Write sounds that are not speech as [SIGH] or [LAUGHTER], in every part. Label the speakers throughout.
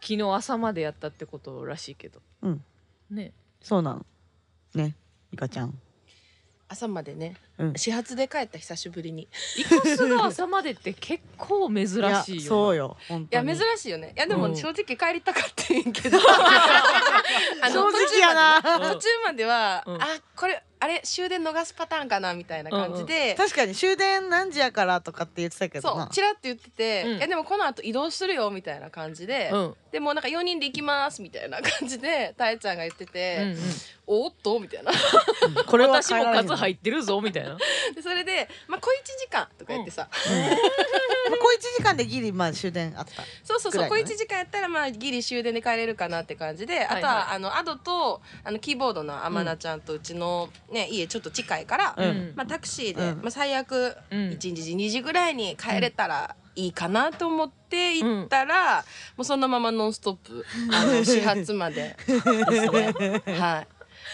Speaker 1: 昨日朝までやったってことらしいけど
Speaker 2: うん
Speaker 1: ね
Speaker 2: そうなのねイカちゃん
Speaker 3: 朝までね、
Speaker 2: うん
Speaker 3: 始発で帰った久しぶりにい
Speaker 1: イカスが朝までって結構珍しいよな
Speaker 2: やそうよ本当
Speaker 3: や
Speaker 2: に
Speaker 3: 珍しいよねいやで
Speaker 1: う
Speaker 3: も
Speaker 1: ん
Speaker 3: 正直帰りたかったんやけどあ
Speaker 2: 正
Speaker 3: の
Speaker 2: 直やな
Speaker 1: 途中までね
Speaker 3: 途中までは、
Speaker 1: うん
Speaker 3: あこれあれ終電逃すパターンかなみたいな感じで、
Speaker 2: [LAUGHS] 確かに終電何時やからとかって言ってたけど
Speaker 3: そう
Speaker 2: な
Speaker 3: チラって言ってて、
Speaker 1: うん
Speaker 3: いやでもこの後移動するよみたいな感じで、
Speaker 1: うんうん
Speaker 3: でもうなんか4人で行きますみたいな感じでたえちゃんが言ってて、
Speaker 1: うん、
Speaker 3: おっとみたいな
Speaker 2: うんこれは
Speaker 1: 私も
Speaker 2: 帰られへん
Speaker 1: 数入ってるぞみたいな
Speaker 3: でそれで「まあ、小1時間」とか言ってさ、
Speaker 2: うんまあ小一時間でギリまあ終電あった
Speaker 3: そうそう
Speaker 2: ぐ
Speaker 3: そう、
Speaker 2: らい
Speaker 3: 小
Speaker 2: のね
Speaker 3: 1時間やったらまあギリ終電で帰れるかなって感じで、あと
Speaker 1: はいは
Speaker 3: はあのアドとあのキーボードの天菜ちゃんとうちの、ね家ちょっと近いから、
Speaker 2: うん
Speaker 3: まあ、タクシーで、
Speaker 2: うん
Speaker 3: まあ、最悪
Speaker 1: うん
Speaker 3: 1時2時ぐらいに帰れたらいいかなと思って行ったら、もうそのままノンストップ
Speaker 2: [LAUGHS]
Speaker 3: あの始発までですねは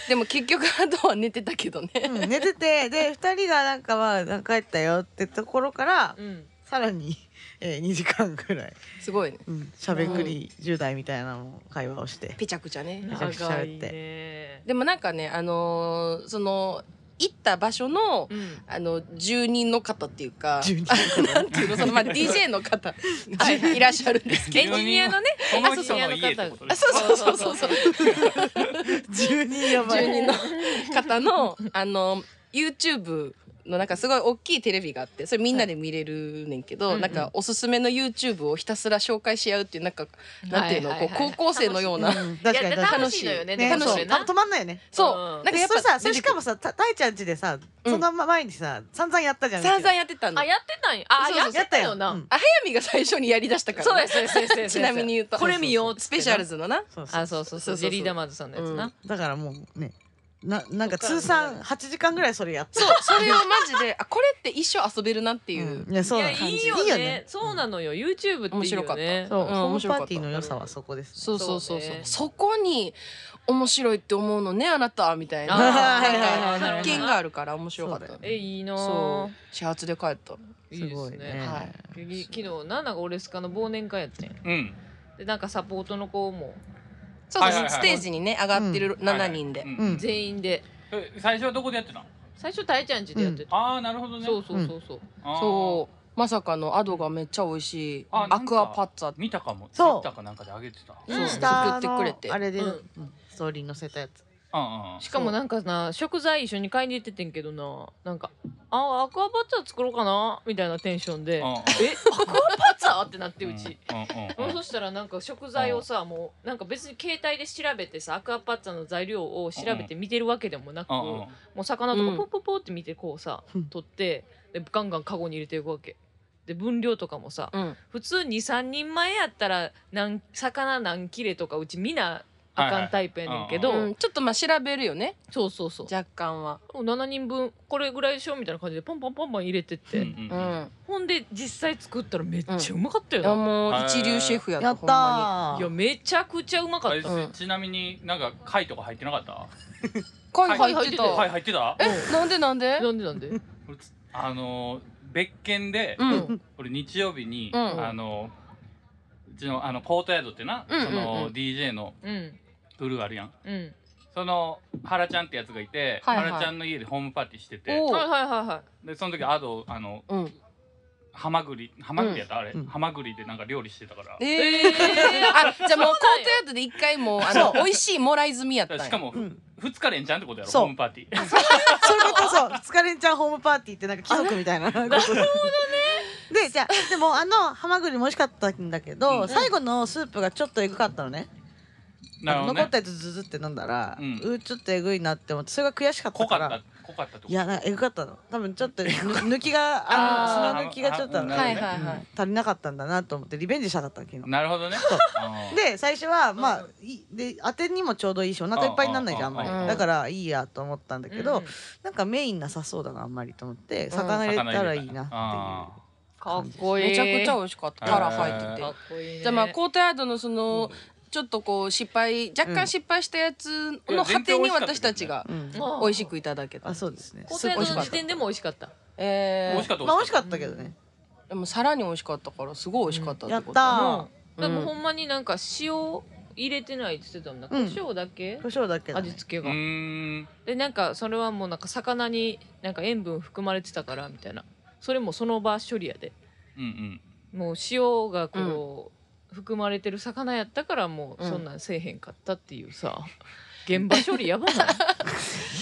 Speaker 3: いでも結局あとは寝てたけどね、
Speaker 2: うん寝ててで2人がなんかまあなんか帰ったよってところから
Speaker 1: うん
Speaker 2: さらに、えー、2時間ぐらい、
Speaker 3: すごいね
Speaker 2: うん、しゃべくり10代みたいなのを会話をして
Speaker 3: ぺちゃくちゃね
Speaker 2: ちゃくちゃ
Speaker 1: 長い
Speaker 2: 喋って
Speaker 1: ね
Speaker 3: でもなんかねあのーその行った場所の、
Speaker 1: うん
Speaker 3: あの住人の方っていうか
Speaker 2: 12
Speaker 3: なんていうの
Speaker 1: [LAUGHS]
Speaker 3: そのまあ DJ の方がいらっしゃるんですけ
Speaker 1: エン
Speaker 3: ど。
Speaker 1: ジニアのね
Speaker 4: 友
Speaker 1: あそうそう
Speaker 4: 達の家ってこと
Speaker 3: あ
Speaker 4: です
Speaker 3: そうそうそう
Speaker 1: [LAUGHS]
Speaker 3: そうそう
Speaker 2: 10人やば
Speaker 3: 住
Speaker 2: い
Speaker 3: 人の方のあの YouTube のなんかすごい大きいテレビがあってそれみんなで見れるねんけど、
Speaker 1: はい
Speaker 3: なん
Speaker 1: うんう
Speaker 3: かおすすめの YouTube をひたすら紹介し合うっていうなんか、なんていうの、
Speaker 1: はいはいはい
Speaker 3: こう高校生のよう
Speaker 2: う
Speaker 3: な、
Speaker 2: ん確かに確かに
Speaker 1: 楽しいのよね
Speaker 2: ね
Speaker 1: でも
Speaker 3: 楽し
Speaker 1: それ
Speaker 3: い
Speaker 2: そう
Speaker 1: な
Speaker 2: 止まんないよね
Speaker 3: そう、
Speaker 1: うん
Speaker 3: なんかやっ
Speaker 2: それ
Speaker 3: ぱ
Speaker 2: さそれしかもさたたいちゃんちでさその前にさ、散々やったじゃん
Speaker 3: 散々
Speaker 2: や
Speaker 3: やってたの
Speaker 1: あ
Speaker 3: あ
Speaker 1: やってたんやあ
Speaker 3: そう
Speaker 1: や
Speaker 3: そ
Speaker 1: っ
Speaker 3: う
Speaker 1: てたよな、
Speaker 2: うん
Speaker 3: 早見が最初にやりだしたから
Speaker 1: そう
Speaker 3: な、
Speaker 1: ですそうですそうですそうです
Speaker 3: ちなみに言うと
Speaker 1: これ見ようっつっ
Speaker 3: ス
Speaker 1: てな
Speaker 3: ペシャルズのな
Speaker 2: そうそう
Speaker 1: あそうそうそ
Speaker 3: そうそうそ
Speaker 1: ジ
Speaker 3: うう
Speaker 1: ェリーダマーズさんのやつな、
Speaker 3: うん
Speaker 2: だからもうねななんか
Speaker 3: そっか
Speaker 2: 通
Speaker 3: ら
Speaker 2: 算8時間ぐらいそれやった
Speaker 3: そうそれをマジであこれって一生遊べるなっていう、
Speaker 2: んいやそう
Speaker 1: いや
Speaker 2: な感
Speaker 1: いい
Speaker 2: じ
Speaker 1: よねそうなのよ YouTube っていいよね
Speaker 3: 面白かった
Speaker 2: そう、
Speaker 3: うん
Speaker 2: ホー
Speaker 3: 面
Speaker 2: ム
Speaker 3: 白か
Speaker 2: パ
Speaker 3: っ
Speaker 2: ーテ
Speaker 3: た
Speaker 2: ィーの良さはそこです、
Speaker 3: そうそうそうそう
Speaker 1: そうね
Speaker 3: そこに面白いって思うのねあなたみたいな
Speaker 1: あ
Speaker 2: ー
Speaker 3: なんか
Speaker 2: はいはいはい
Speaker 3: 発見があるから面白かった
Speaker 2: そうだ
Speaker 1: えいいな
Speaker 3: そ
Speaker 1: あ
Speaker 3: う始発で帰った
Speaker 1: いいです
Speaker 2: すごい
Speaker 1: ね
Speaker 2: ね
Speaker 3: は
Speaker 1: で昨日なんか俺スカの忘年会やってん
Speaker 4: うん
Speaker 1: でなんかサポートの子も
Speaker 3: そう
Speaker 4: はいはい
Speaker 3: そ
Speaker 4: は
Speaker 3: う
Speaker 4: い
Speaker 3: ステージにね上がってる
Speaker 4: はいは
Speaker 3: 7
Speaker 4: い
Speaker 3: 人で
Speaker 4: う
Speaker 2: うんん、
Speaker 1: 全員で
Speaker 4: え最初はどこでやってたの
Speaker 1: 最初たえちゃんちでやってた、
Speaker 4: ああなるほどね
Speaker 1: そうそうそうそう、
Speaker 4: あー
Speaker 3: そうまさかのアドがめっちゃ美味しい
Speaker 4: あなんか
Speaker 3: アクアパッツァ
Speaker 4: 見たかも
Speaker 2: そう
Speaker 4: ツイッターかなんかであげてた
Speaker 1: うん
Speaker 2: インス
Speaker 3: 作
Speaker 2: タ
Speaker 3: ってくれ
Speaker 2: の
Speaker 3: て
Speaker 2: あれで、
Speaker 1: うん
Speaker 2: うんストーリー載せたやつ
Speaker 4: うんうんうん
Speaker 1: しかもなんかな食材一緒に買いに行っててんけどななんか「あアクアパッツァ作ろうかな」みたいなテンションで「
Speaker 4: うんうん
Speaker 1: えアクアパッツァ?」ってなってうち。
Speaker 4: うんうん
Speaker 1: もう
Speaker 4: う
Speaker 1: んそしたらなんか食材をさもうなんか別に携帯で調べてさアクアパッツァの材料を調べて見てるわけでもなく、
Speaker 4: うんうん
Speaker 1: もう魚と
Speaker 3: う
Speaker 1: か
Speaker 3: ん
Speaker 1: ポッポッポッって見てこうさ、
Speaker 2: うん
Speaker 1: 取ってでガンガンカゴに入れていくわけで分量とかもさ
Speaker 3: うん
Speaker 1: 普通23人前やったらなん魚何切れとかうちみんなあかんタイプやねんけど、
Speaker 3: うんちょっとまあ調べるよね
Speaker 1: そうそうそう
Speaker 3: 若干は
Speaker 1: もう7人分これぐらいでしょみたいな感じでパンパンパンパン入れてって、
Speaker 4: うんうん
Speaker 3: う
Speaker 4: うん
Speaker 3: ん
Speaker 1: ほんで実際作ったらめっちゃうまかったよ
Speaker 3: い
Speaker 1: な、
Speaker 3: やもう一流シェフやっ
Speaker 2: や
Speaker 3: た
Speaker 2: った
Speaker 3: ほんま
Speaker 1: い
Speaker 2: ー
Speaker 1: やめちゃくちゃうまか
Speaker 4: あ
Speaker 1: っ
Speaker 4: れ
Speaker 1: た、
Speaker 3: うん
Speaker 4: ちなみになんか貝とか入ってなかった
Speaker 3: に貝入って
Speaker 1: そう
Speaker 4: 貝
Speaker 3: た
Speaker 4: 入ってた
Speaker 3: えなんでなんで
Speaker 1: なんでなんで
Speaker 4: 俺つあのー別件で
Speaker 3: うん
Speaker 1: うん
Speaker 4: 俺日曜日に
Speaker 3: うん
Speaker 4: あのーうちのあのコートヤードってな
Speaker 3: うんうんう
Speaker 4: そ
Speaker 3: ん
Speaker 4: の DJ の
Speaker 1: うん
Speaker 4: ブルーあるやん
Speaker 1: うん
Speaker 4: その原ちゃんってやつがいて
Speaker 3: はいはい
Speaker 4: 原ちゃんの家でホームパーティーしてて
Speaker 3: おう
Speaker 1: はいはいはいは
Speaker 4: でその時アドあの
Speaker 3: うん
Speaker 4: ハマグリハマグリやったあれ
Speaker 2: うん
Speaker 4: ハマグリでなんか料理してたから
Speaker 3: え
Speaker 1: いえ
Speaker 3: ー
Speaker 1: ー、
Speaker 3: あじゃあもうコートヤードで一回もうあの美味しいもらい済みやった
Speaker 4: だ
Speaker 3: ん
Speaker 4: か
Speaker 3: や
Speaker 4: らしかも
Speaker 2: うん、
Speaker 4: 2日連チャンってことやろ
Speaker 2: そう
Speaker 4: ホームパーティー
Speaker 2: [LAUGHS] そういうことそう二日連チャンホームパーティーってなんか貴族みたいななるほどねでじゃあでもあのハマグリも美味しかったんだけど、
Speaker 4: うん
Speaker 2: 最後のスープがちょっとエグかったのね
Speaker 4: [LAUGHS] なるほど
Speaker 2: 残っ
Speaker 4: ね
Speaker 2: たやつズズって飲んだら、
Speaker 4: う
Speaker 2: うんーちょっとエグいなって思ってそれが悔しかった
Speaker 4: 濃
Speaker 2: か
Speaker 4: からった濃かったってこと
Speaker 2: いやなエグかったの多分ちょっとぬ抜きがあの
Speaker 3: あー
Speaker 2: その抜きがちょっと、
Speaker 4: あーなるほどね
Speaker 3: はいはいは
Speaker 2: う
Speaker 3: い
Speaker 2: ん足りなかったんだなと思ってリベンジしたかったの昨日
Speaker 4: なるほどねうん
Speaker 2: で最初はまあいで当てにもちょうどいいしお腹いっぱいにならないじゃんあんまり
Speaker 4: うん
Speaker 3: うんうん
Speaker 2: だからいいやと思ったんだけど、
Speaker 1: うん
Speaker 2: なんかメインなさそうだなあんまりと思って
Speaker 3: ん
Speaker 2: 魚入れたらいいなっていう、
Speaker 4: 魚入れ
Speaker 1: かっこいい
Speaker 3: めちゃくちゃ美味しかったタラ入って
Speaker 1: かってこいい、ね、
Speaker 3: じゃあまあコートヤードのそのちょっとこう失敗若干失敗したやつ
Speaker 4: いや
Speaker 3: の果てに
Speaker 4: 全然美味しかっ
Speaker 3: 私た
Speaker 4: たけどね
Speaker 3: ちが
Speaker 2: うん
Speaker 1: あ
Speaker 3: 美味しくいただけた
Speaker 2: あそうですね
Speaker 1: コートヤードの時点でも美味しかった
Speaker 4: た
Speaker 3: え
Speaker 4: 美味
Speaker 3: ー
Speaker 4: しかった
Speaker 2: まあ美味しかったけどね、
Speaker 3: でもさらに美味しかったからすごい美味しかったってこと
Speaker 2: や
Speaker 3: だ
Speaker 2: った
Speaker 3: ね
Speaker 2: ー
Speaker 1: うだからもうほんまになんか塩入れてないって言ってたんだ胡
Speaker 2: うん
Speaker 1: 椒だけ、
Speaker 2: 胡椒だけだ、
Speaker 1: 味
Speaker 2: ね、
Speaker 1: 付け
Speaker 4: う
Speaker 1: が、
Speaker 4: ーん。
Speaker 1: でなんかそれはもうなんか魚になんか塩分含まれてたからみたいなそれもその場処理やで
Speaker 4: うん
Speaker 1: もう塩がこう、含まれてる魚やったからもう
Speaker 3: うん
Speaker 1: そんなんせえへんかったっていうさ、現場処理やばな
Speaker 3: [LAUGHS]
Speaker 1: い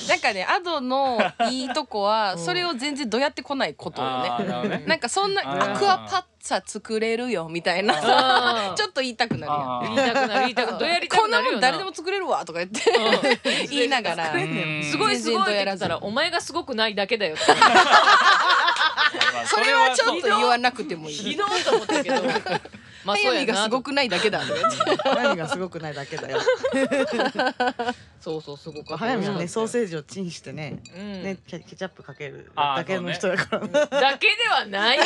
Speaker 3: なんかねアドのいいとこ
Speaker 1: う
Speaker 3: は
Speaker 1: ん
Speaker 3: それを全然どうやってこないことよね
Speaker 4: あーなるほどね
Speaker 3: なんかそんな
Speaker 4: あー
Speaker 3: アクアパッツァ作れるよみたいなさ
Speaker 1: あー
Speaker 3: [LAUGHS] ちょっと言いたくなるやん
Speaker 4: あー
Speaker 1: 言いたくなる言いたくなるどうやりた
Speaker 3: こ
Speaker 1: く
Speaker 3: ん
Speaker 1: な
Speaker 3: な
Speaker 1: る
Speaker 3: も
Speaker 1: よ
Speaker 3: ん
Speaker 1: な
Speaker 3: 誰でも作れるわとか言って
Speaker 1: うん
Speaker 3: [LAUGHS] 言いながら
Speaker 4: うーん
Speaker 1: すごいすごいって言ったらお前がすごくないだけだよって
Speaker 4: まあ
Speaker 3: それはちょっと言わなくてもい
Speaker 1: ひ
Speaker 3: い。
Speaker 1: どいと思ったけどまあそ
Speaker 3: 早
Speaker 1: う
Speaker 3: 見
Speaker 1: や
Speaker 3: がす
Speaker 1: な
Speaker 3: ごくないだ
Speaker 1: [LAUGHS]
Speaker 3: けだとか言って。
Speaker 2: 何がすごくないだけだよ
Speaker 1: そうそうすごく
Speaker 2: 早見はねソー
Speaker 1: ー
Speaker 2: セージをチンしてね,、
Speaker 1: うん
Speaker 2: ねケケチャップかける
Speaker 4: あー
Speaker 2: だけの人だから、
Speaker 1: だけではないよ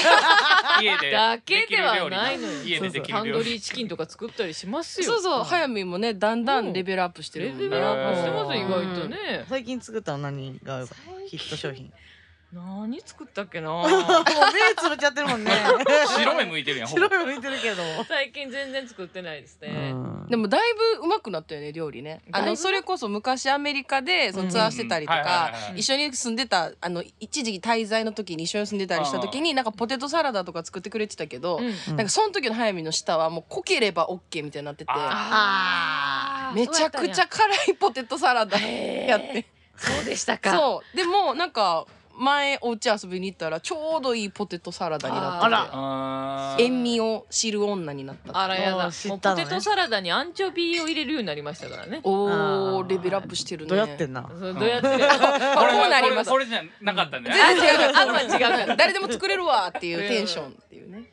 Speaker 4: 家で
Speaker 1: だけではないのよ
Speaker 4: 家ででき
Speaker 1: ハン
Speaker 4: る
Speaker 1: ド
Speaker 4: 料理
Speaker 1: リーチキンとか作ったりしますよ
Speaker 3: そうそ
Speaker 1: 早
Speaker 3: う、早見もね、だんだんレベルアップして
Speaker 1: レ
Speaker 3: るもんね。
Speaker 1: ベルアップしてますよ
Speaker 4: うん
Speaker 1: 意外とね
Speaker 2: 最近作ったの何が良かったヒット商品も
Speaker 1: 何作ったっけな
Speaker 2: [LAUGHS] う目つぶっちゃってるもんね
Speaker 4: 白目向いてるやんほぼ
Speaker 2: 白目向いてるけど
Speaker 1: 最近全然作ってないですね
Speaker 3: でもだいぶ上手くなったよね料理ねあ
Speaker 1: だい
Speaker 3: の
Speaker 1: ぶ
Speaker 3: それこそ昔アメリカでそのツアーしてたりと
Speaker 4: うんはいはい
Speaker 3: か
Speaker 4: はいはい
Speaker 3: 一緒に住んでたあの一時期滞在の時に一緒に住んでたりした時になんかポテトサラダとか作ってくれてたけど、
Speaker 1: うん
Speaker 2: うん
Speaker 3: なんかその時の早見の舌はもう濃ければ OK みたいになってて
Speaker 1: あー
Speaker 3: めちゃくちゃ辛いポテトサラダやって
Speaker 1: そうでしたか
Speaker 3: そうでもなんか前お家遊びに行ったらちょうどいいポテトサラダに
Speaker 1: あ
Speaker 3: なって
Speaker 1: ら
Speaker 4: あ
Speaker 3: て
Speaker 4: ー
Speaker 3: 塩味を知る女になった
Speaker 1: あらやだ、
Speaker 2: あー知
Speaker 1: もう
Speaker 2: った
Speaker 1: ポ
Speaker 2: のね
Speaker 1: テトサラダにアンチョビを入れるようになりましたからね
Speaker 3: お
Speaker 2: あ
Speaker 3: ー
Speaker 2: ー
Speaker 3: レベルアップしてるね
Speaker 2: どうやってんな
Speaker 1: そうどうやってやるの
Speaker 3: あこうなります
Speaker 4: これこれじゃなかったんだよ
Speaker 3: 全然違う
Speaker 1: あんま違うから
Speaker 3: 誰でも作れるわっていうテンションっていうね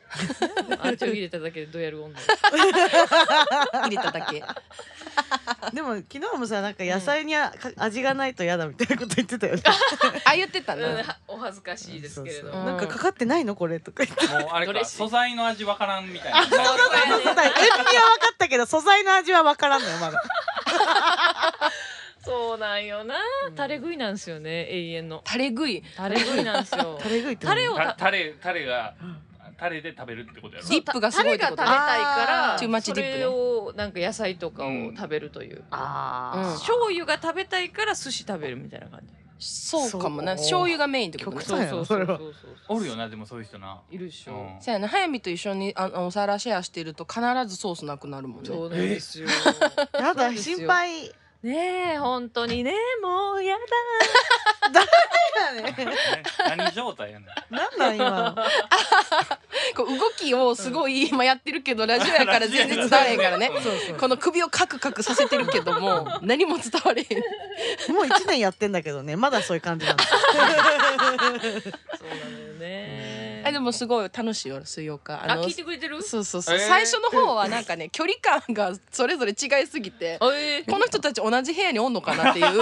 Speaker 1: アンチョビ入れただけでどうやる女
Speaker 3: 入れただけ
Speaker 2: でも昨日もさなんか野菜にあか味がないと嫌だみたいなこと言ってたよね
Speaker 3: あ言ってたね
Speaker 1: うんお恥ずかしいですけれど
Speaker 2: そうそう
Speaker 1: も
Speaker 2: なんかかかってないのこれとか言って
Speaker 4: もうあれ
Speaker 1: ドレッ
Speaker 4: か
Speaker 1: シング
Speaker 4: 素材の味わからんみたいな
Speaker 1: そう
Speaker 2: 塩味は分かったけど素材の味は分からんのよまだ
Speaker 1: そうなんよなタレ食いなんですよね永遠の
Speaker 3: タレ食い
Speaker 1: タレ食いなんです [LAUGHS] よ
Speaker 2: タレ食いって
Speaker 1: タレを
Speaker 4: たタレタレがタレで食べるってことやろ
Speaker 3: ディップがすごいってこと
Speaker 1: タレが食べたいから
Speaker 3: あーチューマッチ
Speaker 1: そ
Speaker 3: ディップね
Speaker 1: れをなんか野菜とかを食べるという、
Speaker 2: あ
Speaker 3: うん
Speaker 2: あ
Speaker 1: 醤油が食べたいから寿司食べるみたいな感じ
Speaker 3: そうかもな
Speaker 2: そう
Speaker 3: 醤油がメインってことね
Speaker 2: 極端やなそれは
Speaker 1: う
Speaker 4: おるよなでもそういう人ない
Speaker 1: るでしょ、
Speaker 4: うん
Speaker 3: そうやな早見と一緒にあのお皿シェアしてると必ずソースなくなるもんね
Speaker 1: そうなんですよ
Speaker 2: や
Speaker 1: そう
Speaker 2: だ
Speaker 1: ですよ
Speaker 2: 心配
Speaker 1: ねえ本当にねもうや
Speaker 2: だね
Speaker 4: 何状態やねん
Speaker 2: なんなん今の
Speaker 3: こう動きをすごい今やってるけどラジオやから全然伝われへんからね
Speaker 4: そう
Speaker 2: そう
Speaker 3: [LAUGHS] この首をカクカクさせてるけど [LAUGHS] も何も伝われへん [LAUGHS]
Speaker 2: もう一年やってんだけどねまだそういう感じなんです
Speaker 1: だそうなのよね
Speaker 3: あでもすごい楽しいよ水曜日
Speaker 1: あ
Speaker 3: あの
Speaker 1: 聞いてくれてる
Speaker 3: そうそうそう、
Speaker 4: えー
Speaker 3: 最初の方はなんか [LAUGHS] ね距離感がそれぞれ違いすぎ [LAUGHS] て
Speaker 1: あえー
Speaker 3: この人たち同じ部屋におんのかなっていう [LAUGHS]
Speaker 2: ああ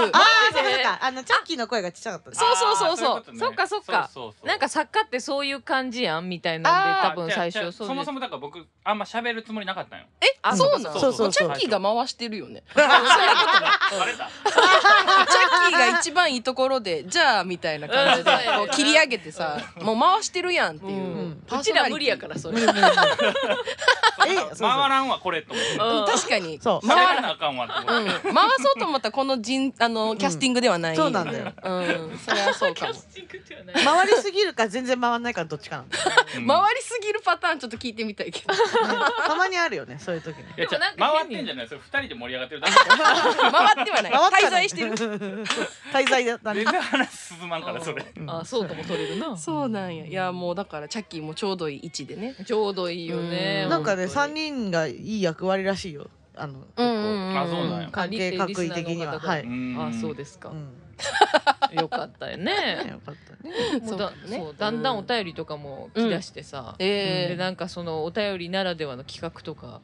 Speaker 2: そうかあのチャッキーの声がちっちゃかったです
Speaker 3: そうそうそうそう
Speaker 4: あーいことね
Speaker 1: そっかそっか
Speaker 4: そうそうそう
Speaker 1: なんか作家ってそういう感じやんみたいなんで
Speaker 4: あ
Speaker 1: 多分最
Speaker 4: じゃあ
Speaker 1: 初
Speaker 4: じゃあそもそもだから僕あんま喋るつもりなかったんよ
Speaker 3: え
Speaker 1: あ
Speaker 3: そうな
Speaker 2: そ
Speaker 3: の
Speaker 2: うそうそう
Speaker 3: チャッキーが回してるよ [LAUGHS] ねチ
Speaker 4: バレた
Speaker 3: ャッキーが一番いいところでじゃあみたいな感じで [LAUGHS]
Speaker 1: うんそうやね
Speaker 3: こう切り上げてさもう回してるやんっていう、
Speaker 1: うん
Speaker 3: パ
Speaker 1: う
Speaker 3: ーソ
Speaker 1: ち
Speaker 3: ナ
Speaker 1: ら
Speaker 3: リティ
Speaker 1: 無理やからそれ
Speaker 2: えそう
Speaker 4: なんか
Speaker 2: そう
Speaker 4: 回らんわこれと思って
Speaker 3: うん確かに
Speaker 2: そう
Speaker 4: 喋
Speaker 3: 回
Speaker 4: ら
Speaker 3: ら
Speaker 4: なあかんわと
Speaker 3: う
Speaker 4: 思っ
Speaker 3: ん
Speaker 4: て、
Speaker 3: 回そうと思ったらこの人あのキャスティングではない、
Speaker 2: そうなんだよ
Speaker 3: うんそれはそう
Speaker 1: キ
Speaker 3: かも
Speaker 1: ャスティングではない
Speaker 2: 回りすぎるか全然回んないかどっちかなんだよ
Speaker 4: うん
Speaker 3: 回りすぎるパターンちょっと聞いてみたい [LAUGHS] けど
Speaker 2: たまにあるよねそういう時に
Speaker 4: いや
Speaker 1: でもなん
Speaker 4: じゃあ
Speaker 1: か変
Speaker 4: 回っ
Speaker 1: に
Speaker 4: てんじゃないそれ二人で盛り上がってるだけ
Speaker 3: 回ってはな
Speaker 2: 回
Speaker 3: い
Speaker 2: った
Speaker 3: 滞
Speaker 2: ら
Speaker 3: 在してる
Speaker 2: [LAUGHS] 滞在だったね
Speaker 4: 全然話進まんからそれ
Speaker 1: あーそうとも取れるな
Speaker 3: そうなんやいやもうだからチャッキーもちょうどいい位置でね
Speaker 1: ちょうどいいよね
Speaker 3: う。
Speaker 2: なんかね
Speaker 1: 本当
Speaker 2: 三
Speaker 1: に
Speaker 2: 人がいい役割らしいよあの結構
Speaker 4: んあそうなんや
Speaker 2: 関係各位的には
Speaker 1: リスナーの方々
Speaker 2: はい
Speaker 4: うん
Speaker 1: あ、そうですか
Speaker 2: う。ん
Speaker 1: よかったよね。
Speaker 2: よかったね
Speaker 1: もう
Speaker 3: [LAUGHS] そう
Speaker 1: だ
Speaker 3: かもね
Speaker 1: そうだんだんお便りとかも来だしてさ、
Speaker 3: え
Speaker 1: で
Speaker 3: ー
Speaker 1: なんかそのお便りならではの企画とか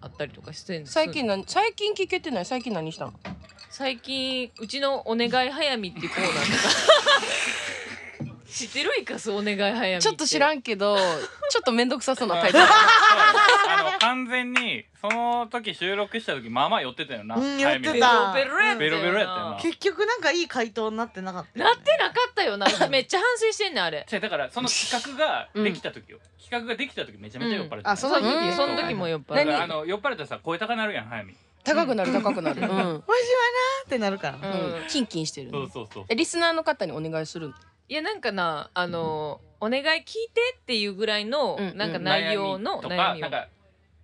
Speaker 1: あったりとかしてんです
Speaker 3: 最近何最近聞けてない最近何したの [LAUGHS]
Speaker 1: 最近うちのお願い早見っていうコーナーとか知ってるイカスお願い早見
Speaker 3: ちょっと知ら
Speaker 1: ん
Speaker 3: んけどちょっと面倒くさ [LAUGHS] そうなタイト
Speaker 2: [LAUGHS]
Speaker 3: ル
Speaker 4: あの完全にその時収録した時まあまあ寄ってたよな。
Speaker 2: うん寄ってた
Speaker 4: 早見
Speaker 1: ベ
Speaker 4: が
Speaker 1: ロベロやったよな
Speaker 4: ベロベロやったよな
Speaker 2: 結局なんかいい回答になってなかった
Speaker 1: なってなかったよ [LAUGHS] なめっちゃ反省してんねんあれ
Speaker 4: 違うだからその企画ができた時よ。企画ができた時めちゃめちゃ酔っ払ってた。
Speaker 2: うんあその時
Speaker 3: うん
Speaker 1: その時も酔っ払
Speaker 4: だ
Speaker 1: っ
Speaker 4: か
Speaker 1: て
Speaker 4: ら
Speaker 3: 何
Speaker 4: あの酔っ払ったらさ声高なるやん早見。
Speaker 3: 高くなる高くなるうん
Speaker 2: おいしいわなーってなるから、
Speaker 1: う
Speaker 3: うんんキンキンしてるね
Speaker 4: そうそうそう。
Speaker 3: えリスナーの方にお願いするの
Speaker 1: いやなんかなあのお願い聞いてっていうぐらいの
Speaker 3: うん
Speaker 1: なんか内容の
Speaker 4: とか
Speaker 1: 悩み
Speaker 4: な
Speaker 1: を
Speaker 4: んか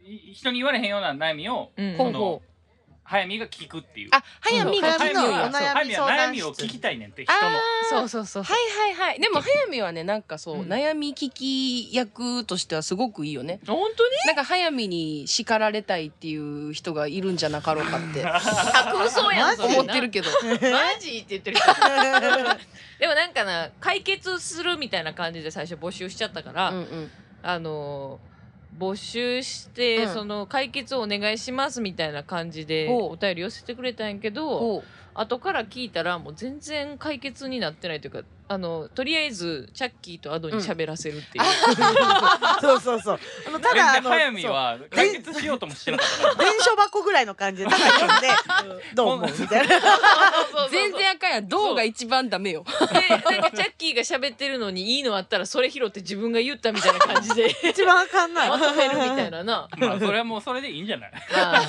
Speaker 4: い人に言われへんような悩みを
Speaker 1: うん
Speaker 3: ほう
Speaker 4: の
Speaker 3: ほう
Speaker 4: 早見が聞くっていう。
Speaker 3: あ早見が
Speaker 2: 早見の
Speaker 3: 聞く
Speaker 2: お
Speaker 3: よ
Speaker 2: 悩み
Speaker 4: 早見は
Speaker 2: 相談室
Speaker 4: 悩みを聞きたいねんって人の。
Speaker 1: そうそうそうそう
Speaker 3: はいはいはいでも早見はねなんかそう、
Speaker 1: うん
Speaker 3: 悩み聞き役としてはすごくいいよね
Speaker 1: 本当に
Speaker 3: なんか早見に叱られたいっていう人がいるんじゃなかろう
Speaker 1: [LAUGHS]
Speaker 3: かって
Speaker 1: あ空想やんそれな
Speaker 3: 思ってるけど
Speaker 1: [LAUGHS] マジって言ってる人でもなんかな解決するみたいな感じで最初募集しちゃったから、
Speaker 3: うんうん
Speaker 1: あのー募集して、
Speaker 3: うん
Speaker 1: その解決をお願いしますみたいな感じで
Speaker 3: ほう
Speaker 1: お便り寄せてくれたんやけど
Speaker 3: こ
Speaker 1: 後から聞いたらもう全然解決になってないというかあのとりあえずチャッキーとアドに喋らせるっていう、
Speaker 2: [LAUGHS] そうそうそうあのた
Speaker 4: 全
Speaker 2: だあ
Speaker 4: 然
Speaker 2: の
Speaker 4: 早見
Speaker 2: そう
Speaker 4: は解決しようともして
Speaker 2: [LAUGHS]
Speaker 4: なかったから。
Speaker 2: 伝書箱ぐらいの感じでただ読んで「どうも」みたいな
Speaker 3: う全然あかんやん銅が一番ダメよ
Speaker 1: でなんかチャッキーが喋ってるのにいいのあったらそれ拾って自分が言ったみたいな感
Speaker 3: [LAUGHS]
Speaker 1: じで
Speaker 2: 一番あかんない
Speaker 1: まとめるみたいなな。
Speaker 4: まあそれはもうそれでいいんじゃない。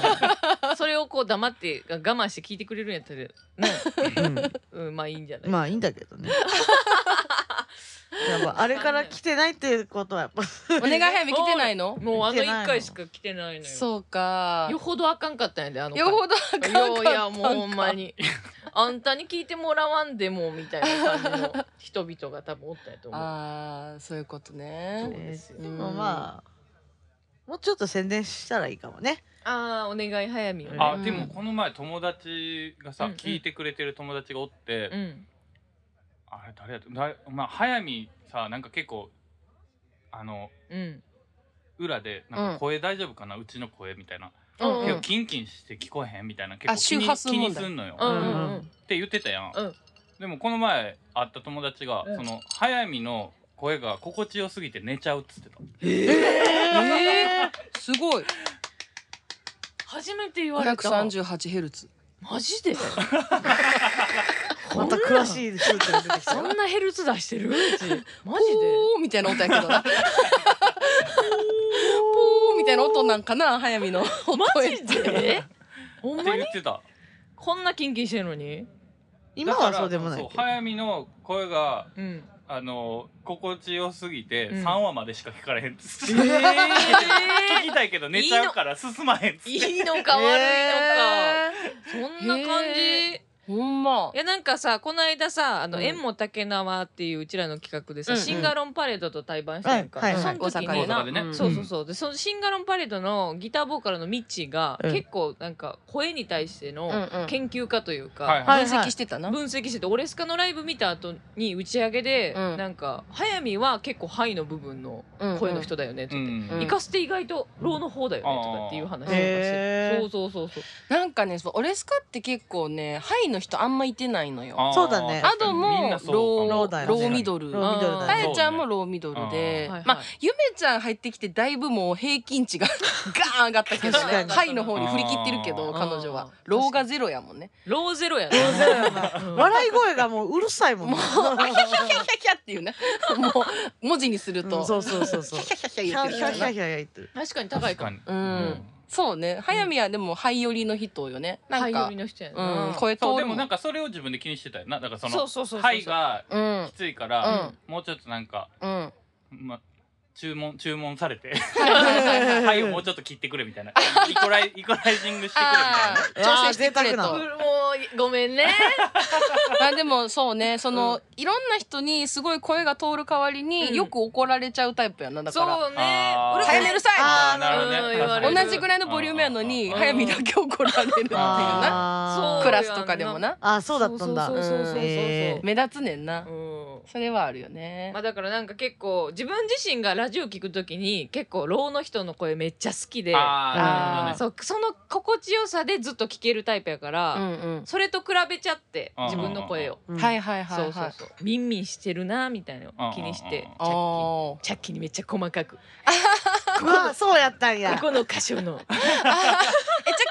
Speaker 1: [LAUGHS] それをこう黙って我慢して聞いてくれるんやったらね、うん、まあいいんじゃない、
Speaker 2: [LAUGHS] まあいいんだけどねやっぱあれから来てないっていうことはやっぱ
Speaker 3: お願い早見来てないの
Speaker 1: もうあ
Speaker 2: 聞
Speaker 1: の
Speaker 2: いてないの
Speaker 1: 1回しか来てないのよ
Speaker 3: そうか
Speaker 1: よほどあかんかったんやであの回
Speaker 3: よほどあかんかったん
Speaker 1: い
Speaker 3: か
Speaker 1: やいやもうほんまにあんたに聞いてもらわんでもみたいな感じの人々が多分おったやと思う
Speaker 3: ああそういうこと
Speaker 1: そう
Speaker 3: ね
Speaker 1: ですよ
Speaker 2: でもまあもうちょっと宣伝したらいいかもね
Speaker 1: ああお願い早見をね
Speaker 4: あ
Speaker 3: うん
Speaker 4: でもこの前友達がさ
Speaker 1: うんうん
Speaker 4: 聞いてくれてる友達がおって
Speaker 1: う、ん
Speaker 4: あれ誰やっただまあ早見さなんか結構あの
Speaker 1: うん
Speaker 4: 裏でなんか声大丈夫かな、うちの声みたいな、
Speaker 1: うん
Speaker 3: うん
Speaker 4: 結構キンキンして聞こえへんみたいな結構
Speaker 3: あ
Speaker 4: 気
Speaker 3: 周波
Speaker 4: に
Speaker 3: 数
Speaker 4: 気に
Speaker 3: 問題
Speaker 4: すんのよ、
Speaker 1: うん
Speaker 4: っ
Speaker 1: うん
Speaker 3: う
Speaker 1: うん
Speaker 4: て言ってたやん、
Speaker 1: うん
Speaker 4: でもこの前会った友達が、
Speaker 1: うん
Speaker 4: その早見の声が心地よすぎて寝ちゃうっつってた
Speaker 3: えー、すごい
Speaker 1: 初めて言われたわ
Speaker 3: 538Hz
Speaker 1: マジで
Speaker 2: また詳しい数値が出てきた
Speaker 1: そんなヘルツ出してるうちマジで
Speaker 3: ポーみたいな音やけ
Speaker 1: [LAUGHS]
Speaker 3: どな。ポーみたいな音なんかな、早見の音
Speaker 1: マ
Speaker 3: や
Speaker 1: ジ [LAUGHS] でほん
Speaker 4: って
Speaker 1: ま
Speaker 4: 言
Speaker 1: に
Speaker 4: ってた
Speaker 1: こんなキンキンしてるのに
Speaker 2: 今はそうでもない
Speaker 4: だ
Speaker 2: け
Speaker 4: か
Speaker 2: ど
Speaker 4: らそう早見の声が
Speaker 1: うん
Speaker 4: あの心地よすぎて
Speaker 1: うん
Speaker 4: 3話までしか聞かれへんっつって、
Speaker 1: え
Speaker 4: 聞きたいけど寝ちゃうから進まへんっつっ
Speaker 1: [LAUGHS]
Speaker 4: て
Speaker 1: いいのか悪いのか、そんな感じ、
Speaker 3: へほんま
Speaker 1: い。やなんかさこの間さ「あの
Speaker 3: うん
Speaker 1: 縁も竹縄」っていううちらの企画でさ、
Speaker 3: うんうん
Speaker 1: シンガロンパレードと対バンしてるから、
Speaker 2: はいはいはい
Speaker 1: その時に
Speaker 4: 大
Speaker 1: な、
Speaker 4: 阪でね
Speaker 1: そうそうそうでそのシンガロンパレードのギターボーカルのミッチーが、
Speaker 2: うん
Speaker 1: 結構なんか声に対して
Speaker 3: うん
Speaker 1: の
Speaker 3: うん
Speaker 1: 研究家というか、
Speaker 4: はいはい
Speaker 3: 分析してたな。
Speaker 1: 分析しててオレスカのライブ見た後に打ち上げで、
Speaker 3: うん
Speaker 1: なんか早見は結構ハイの部分の声の人だよねと
Speaker 4: う
Speaker 1: か、
Speaker 4: ん
Speaker 3: うん
Speaker 1: イカスって意外とローの方だよねとかっていう話とかして、
Speaker 2: へー
Speaker 1: そうそうそうそう
Speaker 3: なんかね、そうオレスカって結構ね、ハイの人あんまいてないのよ。
Speaker 4: あー
Speaker 2: そうだね
Speaker 3: アドも
Speaker 4: みん
Speaker 3: ロ
Speaker 4: なそう
Speaker 3: ー
Speaker 4: かも
Speaker 2: ローだよね
Speaker 3: ローミドル。
Speaker 2: ローミドルだ
Speaker 3: あ
Speaker 2: ね
Speaker 4: はい
Speaker 3: やちゃんもローミドルで、
Speaker 1: はいはい
Speaker 3: まあゆめちゃん入ってきてだいぶもう平均値が [LAUGHS] ガーン上がったけど
Speaker 2: 確か
Speaker 3: ね
Speaker 2: に
Speaker 3: ハイの方に振り切ってるけど
Speaker 1: あー
Speaker 3: 彼女はローがゼロやもんね
Speaker 1: ローゼロやなうん
Speaker 2: 笑い声がもううるさいもん
Speaker 3: もう、キャキャキャキャキャっていうね。 [LAUGHS] もう、文字にする
Speaker 2: う
Speaker 3: と。
Speaker 2: んそうそうそうそう
Speaker 3: キャキャキャ
Speaker 2: キ
Speaker 3: キャ
Speaker 2: ャ
Speaker 3: 言っ
Speaker 2: キ
Speaker 3: て
Speaker 2: ャ
Speaker 3: る
Speaker 2: キ
Speaker 3: か
Speaker 2: ャ
Speaker 3: ら
Speaker 2: キャ言ってる
Speaker 1: 確かに高い
Speaker 4: 確
Speaker 1: か
Speaker 4: か
Speaker 1: も
Speaker 3: う。
Speaker 4: にうん
Speaker 3: そうね。早見はでも、ハイ寄りの人よね。な
Speaker 1: ハ
Speaker 3: ん
Speaker 1: イ寄
Speaker 3: か
Speaker 1: り、の人やな、
Speaker 3: うん、声通
Speaker 4: そうで
Speaker 3: るも
Speaker 4: も
Speaker 3: ん
Speaker 4: なんかそれを自分で気にしてたよなだからそ
Speaker 1: そう
Speaker 4: の
Speaker 1: そうそうそう
Speaker 4: ハイが
Speaker 3: うん
Speaker 4: き。ついから
Speaker 3: う
Speaker 4: もうちょっとなんか
Speaker 3: うん。
Speaker 4: ま注文注文されて
Speaker 3: はいはいはい
Speaker 4: ハイをもうちょっと切ってくれみたいなイコライイコライジングしてくれみたい
Speaker 3: あ
Speaker 4: な
Speaker 3: あ、調整してくれ
Speaker 2: うわー贅沢
Speaker 1: うん
Speaker 2: な
Speaker 3: と。
Speaker 1: もうごめんね
Speaker 3: まあでもそうね、その、
Speaker 1: う
Speaker 3: いろんな人にすごい声が通る代わりに、
Speaker 1: うん
Speaker 3: よく怒られちゃうタイプやな。だから、
Speaker 1: そうね
Speaker 4: あー
Speaker 1: うるさ
Speaker 3: 早
Speaker 1: い
Speaker 3: めるさい
Speaker 2: あーな
Speaker 4: るほどね
Speaker 1: うん言われる
Speaker 3: 同じぐらいのボリュームやのに、
Speaker 1: うん
Speaker 3: 早見だけ怒られるっていうな。
Speaker 2: あ
Speaker 1: そう
Speaker 2: ー
Speaker 3: クラスとかでもな。
Speaker 2: あーそうだったんだ
Speaker 1: そうそうそうそうそうそう
Speaker 2: うんえー
Speaker 3: 目立つねんな。
Speaker 1: うんそう
Speaker 3: それはあるよね、
Speaker 1: まあだからなんか結構自分自身がラジオ聞くときに結構ろうの人の声めっちゃ好きで
Speaker 3: あー
Speaker 4: あーなるほどね
Speaker 1: そうその心地よさでずっと聞けるタイプやから、
Speaker 3: うんうん
Speaker 1: それと比べちゃって
Speaker 4: うんうんうん
Speaker 1: 自分の声を、
Speaker 2: うん
Speaker 3: はいはいはいは
Speaker 1: そ
Speaker 3: い
Speaker 1: うそうそうミンミンしてるなみたいなのを気にして
Speaker 4: うん
Speaker 1: チャッキ
Speaker 3: あ
Speaker 1: チャッキにめっちゃ細かくこ
Speaker 2: うわそうやったんや
Speaker 1: この箇所の [LAUGHS]
Speaker 3: ー [LAUGHS] えチャ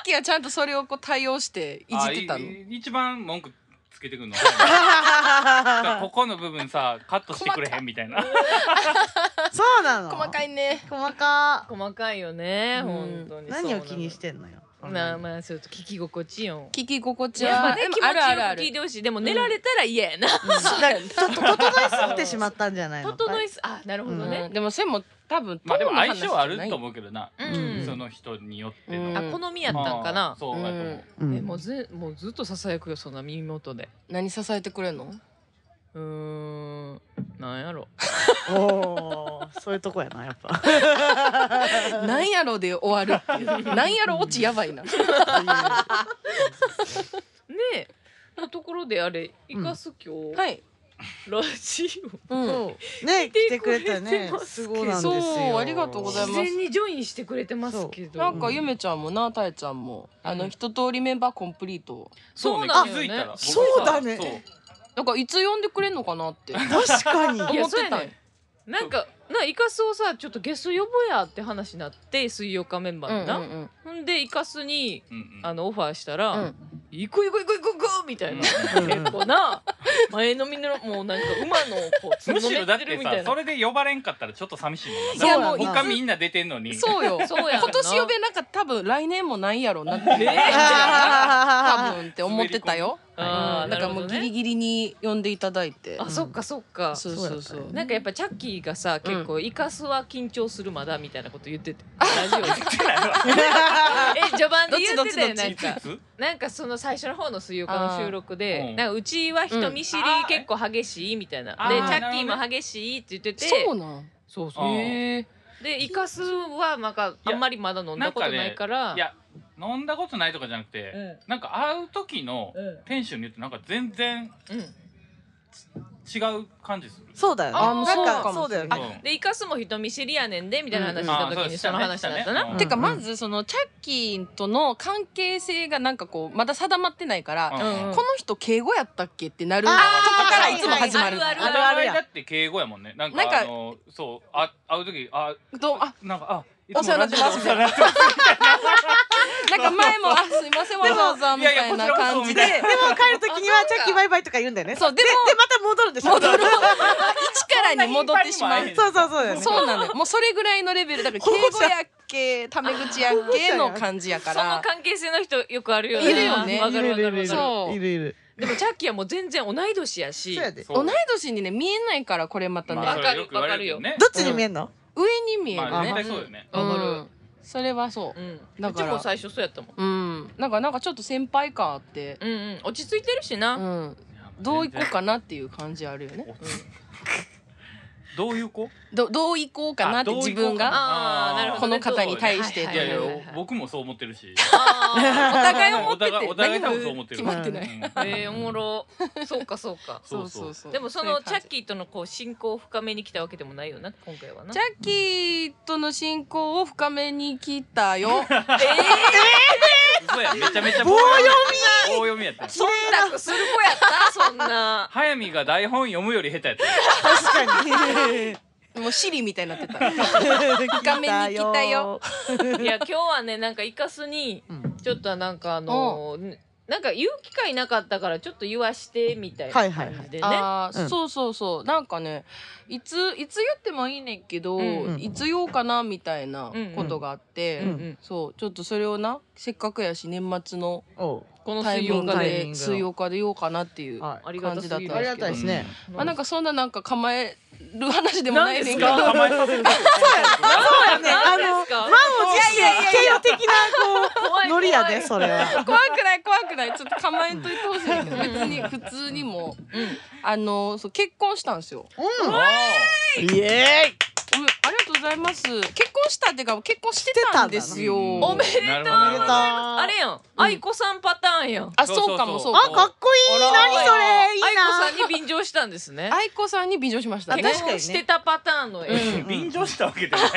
Speaker 3: ッキーはちゃんとそれをこう対応していじってたの
Speaker 4: あいい一番文句つけてくる
Speaker 1: [LAUGHS]
Speaker 4: のだからここの部分さカットしてくれへんみたいな
Speaker 2: [LAUGHS] そうなの
Speaker 3: 細かいね
Speaker 2: 細か
Speaker 1: 細かいよね、
Speaker 3: うん
Speaker 1: 本当に
Speaker 2: 何を気にしててんのよ
Speaker 1: なまあそうと聞き心地よん
Speaker 3: 聞き心地
Speaker 1: やっ
Speaker 3: は
Speaker 1: ぱね
Speaker 3: でも
Speaker 1: 気持ち
Speaker 3: あ
Speaker 1: よく
Speaker 3: るあるある
Speaker 1: 聞いてほしいでも寝られたら嫌やな、
Speaker 2: だちょっと整えすぎてしまったんじゃないの
Speaker 1: 整いすあなるほどね、
Speaker 3: うんでもそれも多分
Speaker 4: まあでも相性あると
Speaker 3: う
Speaker 4: 思うけどな、
Speaker 1: うん
Speaker 2: うん
Speaker 4: その人によって
Speaker 3: う
Speaker 4: の
Speaker 3: ん
Speaker 1: あ好みやったんかな
Speaker 4: あー、そうやと思う、
Speaker 2: うん
Speaker 1: えもうずもうずっとささやくよそんな耳元で
Speaker 3: 何支えてくれんの [LAUGHS]
Speaker 1: うーんなんやろ
Speaker 2: おーそういうとこやなやっぱ
Speaker 3: なんやろで終わるって [LAUGHS] いうなんやろ落ちやばいな
Speaker 1: ねえのところであれイカス今日、
Speaker 3: はい、
Speaker 1: ラジ
Speaker 3: うん、
Speaker 2: そうね来てくれた
Speaker 1: 見て
Speaker 2: ね
Speaker 1: くれてますけ
Speaker 2: す
Speaker 1: ど
Speaker 2: ごいなんです
Speaker 3: そう
Speaker 2: よ
Speaker 3: ありがとう
Speaker 1: オ
Speaker 3: ござい
Speaker 1: 自
Speaker 3: ます
Speaker 1: 然にジョインしてくれてますけど
Speaker 3: なんか
Speaker 2: うん
Speaker 3: ゆめちゃんもなたえちゃんも、あの一通りメンバーコンプリート
Speaker 1: そう
Speaker 4: ね
Speaker 1: なん
Speaker 4: 気
Speaker 1: だよ
Speaker 4: づいたら
Speaker 1: ね
Speaker 4: 僕さ
Speaker 2: そうだね
Speaker 4: そう
Speaker 3: なんかいつ呼んでくれんのかなって
Speaker 2: 確かに
Speaker 3: [LAUGHS]
Speaker 1: い
Speaker 3: 思
Speaker 1: や
Speaker 3: っ
Speaker 1: そう
Speaker 3: て
Speaker 1: や
Speaker 3: たん
Speaker 1: ねなんかなイカスをさちょっとゲスト呼ぼうやって話になって水曜日メンバーでな、
Speaker 3: うんうんうん
Speaker 1: ほんでイカスに
Speaker 4: うんうん
Speaker 1: あのオファーしたら「
Speaker 3: うん
Speaker 1: 行く行く行く行く行く」みたいな、
Speaker 2: うん
Speaker 1: 結構な前のみのもうなんか馬のこう
Speaker 4: むしろだっ
Speaker 1: 角め
Speaker 4: て
Speaker 1: みた
Speaker 4: さ
Speaker 1: いな
Speaker 4: それで呼ばれんかったらちょっと寂しいもんな
Speaker 2: そうやな
Speaker 4: だって他みんな出てんのに
Speaker 3: そうよ
Speaker 1: そうやんな
Speaker 3: 今年呼べなんか多分来年もないやろうなって多分って思ってたよ
Speaker 1: あ
Speaker 3: う
Speaker 1: ー
Speaker 3: ん
Speaker 1: な
Speaker 3: だ
Speaker 1: る
Speaker 3: から
Speaker 1: ほど
Speaker 3: もうギ
Speaker 1: ね
Speaker 3: リギリに呼んでいただいて
Speaker 1: あそっかそっか
Speaker 3: そうそう
Speaker 2: そうやった
Speaker 3: そう
Speaker 2: よね
Speaker 1: なんかやっぱチャッキーがさ
Speaker 3: うん
Speaker 1: 結構イカスは緊張するまだみたいなこと言っててラジオ
Speaker 3: [LAUGHS]
Speaker 1: でえ序盤で言ってたよ
Speaker 3: どっちどっちどっち
Speaker 1: なんか
Speaker 4: いつ
Speaker 1: なんかその最初の方の水曜日の収録
Speaker 4: あー
Speaker 1: で
Speaker 4: うん
Speaker 1: なんかうちは人見知り
Speaker 4: うんあー
Speaker 1: 結構激しいみたいな
Speaker 4: あ
Speaker 1: で
Speaker 4: ー
Speaker 1: チャッキー
Speaker 4: なるほ
Speaker 1: も
Speaker 4: どね
Speaker 1: 激しいって言ってて
Speaker 3: そうなん
Speaker 1: そうそう
Speaker 4: あ
Speaker 3: へ
Speaker 4: ー
Speaker 3: え
Speaker 1: でイカスはなんかあんまりまだ飲んだことないから
Speaker 4: いや飲んだことないとかじゃなくて、
Speaker 1: うん
Speaker 4: なんか会う時の
Speaker 1: うん
Speaker 4: テンションによってなんか全然
Speaker 1: うん
Speaker 4: 違う感じする。
Speaker 2: そうだよね
Speaker 3: あもうそう
Speaker 2: なん
Speaker 3: か
Speaker 2: か
Speaker 3: も
Speaker 2: そう
Speaker 3: し
Speaker 2: だ
Speaker 3: れな
Speaker 2: よ
Speaker 3: い
Speaker 2: ね
Speaker 4: うん
Speaker 1: でイカスも人見知りやねんでみたいな話した時にその話だったな
Speaker 4: うん
Speaker 3: てかまずそのチャッキーとの関係性がなんかこうまだ定まってないから、
Speaker 4: う
Speaker 3: こ
Speaker 4: ん
Speaker 1: うん
Speaker 3: の人敬語やったっけってなるとこ
Speaker 2: あー
Speaker 3: からいつも始まる
Speaker 1: はいはいはい
Speaker 4: お
Speaker 1: あるあ
Speaker 2: る
Speaker 4: 互い
Speaker 2: やん
Speaker 4: だって敬語やもんね。なんか
Speaker 3: なんか
Speaker 4: あのそうあ会う時あ
Speaker 3: どうあ
Speaker 4: なんかあい
Speaker 3: お世話になってますみたいな
Speaker 4: ラジオお世話になってます
Speaker 3: なんか前も「あすいませんわざわざ」みたいな感じ
Speaker 4: いやい
Speaker 3: で
Speaker 4: や
Speaker 2: でも帰る時にはチャッキーバイバイとか言うんだよね
Speaker 3: そう
Speaker 2: で
Speaker 3: でも
Speaker 2: でまた戻るんでしょ
Speaker 3: 戻る一からに戻ってしまう
Speaker 2: そうそうそうだよね
Speaker 3: そうなのよもうそれぐらいのレベルだから敬語やっけタメ口やっけの感じやか
Speaker 1: その
Speaker 3: ら
Speaker 1: 関係性の人よくあるよね
Speaker 3: いるよね
Speaker 1: わかるわかるわかる
Speaker 3: そう
Speaker 2: いるいる
Speaker 1: でもチャッキーはもう全然同い年やし
Speaker 2: そうやで
Speaker 4: そ
Speaker 3: 同
Speaker 4: う
Speaker 3: い年にね見えないからこれまたね、
Speaker 4: まあそれ
Speaker 1: わかる
Speaker 4: よく言われよね
Speaker 2: どっちに見えんの
Speaker 3: 上に見えるね、
Speaker 4: まあ絶対そうよね。
Speaker 1: わかる
Speaker 3: うんそれはそうう、
Speaker 1: んう
Speaker 3: だ
Speaker 1: ち
Speaker 3: から
Speaker 1: も最初そうやったもん
Speaker 3: うん、なんかなんかちょっと先輩感あって、
Speaker 1: うんうん落ち着いてるし
Speaker 3: う、
Speaker 1: なん
Speaker 3: どう行こうかなっていう感じあるよね
Speaker 4: [LAUGHS] どういう子
Speaker 3: どどう行こうかなって自分が
Speaker 1: あーなるほ
Speaker 3: こ
Speaker 1: どね
Speaker 3: の方に対して
Speaker 1: どう
Speaker 4: いやいや
Speaker 1: はいはいはいはい
Speaker 4: 僕もそう思ってるし。
Speaker 1: あ
Speaker 3: お互い思って
Speaker 4: お互
Speaker 3: て
Speaker 4: いお互い多
Speaker 3: 何
Speaker 4: 分
Speaker 3: も
Speaker 4: そう思ってる。
Speaker 3: 決まってない、
Speaker 4: うん
Speaker 1: ー [LAUGHS] えーおもろそうかそうか
Speaker 4: そうそ
Speaker 3: [LAUGHS]
Speaker 4: う
Speaker 3: そう
Speaker 1: でもそのチャッ
Speaker 3: ー
Speaker 1: キーとのこう親交を深めに来たわけでもないよな今回はな
Speaker 3: チャッキーとの親交を深めに来たよ
Speaker 4: 嘘やめちゃめちゃ
Speaker 2: 棒読
Speaker 4: み棒読みやった
Speaker 1: 忖度する子やったそんな
Speaker 4: 早見が台本読むより下手やった
Speaker 2: 確かに
Speaker 3: もうシリみたいになってた
Speaker 2: 画
Speaker 3: 画面に来たよ
Speaker 1: いや今日はねなんかイカスに
Speaker 2: うん
Speaker 1: ちょっとなんかあのーなんか言う機会なかったからちょっと言わしてみたいな
Speaker 2: はいはいはい
Speaker 1: 感じでね、
Speaker 3: あー
Speaker 2: うん
Speaker 3: そうそうそうなんかねいついつ言ってもいいねんけど、
Speaker 1: うん
Speaker 2: うん
Speaker 3: いつ言おうかなみたいなことがあって、
Speaker 1: うんうん
Speaker 3: そうちょっとそれをなせっかくやし年末の
Speaker 2: おう
Speaker 1: この
Speaker 3: タイ
Speaker 1: 水
Speaker 3: ミ
Speaker 1: 曜
Speaker 3: ング
Speaker 1: 日
Speaker 2: タイミン
Speaker 3: で
Speaker 2: グ
Speaker 3: 水曜日で言おうかなっていう、
Speaker 2: は
Speaker 1: ありがたすぎる
Speaker 2: いありがたいですね
Speaker 1: うん
Speaker 3: まあなんかそんななんか構える話でもないねんけど
Speaker 1: なん
Speaker 4: 構えさせる
Speaker 2: そうやねあ
Speaker 1: 何
Speaker 2: の
Speaker 1: ですか
Speaker 2: 満を持して敬語的な
Speaker 1: 怖
Speaker 2: こ
Speaker 1: いう
Speaker 2: ノリや
Speaker 1: 怖
Speaker 2: で
Speaker 1: い
Speaker 2: それは
Speaker 3: [LAUGHS] 怖くない怖くないちょっと構えんといてほしいけど別に普通にもあのそう結婚したんですよ
Speaker 2: イエーイ
Speaker 3: おめありがとうございます結婚したっていうか結婚してたんですよ
Speaker 4: うん
Speaker 1: おめでとう
Speaker 4: なるほ
Speaker 2: おめで
Speaker 4: ど
Speaker 2: とう
Speaker 4: なるほど
Speaker 1: あれやん愛子さんパターンやん
Speaker 3: あそうかもそう
Speaker 2: あ
Speaker 3: か
Speaker 2: かっ
Speaker 3: も
Speaker 2: こいい
Speaker 4: あら
Speaker 2: 何それいい
Speaker 1: 愛子さ
Speaker 2: なん
Speaker 1: に便乗したんですね
Speaker 3: 愛子さんに便乗しましたね
Speaker 2: あ確
Speaker 1: 結
Speaker 2: かにね
Speaker 1: 婚してたパターンの絵、
Speaker 3: うん
Speaker 4: 便乗したわけではない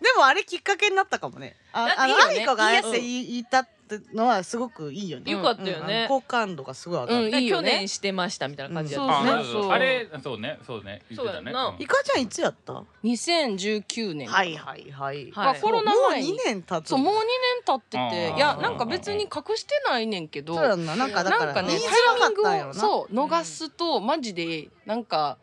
Speaker 2: でもあれきっかけになったかもねあ
Speaker 1: だ
Speaker 2: あ
Speaker 1: ってい
Speaker 2: の
Speaker 1: いよね
Speaker 2: 愛子がああやっ
Speaker 1: うん
Speaker 2: て言い言ったってのはすごくいいよね
Speaker 1: よかったよね
Speaker 2: うんあの好感度がすごい上が
Speaker 3: う
Speaker 2: る
Speaker 3: ん
Speaker 1: で
Speaker 3: いいよ
Speaker 1: 去
Speaker 3: ね
Speaker 1: 年してましたみたいな感じやっ
Speaker 3: う
Speaker 1: たね、
Speaker 3: んそう
Speaker 4: あ
Speaker 3: そう
Speaker 4: あれそうねそうね言っ
Speaker 1: そ
Speaker 4: てた
Speaker 1: うや
Speaker 4: ね
Speaker 1: んな
Speaker 4: うん
Speaker 2: いかちゃんいつやった
Speaker 3: 2019年
Speaker 2: はいはいはい
Speaker 1: はい
Speaker 3: コロナ前に
Speaker 2: もう2年経つ
Speaker 3: そうもう2年経っ
Speaker 4: う
Speaker 3: て
Speaker 4: ん
Speaker 3: ていやなんか別に隠してないねんけど
Speaker 2: そうやんななんかだか
Speaker 3: なん
Speaker 2: ら
Speaker 3: かね
Speaker 2: 言いづらか
Speaker 3: タイミン
Speaker 2: っ
Speaker 3: グ
Speaker 2: たんやろ
Speaker 3: を
Speaker 2: なう
Speaker 3: そう逃すとマジでなんか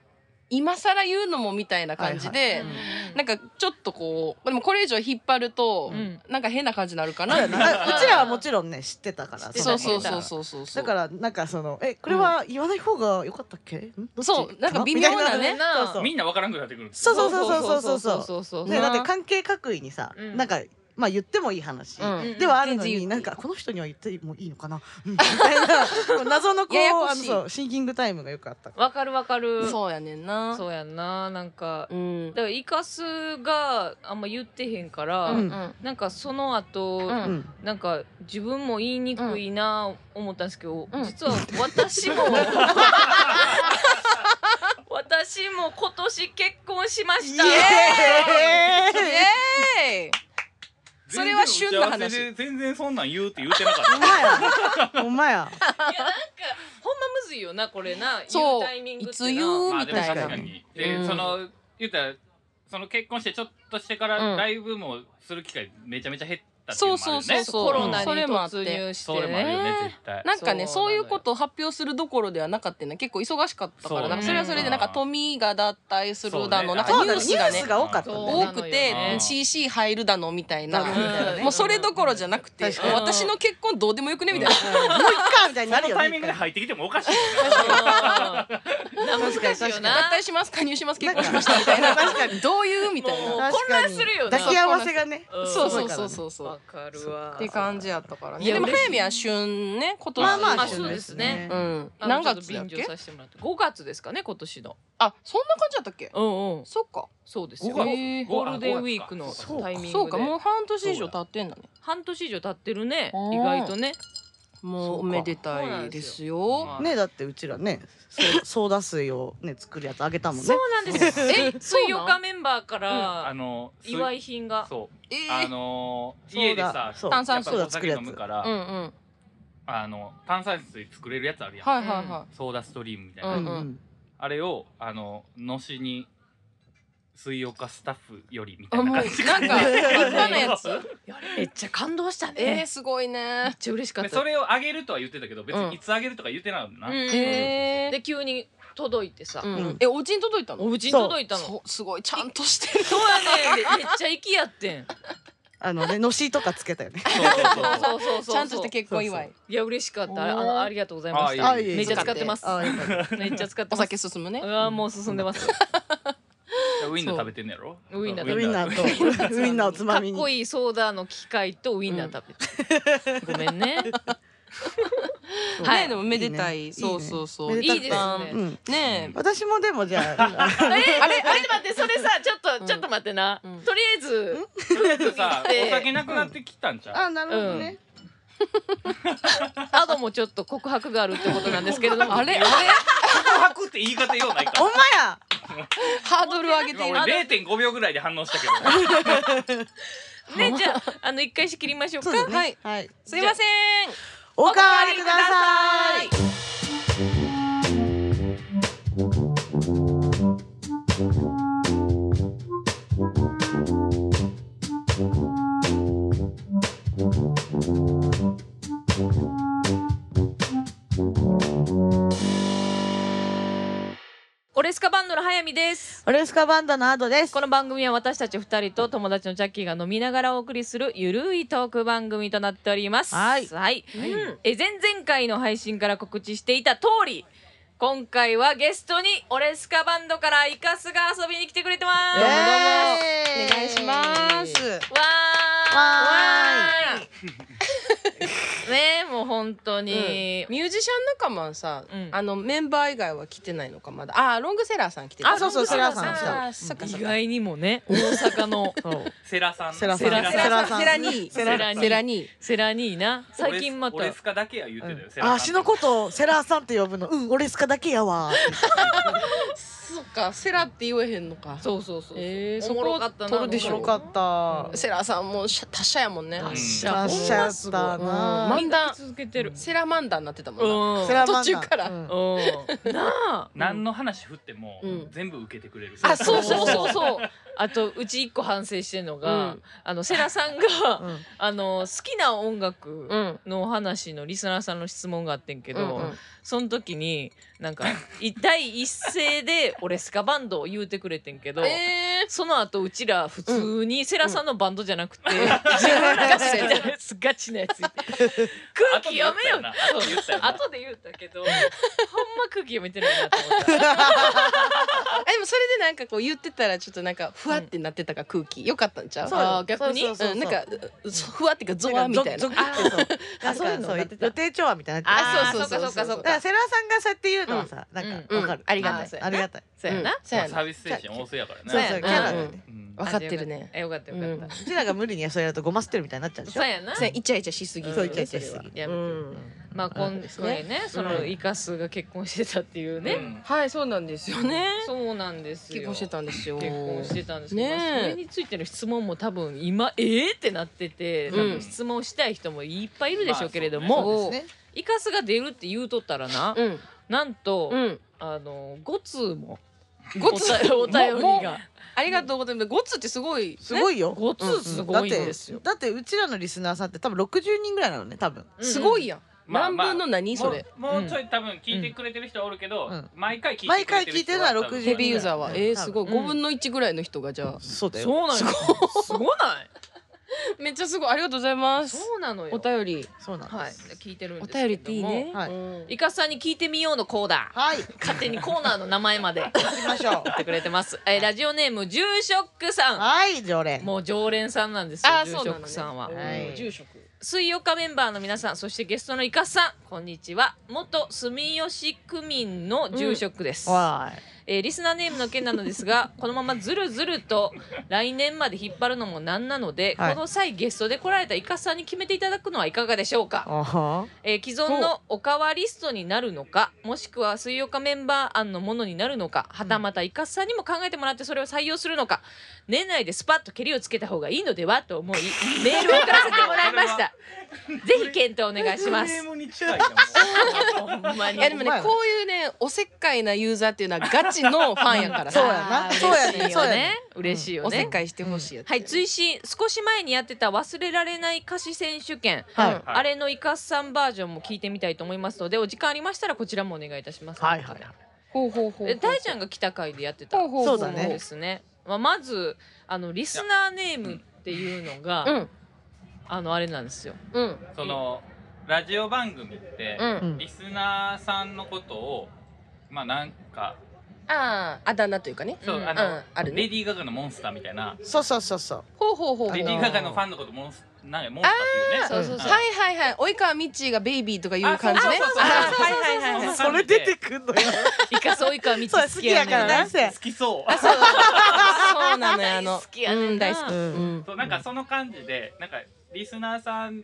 Speaker 3: 今更言うのもみたいな感じで
Speaker 1: うんうん
Speaker 3: なんかちょっとこうでもこれ以上引っ張ると
Speaker 1: うん
Speaker 3: なんか変な感じになる
Speaker 2: そ
Speaker 3: か
Speaker 2: う
Speaker 3: な
Speaker 2: やなうちらはもちろんね知ってたから
Speaker 1: 知って
Speaker 3: そ
Speaker 1: た
Speaker 3: うそう
Speaker 1: 知って
Speaker 3: そ
Speaker 1: た
Speaker 3: うそうそうそう
Speaker 2: だからなんかそのえこれは言わない方が良かったっけんどっち
Speaker 3: そうなんか微妙なね
Speaker 2: みたいなそうそう
Speaker 4: みんなわからんくなってくるんです
Speaker 2: そう
Speaker 4: よ
Speaker 2: そうそうそうそうそう
Speaker 1: そうそうそうそうそう
Speaker 2: ねだって関係各位にさ
Speaker 1: うん
Speaker 2: なんかまあ言ってもいい話
Speaker 3: うん
Speaker 1: うん
Speaker 2: ではあるの
Speaker 3: 全然言っ
Speaker 2: に
Speaker 3: て
Speaker 2: なんかこの人には言ってもいいのかなうんみたいなこう謎のこ
Speaker 3: やや
Speaker 2: う
Speaker 3: こ
Speaker 2: あ
Speaker 3: し
Speaker 2: の
Speaker 3: い
Speaker 2: そうシンキングタイムがよくあった
Speaker 1: わかるわかるそ
Speaker 3: そうやねんな
Speaker 1: うやんななんか
Speaker 3: うん
Speaker 1: だからイカスがあんま言ってへんから、
Speaker 2: うん
Speaker 1: なんかその後、
Speaker 3: うん
Speaker 2: うん
Speaker 1: なんか自分も言いにくいな思ったんですけど、
Speaker 3: うん
Speaker 1: 実は私
Speaker 3: [LAUGHS]
Speaker 1: も私も今年結婚しました
Speaker 2: イエ
Speaker 3: イ
Speaker 2: ーイ
Speaker 3: エーイそれは旬な話
Speaker 4: 全然打ち合わせで全然そんなん言うって言ってなかっ
Speaker 2: ほんまやほんまや
Speaker 1: いやなんかほんまむずいよなこれな言
Speaker 3: そうう
Speaker 1: タイミングって
Speaker 3: いつ言
Speaker 1: な
Speaker 3: う
Speaker 4: たまあ
Speaker 2: み
Speaker 4: でも
Speaker 2: たいな
Speaker 4: 確かにで、
Speaker 3: うん
Speaker 4: その言ったらその結婚してちょっとしてか
Speaker 3: う
Speaker 4: ら
Speaker 3: ん
Speaker 4: ライブもする機会めちゃめちゃ減ったってい
Speaker 3: そう
Speaker 4: うのもあるよ
Speaker 3: そうそう
Speaker 4: ね
Speaker 3: そう
Speaker 1: コロナに
Speaker 3: それもあって
Speaker 1: 突入して
Speaker 4: それもあるよね絶対
Speaker 3: なん
Speaker 1: そ
Speaker 3: かね
Speaker 1: うな
Speaker 3: そ
Speaker 1: の
Speaker 3: う
Speaker 1: よ
Speaker 3: いうことを発表するどころではなかったね結構忙しかったか
Speaker 4: そ
Speaker 3: ら
Speaker 4: う
Speaker 3: なんかそれはそれでなんか
Speaker 4: うん
Speaker 3: 富が脱退するだの
Speaker 4: そうね
Speaker 3: なん
Speaker 2: そ
Speaker 3: か
Speaker 2: う
Speaker 3: ニ
Speaker 2: だね
Speaker 3: ュー
Speaker 2: ニ
Speaker 3: ス
Speaker 2: ュ
Speaker 3: が
Speaker 2: ー
Speaker 3: ね
Speaker 2: スが多かった
Speaker 1: そう
Speaker 2: ね
Speaker 3: 多くて
Speaker 4: うん
Speaker 3: CC 入るだのみたいな
Speaker 2: だの
Speaker 1: みたいなね
Speaker 3: もうそれどころじゃなくて
Speaker 2: 確か
Speaker 1: に
Speaker 3: もう私の結婚どうでもよくねみたいな
Speaker 2: うんもういっかみたいにな
Speaker 4: そ
Speaker 2: る
Speaker 4: の
Speaker 2: よ
Speaker 4: タ
Speaker 2: ね
Speaker 4: イミングで入ってきてもおかし
Speaker 3: [LAUGHS]
Speaker 4: い
Speaker 1: うんな難しいよな
Speaker 3: 脱退します加入します
Speaker 2: な
Speaker 3: 結
Speaker 2: んか
Speaker 3: 婚しましたみたいな
Speaker 2: 確かに
Speaker 3: どういうみたい
Speaker 1: もう
Speaker 3: な
Speaker 2: 確かに
Speaker 1: 混乱するよね
Speaker 2: 抱き合わせがね
Speaker 1: うん
Speaker 3: そう
Speaker 2: すご
Speaker 3: そ
Speaker 2: いうから
Speaker 3: そ
Speaker 2: ね
Speaker 3: うそうそう
Speaker 1: わかるわ
Speaker 3: って感じやったから
Speaker 1: い
Speaker 3: ね
Speaker 1: や
Speaker 3: でも
Speaker 1: 嬉しい
Speaker 3: 早見は旬ね今年
Speaker 2: まあま
Speaker 1: まあ
Speaker 2: あ
Speaker 1: そうですね
Speaker 3: うん
Speaker 1: あの
Speaker 3: 何
Speaker 1: ちょっと
Speaker 3: 月だっ
Speaker 1: 便
Speaker 3: け
Speaker 1: 乗させてもらって5月ですかね今年の
Speaker 3: あそんな感じやったっけ
Speaker 1: うんうん
Speaker 3: そっか
Speaker 1: そうですよ
Speaker 4: 五月
Speaker 1: へー
Speaker 4: 五
Speaker 1: ゴ
Speaker 4: あ
Speaker 1: ールデンウィークの
Speaker 2: そうか
Speaker 1: タイミングで
Speaker 3: そうかもう半年以上経ってんだね
Speaker 1: 半年以上経ってるね
Speaker 3: うん
Speaker 1: 意外とね
Speaker 3: もうおめでたいです
Speaker 4: そう
Speaker 3: よ
Speaker 4: か
Speaker 2: ねだってうちらねそうソーダ水をね作るやつあげた
Speaker 1: [LAUGHS]
Speaker 2: もん
Speaker 1: そ
Speaker 2: ね
Speaker 1: うなんですよ
Speaker 3: え
Speaker 1: 水
Speaker 3: そう
Speaker 1: 曜
Speaker 3: な
Speaker 1: 日
Speaker 3: ん
Speaker 1: メンバーか
Speaker 4: あ
Speaker 1: ら
Speaker 4: のす
Speaker 1: 祝い品が
Speaker 4: そう
Speaker 3: えー
Speaker 4: あのー
Speaker 2: そうだ
Speaker 4: 家でさ
Speaker 2: そう
Speaker 3: 炭酸
Speaker 4: やっぱ
Speaker 2: そうだ
Speaker 4: お酒飲むから、
Speaker 3: うんうん
Speaker 4: あの炭酸水作れるやつあるやん、
Speaker 3: はいはいは
Speaker 4: ソーダストリームみたいな、
Speaker 3: うん
Speaker 4: あれをあののしに水曜日スタッフよりみ
Speaker 3: い
Speaker 4: た
Speaker 3: あ
Speaker 4: い
Speaker 3: も
Speaker 4: な
Speaker 3: う
Speaker 4: 感
Speaker 3: なん
Speaker 4: じ
Speaker 3: か
Speaker 4: で
Speaker 3: 今のやつ
Speaker 1: いやあれめっちゃ感動した
Speaker 3: えー
Speaker 1: ね
Speaker 3: すごい
Speaker 1: めっ
Speaker 3: ね
Speaker 1: ちゃ嬉しかっ
Speaker 4: で
Speaker 1: た
Speaker 4: それをあげるとは言ってたけど別
Speaker 3: うん
Speaker 4: にいつあげるとか言ってないのな、
Speaker 1: うん
Speaker 3: え
Speaker 1: で急に届いてさ、
Speaker 3: うん
Speaker 2: うん
Speaker 3: えお家に届いたの
Speaker 1: お家に届いたのそう
Speaker 3: そうすごいちゃんとしてる
Speaker 1: やねめめっちゃ粋やってん
Speaker 2: あの [LAUGHS] ねのしとかつけたよね
Speaker 4: そうそうそ
Speaker 1: [LAUGHS]
Speaker 4: う
Speaker 1: そうそうそうそう
Speaker 3: ちゃんとした結婚祝い
Speaker 1: いや嬉しかったあ
Speaker 3: おー
Speaker 1: あのありがとうございまし
Speaker 4: あ
Speaker 1: た
Speaker 4: いえいえ
Speaker 1: めっちゃ使ってます
Speaker 2: あよかっ
Speaker 1: [LAUGHS]
Speaker 2: た
Speaker 1: めっちゃ使って
Speaker 3: お
Speaker 1: ます
Speaker 3: 酒進むね
Speaker 1: うわもう進んでますか
Speaker 4: ウインナー食べてんのやろ
Speaker 1: そうウインナー
Speaker 2: ウインナーとウインナーをつま
Speaker 1: っ
Speaker 2: みに
Speaker 1: こいいソーダの機械とウインナー食べて、ごめんねは
Speaker 3: はいいでもめでた
Speaker 2: いい
Speaker 3: い
Speaker 2: ね
Speaker 3: そうそうそう
Speaker 2: いいね
Speaker 1: いいですね
Speaker 2: うん
Speaker 3: ねえ
Speaker 2: 私もでもじゃあ
Speaker 1: えあれあれ待ってそれさちょっとちょっと待ってな、
Speaker 3: うん
Speaker 1: とりあえず
Speaker 4: さお酒なくなってきたんちゃう、
Speaker 2: [LAUGHS] あなるほどね
Speaker 1: アドもちょっと告白があるってことなんですけれども
Speaker 3: あれあれ
Speaker 4: 告白って言い方ようないか
Speaker 2: ほん
Speaker 4: ら
Speaker 2: まや
Speaker 3: ハードル上げて
Speaker 4: 今
Speaker 3: いる
Speaker 4: 俺0.5秒ぐらいで反応したけど
Speaker 1: ねじゃああの一回仕切りましょうか
Speaker 2: そうだ
Speaker 3: は
Speaker 2: ね
Speaker 3: い
Speaker 2: はい
Speaker 3: すいません
Speaker 2: おかわりください
Speaker 1: オレスカバンドの早見です
Speaker 2: オレスカバンドのアドです
Speaker 1: この番組は私たち二人と友達のジャッキーが飲みながらお送りするゆるいトーク番組となっております
Speaker 2: はい
Speaker 1: うんえ前々回の配信から告知していた通り今回はゲストにオレスカバンドからイカスが遊びに来てくれてます、
Speaker 2: イエーイ
Speaker 3: お願いします
Speaker 1: わーい
Speaker 2: わ
Speaker 1: ねもう本当に、
Speaker 3: ミュージシャン仲間はさ、
Speaker 1: うん
Speaker 3: あのメンバー以外は来てないのかまだあーロングセラーさん来てた
Speaker 2: あそうそうセラーさん
Speaker 3: そう
Speaker 2: そう
Speaker 3: あーそっかそっ
Speaker 1: 意
Speaker 3: か
Speaker 1: 外にもね大阪の
Speaker 2: そう
Speaker 4: セラさん
Speaker 2: セラさ
Speaker 1: ん
Speaker 3: セラ
Speaker 2: セラさ
Speaker 3: さ
Speaker 2: ん
Speaker 3: んセラニー
Speaker 2: セ
Speaker 1: ラニー
Speaker 3: セラニー
Speaker 1: セラニーな最近また
Speaker 4: 俺スカだけや言ってたよセラさん
Speaker 2: あ足のことをセラーさんって呼ぶのうん俺スカだけやわ
Speaker 3: そっかセラって言えへんのか
Speaker 1: そうそうそうそう、
Speaker 3: えー
Speaker 1: おもろかったな
Speaker 3: そこ取るでしょ
Speaker 2: よかった
Speaker 3: セラさんもしゃ達者やもんね、
Speaker 1: 達
Speaker 4: 者
Speaker 1: 者
Speaker 2: 達者やったな
Speaker 1: ほんます
Speaker 3: 漫
Speaker 1: ごい
Speaker 3: 談
Speaker 1: みんな続けてる
Speaker 3: セラ漫談になってたもんな、
Speaker 1: うん
Speaker 2: セラーマンダ
Speaker 3: 途中から
Speaker 2: うん
Speaker 1: うんなあ
Speaker 4: 何の話振っても
Speaker 3: うん
Speaker 4: 全部受けてくれる
Speaker 1: あそうそうそうそうあとうち一個反省してるのが、
Speaker 3: うん
Speaker 1: あのセラさんが、
Speaker 2: うん
Speaker 1: あの好きな音楽
Speaker 3: うん
Speaker 1: の話のリスナーさんの質問があってんけど、
Speaker 3: うんうん
Speaker 1: その時になんかい第一声で「俺スカバンド」を言うてくれてんけど、
Speaker 3: え
Speaker 1: その後うちら普通にセラさんのバンドじゃなくて、ガ
Speaker 3: ガ
Speaker 1: チ
Speaker 3: チ
Speaker 1: な
Speaker 3: な
Speaker 1: やつガチなやつ言って空気読めよ
Speaker 4: 後で言ったよな
Speaker 1: 後で言ったけどほんま空気読めてるなと思った。
Speaker 3: ー、あでもそれでなんかこう言ってたらちょっとなんかふわってなってたか、空気よかったんちゃう
Speaker 1: そうよ
Speaker 3: あー逆に
Speaker 2: そうそうそうそう
Speaker 3: うんなんかうふわっていうかゾワみたいな
Speaker 2: ゾクってそう
Speaker 1: あそういう
Speaker 2: なん
Speaker 1: の
Speaker 2: かそう
Speaker 1: やってた
Speaker 2: 予定調和みたいになってる
Speaker 1: あ
Speaker 3: あ
Speaker 1: ー
Speaker 3: そうそ
Speaker 1: そ
Speaker 3: うそう
Speaker 1: か
Speaker 3: うか
Speaker 1: そ
Speaker 3: そう
Speaker 1: か
Speaker 2: だ
Speaker 3: う
Speaker 2: からセラーさんがそうやって言うのはさ、なんか
Speaker 1: うん
Speaker 2: わかる、
Speaker 3: ありがたい
Speaker 2: はいありがたい
Speaker 1: そうやな、
Speaker 3: そうや
Speaker 4: サ
Speaker 3: な
Speaker 4: ービス精神旺盛やからね
Speaker 2: そうそう
Speaker 1: そうや
Speaker 2: キ
Speaker 1: な
Speaker 2: ャラだ
Speaker 3: う
Speaker 2: よ
Speaker 3: ん
Speaker 2: ね
Speaker 4: うん
Speaker 3: わかってるね
Speaker 1: あよかったよかった。
Speaker 3: う
Speaker 2: うちらが無理にそれやるとごますってるみたいになっちゃうでしょ
Speaker 1: そうやな。
Speaker 3: そうやイチャイチャしすぎ
Speaker 1: うん
Speaker 2: そうイチャイチャしすぎ
Speaker 1: いや
Speaker 3: うん
Speaker 1: まあ今回ね、そのイカスが結婚してたっていうね。
Speaker 4: うん
Speaker 3: はいそうなんですよね
Speaker 1: そうなんですよ。
Speaker 3: 結婚してたんですよ
Speaker 1: 結婚してたんですけど、
Speaker 3: ねえ
Speaker 1: まあそれについての質問も多分今ええってなってて、多
Speaker 3: う
Speaker 1: 分
Speaker 3: ん
Speaker 1: 質問したい人もいっぱいいるでしょうけれど
Speaker 4: ま
Speaker 1: も、
Speaker 4: あ
Speaker 2: そうですね
Speaker 1: イカスが出るって言うとったらな、
Speaker 3: うん
Speaker 1: なんと、
Speaker 3: うん
Speaker 1: あの5通も
Speaker 3: ごつ
Speaker 1: お便 [LAUGHS] お便りが
Speaker 3: ありがとうございますごつってすごい
Speaker 2: すごいよ、
Speaker 1: 5通すごいんですよ。
Speaker 2: だってだってうちらのリスナーさんって多分60人ぐらいなのね多分
Speaker 1: うん
Speaker 3: すごいやん
Speaker 4: まあ
Speaker 3: 何分の何それ
Speaker 4: もうもうちょい多分聞いてくれてる人はおるけど、
Speaker 2: うん
Speaker 4: 毎回聞いてくれてる人
Speaker 2: 毎回聞いてるのは60
Speaker 3: ヘビーユーザー
Speaker 2: う
Speaker 3: は
Speaker 2: ん
Speaker 3: えーすごい
Speaker 1: うん
Speaker 3: 5分の1ぐらいの人がじゃあ
Speaker 2: そうだよ
Speaker 1: そうなんよ。すごない。
Speaker 3: めっちゃすごいありがとうございます
Speaker 1: そうなのよ。
Speaker 3: お便り
Speaker 2: そうなん
Speaker 1: はい
Speaker 2: です、
Speaker 1: 聞いてるん
Speaker 3: お
Speaker 1: ですけども
Speaker 3: 便りっていいね
Speaker 2: はい
Speaker 3: うん
Speaker 1: イカスさんに聞いてみようのコーナー
Speaker 2: はい、行
Speaker 1: 勝手にコーナーの名前まで言っ
Speaker 2: きましょ
Speaker 1: [LAUGHS]
Speaker 2: う
Speaker 1: てくれてます、えーラジオネーム住職さ
Speaker 2: はい常連
Speaker 1: んもう常連さんなんですよ
Speaker 3: あー
Speaker 1: 住
Speaker 3: そうなの
Speaker 1: 職
Speaker 3: ね
Speaker 1: さんは、
Speaker 2: はい
Speaker 3: 住職
Speaker 1: 水曜日メンバーの皆さんそしてゲストのイカスさんこんにちは元住吉区民の住職です、
Speaker 2: わ
Speaker 1: えーリスナーネームの件なのですが [LAUGHS] このままずるずると来年まで引っ張るのもなんなので、
Speaker 2: はい
Speaker 1: この際ゲストで来られたイカスさんに決めていただくのはいかがでしょうか
Speaker 2: ーいあは
Speaker 1: えー既存のおかわリストになるのかもしくは水曜日メンバー案のものになるのかはたまたイカスさんにも考えてもらってそれを採用するのか年内でスパッと蹴りをつけた方がいいのではと思
Speaker 2: [LAUGHS]
Speaker 1: いメールを送らせてもらいましたぜひ検討お願いしま
Speaker 4: フレー
Speaker 1: す
Speaker 4: ムに近いやんも
Speaker 1: ほんま
Speaker 3: い
Speaker 1: に
Speaker 3: やでもね
Speaker 2: ほんまやね
Speaker 3: こういうねおせっかいなユーザーっていうのはガチのファンやか
Speaker 2: [LAUGHS] [LAUGHS]
Speaker 3: ら
Speaker 2: そうや
Speaker 3: ね
Speaker 2: な
Speaker 1: あー
Speaker 2: そうやね
Speaker 1: 嬉しい
Speaker 2: そ
Speaker 1: よ
Speaker 2: うやね
Speaker 1: 嬉しいよ
Speaker 3: おせっ
Speaker 1: ね
Speaker 3: かいしてほしいやつ
Speaker 1: はい追伸少し前にやってた忘れられない歌詞選手権
Speaker 2: いはい、
Speaker 3: うん
Speaker 4: はい
Speaker 1: あれのイカスさんバージョンも聞いてみたいと思いますのでお時間ありましたらこちらもお願いいたします
Speaker 2: はいはい
Speaker 3: ほうほうほうほ
Speaker 1: え
Speaker 3: う
Speaker 1: 大ちゃんが来た回でやってた
Speaker 3: ほうほう
Speaker 2: そ
Speaker 3: ほ
Speaker 2: うだね
Speaker 1: ですね、まあ、まずあのリスナーネームっていうのが、
Speaker 3: うん
Speaker 1: あのあれなんですよ
Speaker 3: うん
Speaker 4: うそのラジオ番組って、
Speaker 3: うん
Speaker 2: うん
Speaker 4: リスナーさんのことをまあなんか
Speaker 3: あああだ名というかね
Speaker 4: そう、
Speaker 1: うん
Speaker 4: あ
Speaker 3: うん
Speaker 4: の、
Speaker 3: ある
Speaker 4: レ
Speaker 3: ね
Speaker 4: ディー・ガガのモンスターみたいな
Speaker 2: そうそうそうそう
Speaker 3: ほうほうほうほう
Speaker 4: レディー・ガガのファンのことモンスなんかモンスターっていうね
Speaker 1: そうそうそう、
Speaker 4: ん
Speaker 3: はいはいはい及川みっちーがベイビーとかいう感じね
Speaker 4: あそうそうそう
Speaker 3: あ
Speaker 4: そう
Speaker 3: はいはいはいはい
Speaker 4: そ
Speaker 2: そ
Speaker 4: う
Speaker 2: れ出てくんのよ
Speaker 1: イカソイカミ
Speaker 2: [LAUGHS] そう好きやからな
Speaker 4: 好きそう
Speaker 3: そうなのよあの
Speaker 1: 好きやねんな
Speaker 3: うん大好き
Speaker 2: う
Speaker 3: うんん
Speaker 4: そうなんかその感じでなんかリスナーさん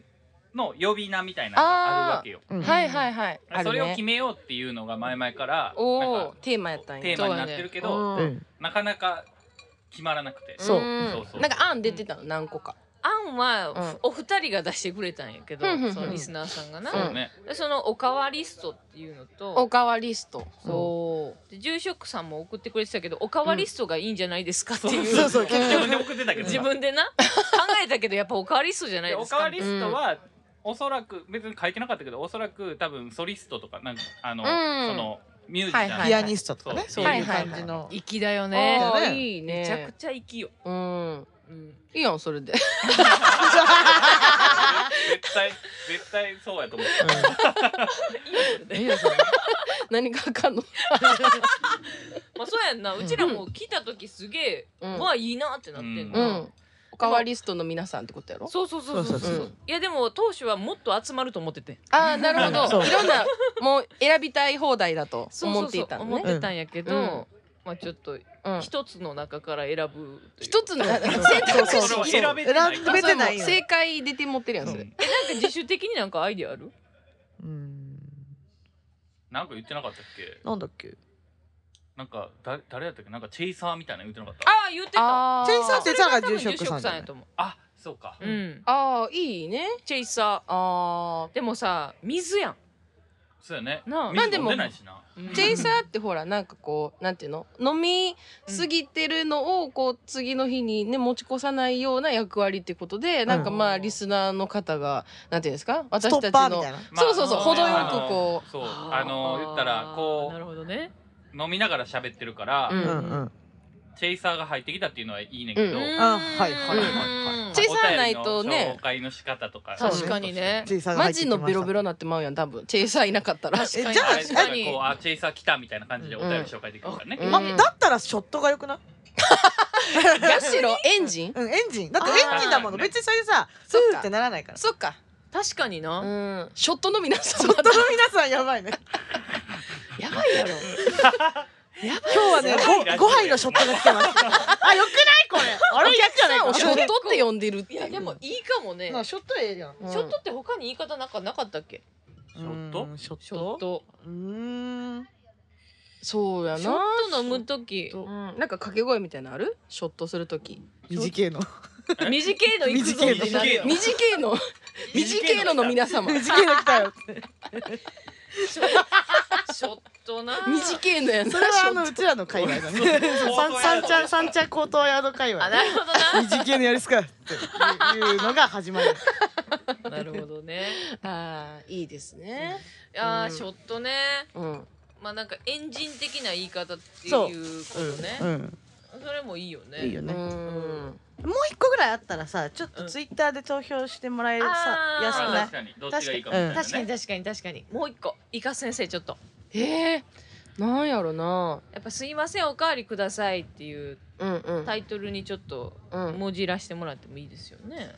Speaker 4: の呼び名みたいなのがあるわけよ
Speaker 2: うん
Speaker 3: はいはいはいあ
Speaker 4: そ
Speaker 3: る
Speaker 4: れを決
Speaker 3: ね
Speaker 4: めようっていうのが前々から
Speaker 3: お
Speaker 4: なん
Speaker 3: お
Speaker 4: か
Speaker 3: テーマやったんや
Speaker 4: テーマになってるけど、
Speaker 2: う
Speaker 3: うん
Speaker 2: ん
Speaker 4: なかなか決まらなくて
Speaker 2: そう
Speaker 4: そうそう
Speaker 3: なんか案出てたの何個か
Speaker 1: 案は、
Speaker 3: うん
Speaker 1: お二人が出してくれたんやけど、
Speaker 3: うんうんうん
Speaker 1: そのリスナーさんがな、
Speaker 4: そうね
Speaker 1: でそのおかわリストっていうの
Speaker 3: お
Speaker 1: と
Speaker 3: かわリスト
Speaker 1: そうで住職さんも送ってくれてたけどおかわリストがいいんじゃないですかっていう、
Speaker 2: そうそう
Speaker 4: 自分で送ってたけど
Speaker 1: 自分でな考えたけどやっぱおかわリストじゃない
Speaker 4: で
Speaker 1: で
Speaker 4: お
Speaker 1: す
Speaker 4: か
Speaker 1: か
Speaker 4: わりストは、おそらく別に書いてなかったけどおそらく多分ソリストとかなんかあの、
Speaker 3: うん
Speaker 4: そのミュージシャンとか、
Speaker 3: はい
Speaker 2: ピアニストとかねそ
Speaker 4: そ
Speaker 2: うう
Speaker 4: そう
Speaker 2: い
Speaker 4: いう
Speaker 2: う
Speaker 4: 感
Speaker 2: 感
Speaker 4: じ
Speaker 2: じ
Speaker 4: の
Speaker 2: の
Speaker 1: 粋だよね
Speaker 3: あ
Speaker 2: だ
Speaker 3: ー
Speaker 2: ね
Speaker 3: いいね
Speaker 1: めちゃくちゃ粋よ、
Speaker 3: うん
Speaker 1: うん
Speaker 3: いいやんそれで [LAUGHS]
Speaker 4: 絶対絶対そうやと思う、
Speaker 3: いいやんそれ何かあかんの
Speaker 1: まあそうやんなうちらも来た時すげえ、
Speaker 3: うん
Speaker 1: まあいいなってなってん
Speaker 3: う
Speaker 1: の、
Speaker 3: んかわリストの皆さんってことやろ
Speaker 1: そうそうそうそうそう
Speaker 3: そうそうそう
Speaker 1: いやでも当初はもっと集まると思ってて
Speaker 3: ああなるほ
Speaker 2: そう
Speaker 3: どいろんなもう選びたい放題だと
Speaker 1: そうそうそう
Speaker 3: 思っていたの
Speaker 1: 思っ
Speaker 3: ね
Speaker 1: てたんやけど、
Speaker 3: うん
Speaker 1: まあちょっと
Speaker 3: うん
Speaker 1: 一つの中から選ぶという
Speaker 3: 一つの選
Speaker 2: そう
Speaker 3: 択肢
Speaker 2: そう
Speaker 4: それ
Speaker 2: そう
Speaker 4: は選べてない
Speaker 2: 選
Speaker 4: か
Speaker 2: べてないよ
Speaker 3: そうそうもう正解出て持ってるやんそれ、
Speaker 4: うん
Speaker 1: えなんか自主的になんかアイディアある
Speaker 2: うん
Speaker 4: なんか言ってなかったっけ
Speaker 2: なんだっけチ
Speaker 4: なんかだ誰やったっけなんかチェイサーみたいなの言ってなかった
Speaker 1: ああ言ってた
Speaker 3: あ
Speaker 2: ェイサーっ
Speaker 3: ー
Speaker 2: てチャラが
Speaker 1: 多分
Speaker 2: 住職さんじゃない
Speaker 1: やと思う
Speaker 4: あそうか、
Speaker 1: うん、
Speaker 3: あーいいね
Speaker 1: チェイサ
Speaker 3: あ
Speaker 1: ーでもさ水やん、
Speaker 4: そうやね
Speaker 1: なあ
Speaker 4: 水
Speaker 3: まあで
Speaker 4: 飲ん
Speaker 3: も
Speaker 4: でないしな
Speaker 1: うん
Speaker 3: ーチェイサーってほらなんかこうなんていうの飲みすぎてるのをこう次の日にね持ち越さないような役割ってことでなんかまあリスナーの方がなんていうんですか私
Speaker 2: ト
Speaker 3: た
Speaker 2: ッ
Speaker 3: ち
Speaker 2: パーみ
Speaker 3: の
Speaker 2: たいな
Speaker 4: まあ
Speaker 3: そうそうそう
Speaker 4: ね
Speaker 1: 程よく
Speaker 4: あの
Speaker 3: こ
Speaker 4: そうあの言ったらこ
Speaker 1: なるほどね
Speaker 4: う飲みながら喋ってるから、
Speaker 3: うん
Speaker 2: うんうん
Speaker 4: チェイサーが入ってきたっていうのはいいねんけど、
Speaker 3: うん
Speaker 2: あはいはいはい
Speaker 4: はい
Speaker 1: うん
Speaker 3: チェイサーないとね
Speaker 4: お便りの紹介の仕方とか
Speaker 2: そうね
Speaker 1: 確かにね
Speaker 2: チェイサーが入
Speaker 3: マ
Speaker 2: ってき
Speaker 3: ジ
Speaker 2: ました
Speaker 3: のベロベロなってまうやん多分チェイサーいなかったら
Speaker 1: 確かに
Speaker 2: えじゃあ
Speaker 1: 確かに
Speaker 4: こうあチェイサー来たみたいな感じでお便り紹介できるからね、
Speaker 3: うん
Speaker 2: あだったらショットが良くない
Speaker 3: むしろエンジン
Speaker 2: うんエンジンだってエンジンだも
Speaker 4: あ
Speaker 2: の
Speaker 4: ー
Speaker 2: 別にそれでさ
Speaker 3: そっ
Speaker 2: スー
Speaker 3: か
Speaker 2: ってならないから
Speaker 3: そっか
Speaker 1: 確かにな、
Speaker 3: うんショットの皆さ
Speaker 2: シ
Speaker 3: ん
Speaker 2: ョ
Speaker 3: は
Speaker 2: ットの皆さんやばいね
Speaker 1: やばいやろやばい
Speaker 2: 今日はね
Speaker 4: すごいラジオや
Speaker 2: ご5杯のショットが来て
Speaker 3: [LAUGHS]
Speaker 2: ますあよくないこれあれ逆じゃない
Speaker 3: 皆さんを
Speaker 2: か
Speaker 3: ショットって呼んでるって
Speaker 1: いやでもいいかもね、
Speaker 2: なショットええやん
Speaker 1: ショットって他に言い方なんかなかったっけ
Speaker 2: シ
Speaker 4: ョット
Speaker 2: ショット
Speaker 1: ショット
Speaker 2: うーん
Speaker 3: そうやな
Speaker 1: ショット飲む時
Speaker 3: うんなんか掛け声みたいなのあるショットするとき
Speaker 2: 短いの
Speaker 1: 短いの行くぞ
Speaker 2: 短い
Speaker 1: っ
Speaker 2: の
Speaker 1: てなるよ
Speaker 3: 短いの短いのの皆様短
Speaker 2: 短いの来たよ
Speaker 1: ショットショットな
Speaker 3: 短いのや
Speaker 2: [LAUGHS]
Speaker 3: な
Speaker 2: それはあの
Speaker 3: シ
Speaker 2: うちらの会話だね
Speaker 4: そうそう
Speaker 2: 三三茶三茶高等ヤード会
Speaker 1: あ
Speaker 2: 話
Speaker 1: なるほど
Speaker 2: 短いのやりすかっていうのが始まる
Speaker 1: な [LAUGHS] なるほどね
Speaker 3: ョットあーいいですね
Speaker 1: いやー
Speaker 3: うん
Speaker 1: ショットね
Speaker 3: うん
Speaker 1: まあなんかエンジン的な言い方っていう
Speaker 2: そう
Speaker 1: ことね
Speaker 2: うん
Speaker 1: それもいいよね
Speaker 2: いいよ
Speaker 3: う
Speaker 2: ね
Speaker 3: ん
Speaker 2: もう一個ぐらいあったらさちょっとツイッターで投票してもらえる
Speaker 1: あ
Speaker 2: さ
Speaker 1: ー
Speaker 2: やすく
Speaker 4: あ
Speaker 2: ない
Speaker 4: 確かにどっちがいいかみたいな、ね、
Speaker 1: 確かに確かに確かにもう一個イカ先生ちょっと
Speaker 3: えーなんやろな
Speaker 1: やっぱすいませんおかわりくださいっていう
Speaker 3: うんうん
Speaker 1: タイトルにちょっと
Speaker 3: うん
Speaker 1: 文字らしてもらってもいいですよね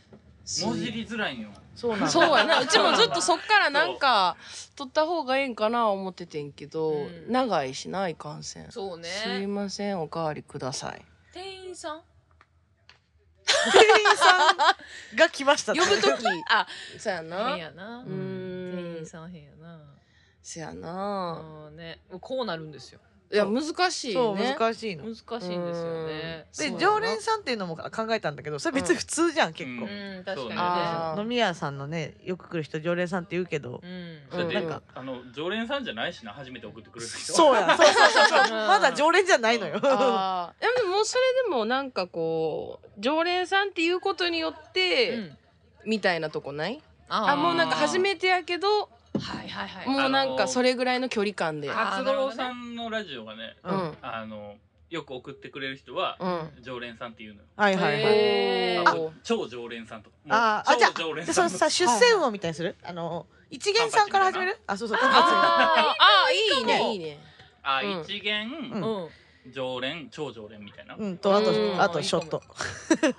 Speaker 4: もじりづらいんよ
Speaker 2: そうなんだ
Speaker 3: そう
Speaker 1: [LAUGHS]
Speaker 3: やなうちもずっとそっからなんか撮った方がええんかな思っててんけど
Speaker 1: うん
Speaker 3: 長いしない感染す
Speaker 1: そうね
Speaker 3: いませんおかわりください
Speaker 1: 店員さん
Speaker 2: 店員さんが来ました
Speaker 3: 呼
Speaker 2: って
Speaker 3: ぶと [LAUGHS] き
Speaker 1: あ
Speaker 3: そうや
Speaker 1: 変
Speaker 3: な
Speaker 1: やな
Speaker 3: う
Speaker 1: 店
Speaker 3: ん
Speaker 1: 員さん変やな
Speaker 3: そうやな
Speaker 1: あーねこうなるんですよ
Speaker 3: いや難しいね
Speaker 2: そう難しいの
Speaker 1: 難しいんですよね
Speaker 3: そ
Speaker 2: で
Speaker 3: うだな
Speaker 2: 常連さんっていうのも考えたんだけどそれ別に普通じゃん結
Speaker 4: う
Speaker 1: う
Speaker 2: 構
Speaker 1: ん確
Speaker 4: そう
Speaker 1: か
Speaker 3: あー
Speaker 2: 飲み屋さんのねよく来る人常連さんって言うけど
Speaker 1: にね
Speaker 4: だって、
Speaker 3: うん
Speaker 2: なんか
Speaker 4: あの常連さんじゃないしな初めて送ってくる人
Speaker 2: そうやそうそうそうそう
Speaker 1: うん
Speaker 2: [LAUGHS] まだ常連じゃないのよ
Speaker 3: あーでももうそれでもなんかこう常連さんっていうことによっ
Speaker 1: う
Speaker 3: て、
Speaker 1: ん
Speaker 3: みたいなとこない
Speaker 1: あ
Speaker 3: あもうなんか初めてやけど
Speaker 1: てはいはいはい
Speaker 3: もうなんかそれぐらいの距離感で、
Speaker 1: あ
Speaker 4: 達郎さんのラジオがね
Speaker 2: うん
Speaker 3: うん
Speaker 4: あのよく送ってくれる人は
Speaker 3: うん
Speaker 4: 常連さんっていうのよ
Speaker 2: はいはいはい
Speaker 1: へー
Speaker 3: あ
Speaker 4: 超常連さんとかもう
Speaker 2: あーあじゃあ
Speaker 4: 超常連
Speaker 2: でそ
Speaker 4: さ
Speaker 2: の
Speaker 4: んと
Speaker 2: さ
Speaker 4: か
Speaker 2: 出世魚みたいにするあの一元さんから始めるあそうそう
Speaker 1: あ
Speaker 3: あいい
Speaker 1: いいかも
Speaker 3: ねいいね
Speaker 4: あ
Speaker 3: うん
Speaker 4: 一元、
Speaker 1: ー
Speaker 2: うん
Speaker 1: うん
Speaker 4: 常連超常連みたいな、
Speaker 2: うんとあ
Speaker 3: うん
Speaker 2: とあとショット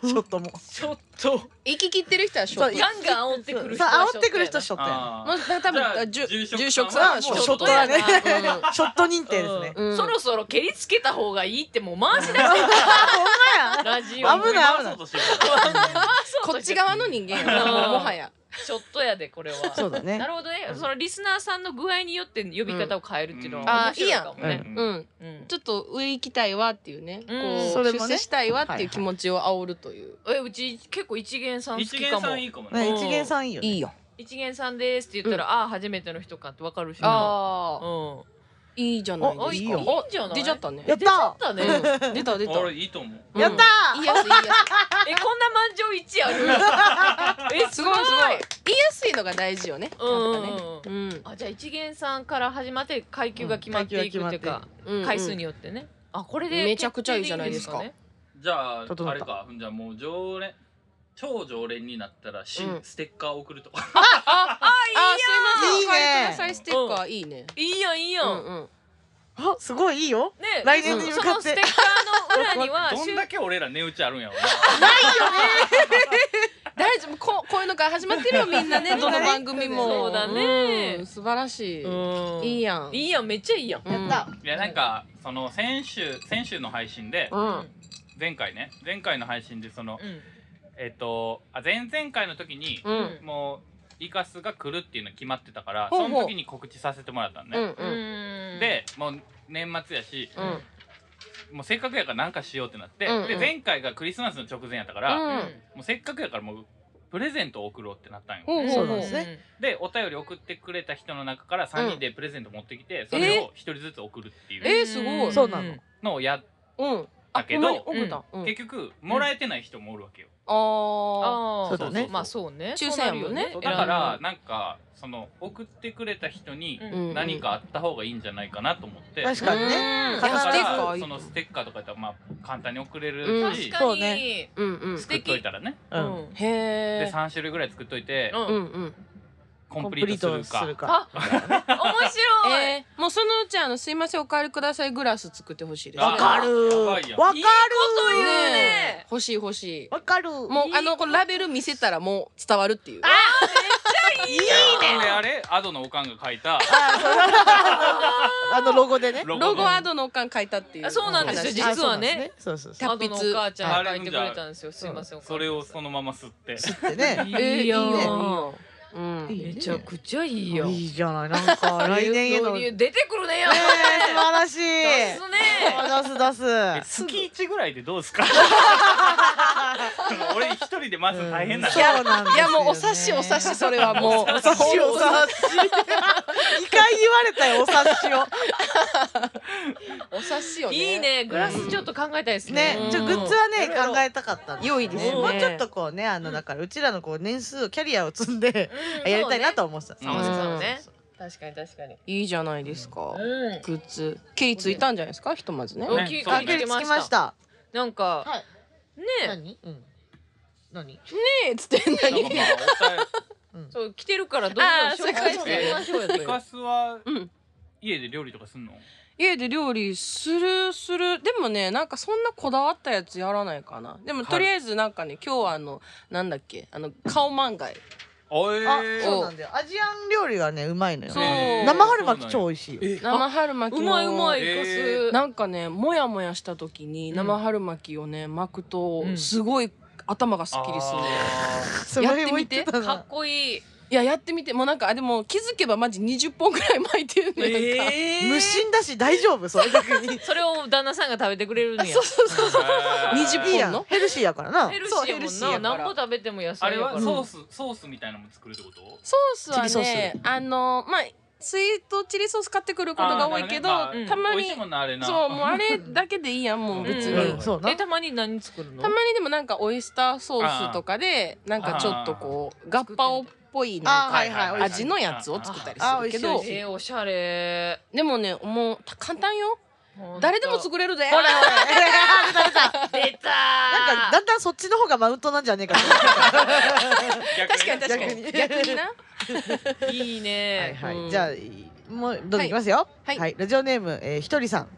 Speaker 2: ショットも
Speaker 1: ちょっと
Speaker 3: 行き切ってる人はショ
Speaker 2: そう
Speaker 3: ッ
Speaker 2: い
Speaker 3: ト
Speaker 1: ガンガン煽ってくる人
Speaker 2: さ
Speaker 1: は
Speaker 2: 煽ってくる人
Speaker 1: シ
Speaker 2: ショットや
Speaker 4: あー
Speaker 3: もう多
Speaker 4: じ
Speaker 3: 分
Speaker 4: ゃあ
Speaker 3: あじゅ
Speaker 4: 住職
Speaker 3: 住職
Speaker 4: さ
Speaker 3: さ
Speaker 4: ん
Speaker 3: ん
Speaker 4: は
Speaker 3: は
Speaker 2: あ
Speaker 3: シ
Speaker 2: も
Speaker 3: ョ
Speaker 2: う
Speaker 3: ッ
Speaker 2: シ
Speaker 3: ト
Speaker 2: ョットだね
Speaker 1: ショットや
Speaker 3: な
Speaker 2: ショット認定です
Speaker 1: ョッ
Speaker 2: ね
Speaker 3: うん
Speaker 1: トやなそろそろ蹴りつけた方がいいってもう回し出し
Speaker 2: ほんまや
Speaker 1: ラジ
Speaker 2: 危
Speaker 1: オ
Speaker 2: ない危ない
Speaker 4: 回そうとしてる
Speaker 3: こっち側の人間や
Speaker 1: う
Speaker 3: なんもはや
Speaker 1: ちょっとやでこれは
Speaker 2: そうだね
Speaker 1: なるほどね
Speaker 3: うん
Speaker 1: そのリスナーさんの具合によって呼び方を変えるっていうの
Speaker 4: う
Speaker 1: は
Speaker 4: ん
Speaker 1: 面白いかも
Speaker 4: うん
Speaker 1: ね
Speaker 3: う
Speaker 4: うん
Speaker 3: ん
Speaker 1: うん
Speaker 3: ちょっと上行きたいわっていうね、
Speaker 1: うん
Speaker 3: こう
Speaker 2: それもね
Speaker 3: 出世したいわっていう気持ちを煽るという、
Speaker 1: えうち結構一元さん好
Speaker 4: 一
Speaker 1: き
Speaker 4: 元
Speaker 1: か
Speaker 4: さ
Speaker 1: も
Speaker 4: んいいかも
Speaker 2: ね
Speaker 4: ね
Speaker 1: うん
Speaker 2: 一元さんいいよね
Speaker 3: いよ
Speaker 1: 一元さんですって言ったら、ああ初めての人かってわかるしな
Speaker 3: あ
Speaker 1: う
Speaker 3: あ、
Speaker 1: ん
Speaker 3: いいじゃないです
Speaker 1: あ
Speaker 3: か
Speaker 1: い
Speaker 2: いよ
Speaker 1: いんじゃない
Speaker 3: 出ちゃったね
Speaker 2: やった
Speaker 1: だね、
Speaker 3: うん [LAUGHS] 出た出た
Speaker 4: 俺いいと思う
Speaker 3: うん
Speaker 2: やったー
Speaker 3: いいやすいいや
Speaker 1: えこんな満場一致あるえ
Speaker 3: [LAUGHS] すすごいすごい言いやすいのが大事よね
Speaker 1: うんうんうん
Speaker 3: やっぱねうん
Speaker 1: あじゃあ一元さんから始まって階級が決まっていくっていうか、
Speaker 3: うんうん
Speaker 1: 回数によってねあこれで
Speaker 3: めちゃくちゃいいじゃないですか
Speaker 1: 決定
Speaker 4: じゃあ
Speaker 2: 整った
Speaker 4: あれかじゃあもう常連超常連になったらし、
Speaker 3: うん
Speaker 4: ステッカー送ると [LAUGHS] か
Speaker 3: ああいいやすいません
Speaker 2: いいね
Speaker 3: お買いくださいステッカーいいね
Speaker 1: でいいんですかねいいやんいいやん、
Speaker 3: うん
Speaker 2: [LAUGHS] すごいいいよ。
Speaker 1: ね
Speaker 2: 来年に向か
Speaker 1: その
Speaker 2: って
Speaker 1: ステッカーの裏には
Speaker 4: [LAUGHS] どんだけ俺ら値打ちあるんやろな
Speaker 3: [LAUGHS] 大丈夫こうこういうのから始まってるよ [LAUGHS] みんなねどの番組も
Speaker 1: そうだね
Speaker 3: うん素晴らしい、
Speaker 1: うん
Speaker 3: いいやん
Speaker 1: いいやんめっちゃいいやん、
Speaker 3: うん
Speaker 2: やっ
Speaker 4: いやなんかその先週先週の配信で
Speaker 3: うんうん
Speaker 4: 前回ね前回の配信でその
Speaker 1: うん
Speaker 4: えっとあ前々回の時に
Speaker 3: うん
Speaker 1: ん
Speaker 4: もうイカスが来るっていうの決まってたから
Speaker 3: ほうほ
Speaker 4: そうの時に告知させてもらったの
Speaker 3: う
Speaker 4: ね、
Speaker 3: ん
Speaker 1: うん
Speaker 4: でもう年末やし
Speaker 3: うん
Speaker 4: もうせっかくやからなんかしようってなって、
Speaker 3: うんうん
Speaker 4: で前回がクリスマスの直前やったか
Speaker 3: う
Speaker 4: ら、も
Speaker 1: うんん
Speaker 4: うせっかくやからもうプレゼントを送ろうってなったんよ、
Speaker 3: ほうほ
Speaker 2: そう
Speaker 3: う
Speaker 2: なん
Speaker 3: ほう
Speaker 2: ですね
Speaker 4: でお便り送ってくれた人の中から3人でプレゼント持ってきて、それを1人ずつ送るっていう
Speaker 3: えーすごい
Speaker 2: そうなの
Speaker 4: のをやっ
Speaker 3: うんあ
Speaker 4: だけど
Speaker 3: ほんまに送った、うん
Speaker 4: 結局もらえてない人もおるわけよ、
Speaker 3: ああ
Speaker 1: ああ
Speaker 2: そうだね
Speaker 1: まあそうね
Speaker 3: 抽選やもんね
Speaker 1: そうなるよ
Speaker 4: だか
Speaker 1: う
Speaker 4: ら
Speaker 1: ん
Speaker 4: なんかその送ってくれた人に
Speaker 1: うん
Speaker 3: うん
Speaker 4: 何かあった方がいいんじゃないかなと思って、
Speaker 2: 確かにね。
Speaker 3: うん
Speaker 4: だか
Speaker 2: ステッ
Speaker 4: らそ
Speaker 3: うん
Speaker 4: のステッカーとかやったらまあ簡単に送れ
Speaker 3: う
Speaker 4: る
Speaker 3: ん
Speaker 4: し、
Speaker 1: 確
Speaker 2: そ
Speaker 1: か
Speaker 2: う
Speaker 1: に
Speaker 2: ね
Speaker 3: うんうん
Speaker 1: 素
Speaker 4: 作っといたらね
Speaker 1: う
Speaker 2: うん
Speaker 1: ん
Speaker 3: へえ
Speaker 4: で3種類ぐらい作っといて、
Speaker 1: う
Speaker 3: うん
Speaker 1: ん
Speaker 3: うん
Speaker 4: コンプリートするか
Speaker 2: コンプリート
Speaker 1: あ面白い
Speaker 3: えー、もうそのうちあのすいませんお帰りくださいグラス作ってほしいです
Speaker 4: あ
Speaker 2: わかる
Speaker 4: やばい。やん
Speaker 2: わかる。
Speaker 1: そういう
Speaker 3: ねえ
Speaker 1: ね
Speaker 3: 欲しい欲しい
Speaker 2: わかる。
Speaker 3: も
Speaker 1: いうい
Speaker 3: あのこのラベル見せたらもう伝わるっていう
Speaker 2: いいね。
Speaker 4: であれアドのおかんが書いた
Speaker 2: あそう [LAUGHS] あのロゴでね。
Speaker 4: ロゴ
Speaker 3: ロゴ
Speaker 4: の
Speaker 3: アドのおかん書いたっていう
Speaker 1: あそうなんですよ
Speaker 3: 話
Speaker 1: 実はね
Speaker 2: あ。そうなんですねそうそうそ
Speaker 1: ア
Speaker 2: う。
Speaker 1: ドのお母ちゃんが書いてくれたんですよす
Speaker 2: 達
Speaker 1: い
Speaker 2: 筆
Speaker 1: ませんお母ちゃん
Speaker 4: それをそのまま吸って
Speaker 2: 吸ってね。
Speaker 3: えーいい
Speaker 1: いいやん
Speaker 3: よいいようん
Speaker 2: いいね
Speaker 1: めちゃくちゃいいやん
Speaker 2: いいじゃない。なんか来年への。
Speaker 1: 出
Speaker 2: ね
Speaker 1: てくるねや
Speaker 2: え素晴らしい。
Speaker 1: 出すね
Speaker 2: 出す出
Speaker 4: え
Speaker 2: す。
Speaker 4: 月一ぐらいでどうですか俺一人でまず大変な
Speaker 2: そうなんです
Speaker 3: いや
Speaker 2: よね
Speaker 3: もうお察しお察しそれはもう
Speaker 2: お察しお察し二回言われたよお察しを
Speaker 3: お察しよね
Speaker 1: いいねグラスちょっと考えたいですね
Speaker 2: ね
Speaker 1: うん
Speaker 2: ちょグッズはね考えたかったんです
Speaker 3: 良いですね
Speaker 2: もうちょっとこうねあのだからうちらのこう年数をキャリアを積んで
Speaker 1: うん
Speaker 2: やりたいなと思ってた
Speaker 4: うん
Speaker 1: そうねそうね
Speaker 2: そ
Speaker 1: 確かに確かに
Speaker 3: いいじゃないですか
Speaker 1: うん
Speaker 3: グッズケリついたんじゃないですかひとまずね
Speaker 1: うん
Speaker 4: ね
Speaker 1: き
Speaker 4: そう
Speaker 2: 関
Speaker 4: ね
Speaker 1: 聞
Speaker 2: 係
Speaker 1: いて
Speaker 2: つ
Speaker 1: ま
Speaker 2: きま
Speaker 1: し
Speaker 2: したた
Speaker 1: なんか
Speaker 2: はい
Speaker 1: ねえ
Speaker 2: 何うん何
Speaker 3: えつって
Speaker 4: なんかまあ
Speaker 1: そう来てるからどんどん
Speaker 3: あー
Speaker 1: 紹介し
Speaker 3: そう
Speaker 1: ていきましょうよ
Speaker 4: おイカスは
Speaker 3: うん
Speaker 4: 家で料理とかすんの
Speaker 3: 家で料理するするでもねなんかそんなこだわったやつやらないかなでも
Speaker 4: はい
Speaker 3: とりあえずなんかね今日はあのなんだっけあの顔漫画
Speaker 4: おえ
Speaker 2: あ
Speaker 4: ー
Speaker 2: そうなんだよアジアン料理がねうまいのよ
Speaker 3: そう
Speaker 2: 生春巻き超美味しいよ
Speaker 3: 生春巻
Speaker 1: う
Speaker 3: き
Speaker 1: まいうまい
Speaker 4: えー
Speaker 1: イカス
Speaker 3: なんかねもやもやした時に生春巻きをね巻くと
Speaker 1: うん
Speaker 3: すごい頭がすっきりするね、
Speaker 2: それも言たな
Speaker 1: かっこいい
Speaker 3: いややってみてもうなんかあでも気づけばマジ20本ぐらい巻いてるね、なんか
Speaker 2: 無心だし大丈夫それ逆
Speaker 1: [LAUGHS]
Speaker 2: に
Speaker 1: それを旦那さんが食べてくれるんや
Speaker 3: そうそうそう
Speaker 4: そう
Speaker 2: [LAUGHS]
Speaker 3: 20
Speaker 2: いい
Speaker 3: 本
Speaker 2: や
Speaker 3: の
Speaker 2: んヘルシーやからな
Speaker 1: ヘルシ
Speaker 3: そう
Speaker 1: ーや
Speaker 3: ヘル
Speaker 1: もん
Speaker 3: シーやか
Speaker 1: な
Speaker 3: ら
Speaker 1: 何個食べても野
Speaker 4: あ
Speaker 1: 菜
Speaker 4: れ
Speaker 1: やから
Speaker 4: はソース、ソースみたいなのも作るってこと
Speaker 3: ソースは
Speaker 2: チリ
Speaker 3: ね
Speaker 2: ソ
Speaker 3: あのまあスイートチリソース買ってくることが多いけど、
Speaker 4: あーなるほね
Speaker 1: あ
Speaker 3: たま
Speaker 4: 美
Speaker 3: に
Speaker 4: 味しいもんなあれな
Speaker 3: そうもうあれだけでいいやんもう別に、
Speaker 1: うん
Speaker 2: うんそうな
Speaker 1: えたまに何作るの
Speaker 3: たまにでもなんかオイスターソースとかでなんかちょっとこうガッパオっぽいなん
Speaker 2: あ
Speaker 3: か
Speaker 2: はいはい
Speaker 3: 味のやつを作ったりするけ
Speaker 2: あー美
Speaker 3: ど
Speaker 2: 味しい美味しい
Speaker 1: えーおしゃれ
Speaker 3: でもねもう簡単よ誰でも
Speaker 1: る
Speaker 3: 作れるで
Speaker 2: ほらほら
Speaker 1: 出た
Speaker 2: なんかだんだんそっちの方がマウントなんじゃねえかと思って
Speaker 3: 確かに確かに
Speaker 2: 逆
Speaker 3: 逆にな
Speaker 2: [LAUGHS]
Speaker 1: いい
Speaker 2: はい
Speaker 1: ね
Speaker 2: はい、
Speaker 3: うん
Speaker 2: じゃあもうどんどんいきますよ
Speaker 3: は
Speaker 2: はいい、ラジオネーム、えー、ひとりさん、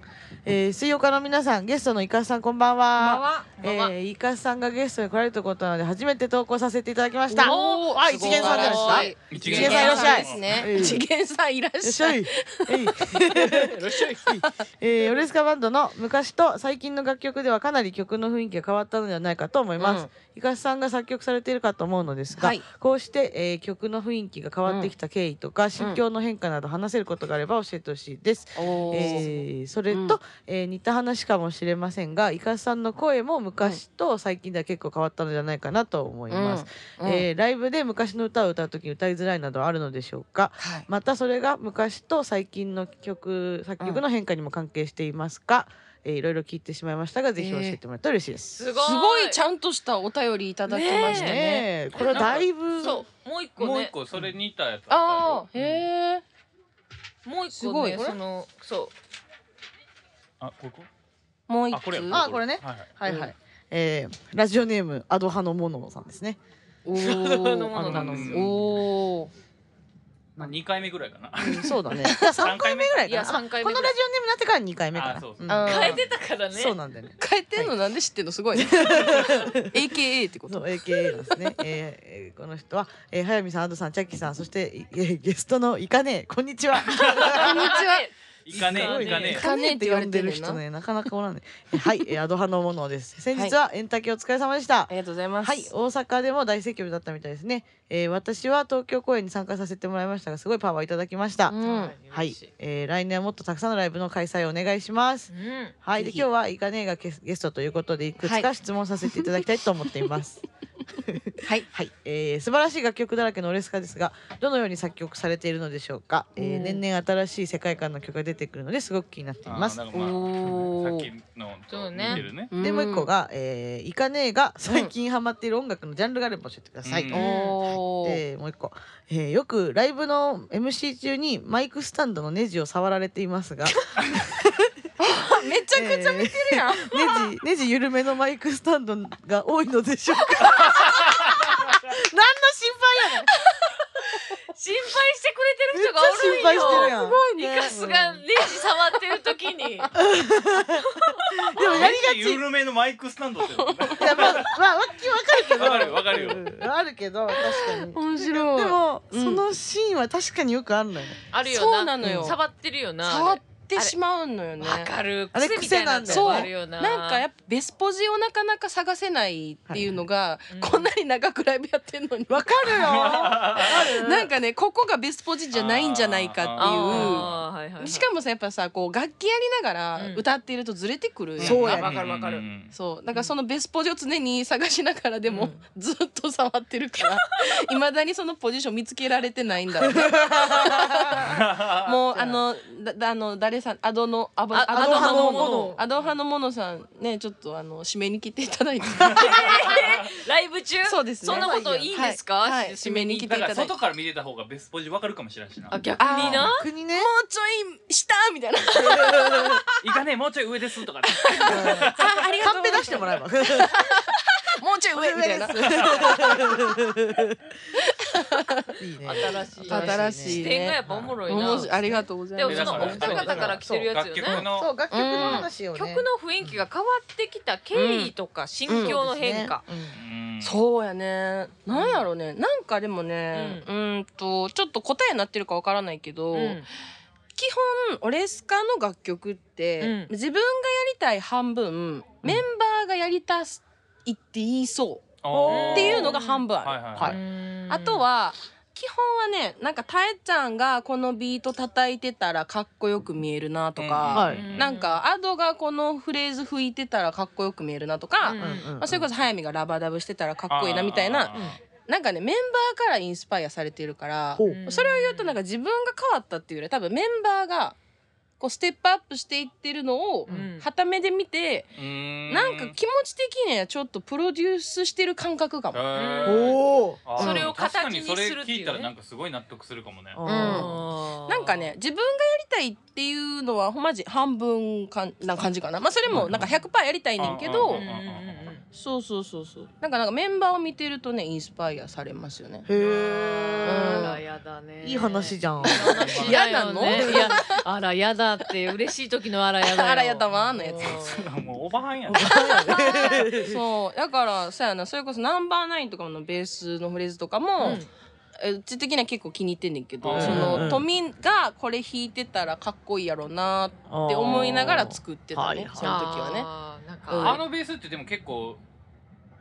Speaker 2: えー、水曜家の皆さんゲストのいかさんこんばん
Speaker 1: こんばん
Speaker 2: は
Speaker 1: はこんばんは
Speaker 2: えー、いかさんがゲストに来られるということなので初めて投稿させていただきましたよ
Speaker 3: おー
Speaker 2: あ一元さんじゃないですか
Speaker 3: 素
Speaker 4: 一
Speaker 3: 晴
Speaker 2: 元
Speaker 3: らし
Speaker 2: さんいらっしゃいうん
Speaker 3: 一元さんですね一元さんいらっ
Speaker 2: っし
Speaker 3: し
Speaker 2: ゃ
Speaker 3: ゃ
Speaker 2: い
Speaker 3: い
Speaker 2: よっしゃいえー、オレスカバンドの昔と最近の楽曲ではかなり曲の雰囲気が変わったのではないかと思います、いかしさんが作曲されているかと思うのですが、
Speaker 3: はい
Speaker 2: こうして、えー曲の雰囲気が変わってきた経緯とか、心境の変化など話せることがあれば教えてほしいです
Speaker 3: おー
Speaker 2: えーそれと、
Speaker 3: うん
Speaker 2: えー似た話かもしれませんがイカスさんの声も昔と最近では結構変わったのではないかなと思います、
Speaker 3: うんうん
Speaker 2: えーライブで昔の歌を歌う時に歌いづらいなどはあるのでしょうか
Speaker 3: はい
Speaker 2: またそれが昔と最近の曲作曲の変化にも関係していますか、えーいろいろ聞いてしまいましたがぜひ教えてもらえたら嬉しいです、
Speaker 1: すごい
Speaker 3: すごいちゃんとしたお便りいただきました
Speaker 1: え
Speaker 2: ね
Speaker 3: ね
Speaker 2: えこれはだいぶ
Speaker 1: そうもう一個
Speaker 4: もう一
Speaker 1: ね
Speaker 4: 個それに似たやつ
Speaker 3: ああ
Speaker 4: ったやろ
Speaker 3: へえ
Speaker 1: もう一
Speaker 3: す
Speaker 1: 個
Speaker 3: ご
Speaker 1: ね
Speaker 3: い
Speaker 1: そのそ
Speaker 4: あここ
Speaker 3: もう一
Speaker 4: あこれや
Speaker 3: つ
Speaker 2: あこれね
Speaker 4: はいはい
Speaker 2: はいはい、えーラジオネーム [LAUGHS] アドハのモノさんですね
Speaker 1: [LAUGHS]
Speaker 3: お
Speaker 1: うの
Speaker 3: ー
Speaker 1: ものなの
Speaker 4: あの
Speaker 1: ですよ
Speaker 3: おー
Speaker 4: まあ、2回目ぐらいか [LAUGHS] な
Speaker 2: うんそう [LAUGHS] だね。じゃあ三回目ぐらい
Speaker 1: いや
Speaker 2: かな。
Speaker 1: 3回
Speaker 2: こ
Speaker 1: 目
Speaker 2: の
Speaker 1: ぐ
Speaker 2: ラ
Speaker 1: らい
Speaker 2: ジオネームなってから二回目かな。
Speaker 4: あそうそうん
Speaker 3: あー
Speaker 1: 変えてたからね
Speaker 2: そうなんだよね。
Speaker 3: 変えてんのなんで知ってんのすごいね [LAUGHS] AKA ってこ
Speaker 2: そう
Speaker 3: と
Speaker 2: AKA なんですね。えーえーこの人は、えー、早見さん、アドさん、チャッキーさん、そして、い [LAUGHS] えーゲストのいかねえ、こんにちは。
Speaker 3: こんにちは
Speaker 4: 行かねえ
Speaker 1: 行かねえ
Speaker 4: 行かね
Speaker 2: い
Speaker 4: え
Speaker 2: かねえって呼んでる人ね、なかなかおらんね。えーはい、えーアド派のものです。先日はエンタケお疲れ様でした
Speaker 3: あ。りがとうございます
Speaker 2: はい、大阪でも大盛況だったみたいですね。えー私は東京公演に参加させてもらいましたが、すごいパワーいただきました。
Speaker 3: うん
Speaker 2: はい、えー来年はもっとたくさんのライブの開催をお願いします。
Speaker 1: うん
Speaker 2: はい、で
Speaker 3: ぜひ
Speaker 2: 今日はいかねえがゲスゲストということでいくつ
Speaker 3: は
Speaker 2: か質問させていただきたいと思ってい [LAUGHS] ます。
Speaker 3: はい
Speaker 2: はい、えー素晴らしい楽曲だらけのオレスカですがどのように作曲されているのでしょうか、えー
Speaker 3: うん
Speaker 2: 年々新しい世界観の曲が出てくるのですごく気になってい
Speaker 4: あ
Speaker 2: ます
Speaker 4: なんかまあ
Speaker 3: お
Speaker 4: さっ
Speaker 3: ー
Speaker 4: きのと似てるね
Speaker 2: でもう一個が、えー、いかねえが最近ハマっている音楽のジャンルがあれば教えてください、
Speaker 4: う
Speaker 3: うんんおー
Speaker 2: えーもう一個、えーよくライブの MC 中にマイクスタンドのネジを触られています
Speaker 3: [LAUGHS]
Speaker 2: が
Speaker 3: めちゃくちゃ見てるやん
Speaker 2: ネジ
Speaker 3: [LAUGHS]
Speaker 2: ネジ緩めのマイクスタンドが多いのでしょうか何の心配やねん
Speaker 1: 心配してくれてる人が
Speaker 2: 心配して
Speaker 1: おる
Speaker 2: る
Speaker 1: んよ
Speaker 2: やん
Speaker 3: い
Speaker 1: イカスがネジ触ってる時に
Speaker 2: でもやりがち
Speaker 4: 緩めのマイクスタンドってことね
Speaker 3: [LAUGHS]
Speaker 2: いやまあまあわきわかるけど
Speaker 4: わかるわかるよ
Speaker 2: うんあるけど確かに
Speaker 3: 面白い
Speaker 2: でも、
Speaker 3: うん
Speaker 2: そのシーンは確かによくあるのよ
Speaker 1: あるよな
Speaker 3: そうなのよ
Speaker 1: 触ってるよな
Speaker 3: 触っ
Speaker 1: あ
Speaker 3: てしまうのよ
Speaker 1: れ
Speaker 3: ね
Speaker 1: わかる
Speaker 2: あれ
Speaker 1: 癖みたいなの
Speaker 2: 癖なんだよ
Speaker 1: あるよな
Speaker 3: なんかやっぱベスポジをなかなか探せないっていうのが、
Speaker 1: はい
Speaker 3: こんなに長くライブやってんのに、
Speaker 2: わかるよわか [LAUGHS] る
Speaker 3: なんかねここがベスポジじゃないんじゃないかっ
Speaker 1: あーはいはい
Speaker 3: て
Speaker 1: は
Speaker 3: いう
Speaker 1: い
Speaker 3: しかもさやっぱさこう楽器やりながら
Speaker 1: うん
Speaker 3: 歌っているとずれてくるやんか
Speaker 2: そうやね
Speaker 1: わかるわかる
Speaker 4: うん [LAUGHS]
Speaker 3: そうだからそのベスポジを常に探しながらでも、ずっと触ってるから [LAUGHS] いまだにそのポジション見つけられてないんだろうねもう [LAUGHS] あのだだあの誰さんアドのアボ
Speaker 1: あ
Speaker 3: ア
Speaker 2: アド
Speaker 3: ド派
Speaker 2: 派
Speaker 3: の
Speaker 2: の
Speaker 3: モ
Speaker 2: も
Speaker 3: ノ
Speaker 2: の
Speaker 3: アド派のモノさんねちょっとあの締めに来ていただい [LAUGHS] て
Speaker 1: ライブ中
Speaker 3: そうですね
Speaker 1: そんなこといいんですか、
Speaker 3: はいはい
Speaker 1: 締めに来
Speaker 3: 締めに来
Speaker 1: て
Speaker 3: て
Speaker 4: だ
Speaker 3: いた
Speaker 4: か
Speaker 3: だ
Speaker 4: ら
Speaker 3: いて
Speaker 4: 外から見てた方がベスポジわかるかもしれんしな
Speaker 1: あ逆にな
Speaker 2: 国ね
Speaker 3: もうちょい下みたいな
Speaker 4: [LAUGHS] いかねえもうちょい上ですとかね
Speaker 3: あありが
Speaker 2: カ
Speaker 3: とう
Speaker 2: ン
Speaker 3: ござ
Speaker 2: ペ
Speaker 3: いま
Speaker 2: 出
Speaker 3: す
Speaker 2: してもらえば
Speaker 3: [LAUGHS] もうちょい上みた [LAUGHS] いな
Speaker 2: [LAUGHS] いいね
Speaker 1: 新しい
Speaker 3: 新しい
Speaker 1: 視
Speaker 3: ね
Speaker 1: 点がやっぱおもろいな、
Speaker 3: 面白いありがとうござい
Speaker 1: で
Speaker 3: ま
Speaker 1: も
Speaker 3: す
Speaker 1: そのお二方から来てるやつよね
Speaker 4: そう楽曲の
Speaker 2: そう楽曲の話をね
Speaker 1: 曲の雰囲気が変わってきた経緯とか心境の変化、
Speaker 2: うん
Speaker 4: うん
Speaker 3: そうやねなんやろねなんかでもねう
Speaker 1: うん
Speaker 3: んとちょっと答えになってるかわからないけど、
Speaker 1: うん
Speaker 3: 基本オレスカの楽曲って、
Speaker 1: うん
Speaker 3: 自分がやりたい半分メンバーがやりたすいって言いそ
Speaker 4: あ
Speaker 3: う
Speaker 4: ー
Speaker 3: っていうのが半分ある。
Speaker 4: はいはい
Speaker 2: は
Speaker 4: はいい
Speaker 3: あとは基本はねなんかたえちゃんがこのビート叩いてたらかっこよく見えるなとか、
Speaker 2: はい
Speaker 1: うん
Speaker 3: なんかアドがこのフレーズ吹いてたらかっこよく見えるなとか、
Speaker 1: うん
Speaker 2: うんうん
Speaker 3: まあ、それこそ早見がラバダブしてたらかっこいいなみたいな
Speaker 4: あー
Speaker 3: なんかねメンバーからインスパイアされてるから
Speaker 2: ほう
Speaker 1: うん
Speaker 3: それを言うとなんか自分が変わったっていうよりは多分メンバーがこうステップアップしていってるのを
Speaker 1: うん
Speaker 3: はためで見て、
Speaker 4: うー
Speaker 3: なんか気持ち的にはちょっとプロデュースしてる感覚かも。
Speaker 4: へー
Speaker 2: おお
Speaker 4: あー
Speaker 1: それを形にするっていうね
Speaker 4: 確かにそれ聞いたらなんかすごい納得するかもね
Speaker 2: うん
Speaker 1: あー
Speaker 3: なんかね自分がやりたいっていうのはほんまじ半分かんな感じかなまあそれもなんか100%やりたいねんけ
Speaker 1: う
Speaker 3: ど
Speaker 1: んうんうん
Speaker 3: そうそうそうそうなんかなんかメンバーを見てるとねインスパイアされますよね
Speaker 2: へ
Speaker 1: あ
Speaker 2: え
Speaker 1: らやだね
Speaker 2: いい話じゃん
Speaker 1: 話だよね
Speaker 3: 嫌なの
Speaker 1: いやあらやだって嬉しい時のあらやだよ
Speaker 3: あらやだわのやつ
Speaker 4: うんもうおばはんやん
Speaker 2: [LAUGHS]
Speaker 3: そうだからさやなそれこそナンバーナインとかのベースのフレーズとかも、
Speaker 1: うん
Speaker 3: えうち的には結構気に入ってんねんけど、
Speaker 4: うん
Speaker 3: そ
Speaker 2: うん
Speaker 3: の富がこれ弾いてたらかっこいいやろなっ
Speaker 2: って
Speaker 3: 思いながら作ってたね、
Speaker 2: あー
Speaker 3: その時はね、
Speaker 1: あーなんか、
Speaker 3: うん
Speaker 4: あのベースってでも結構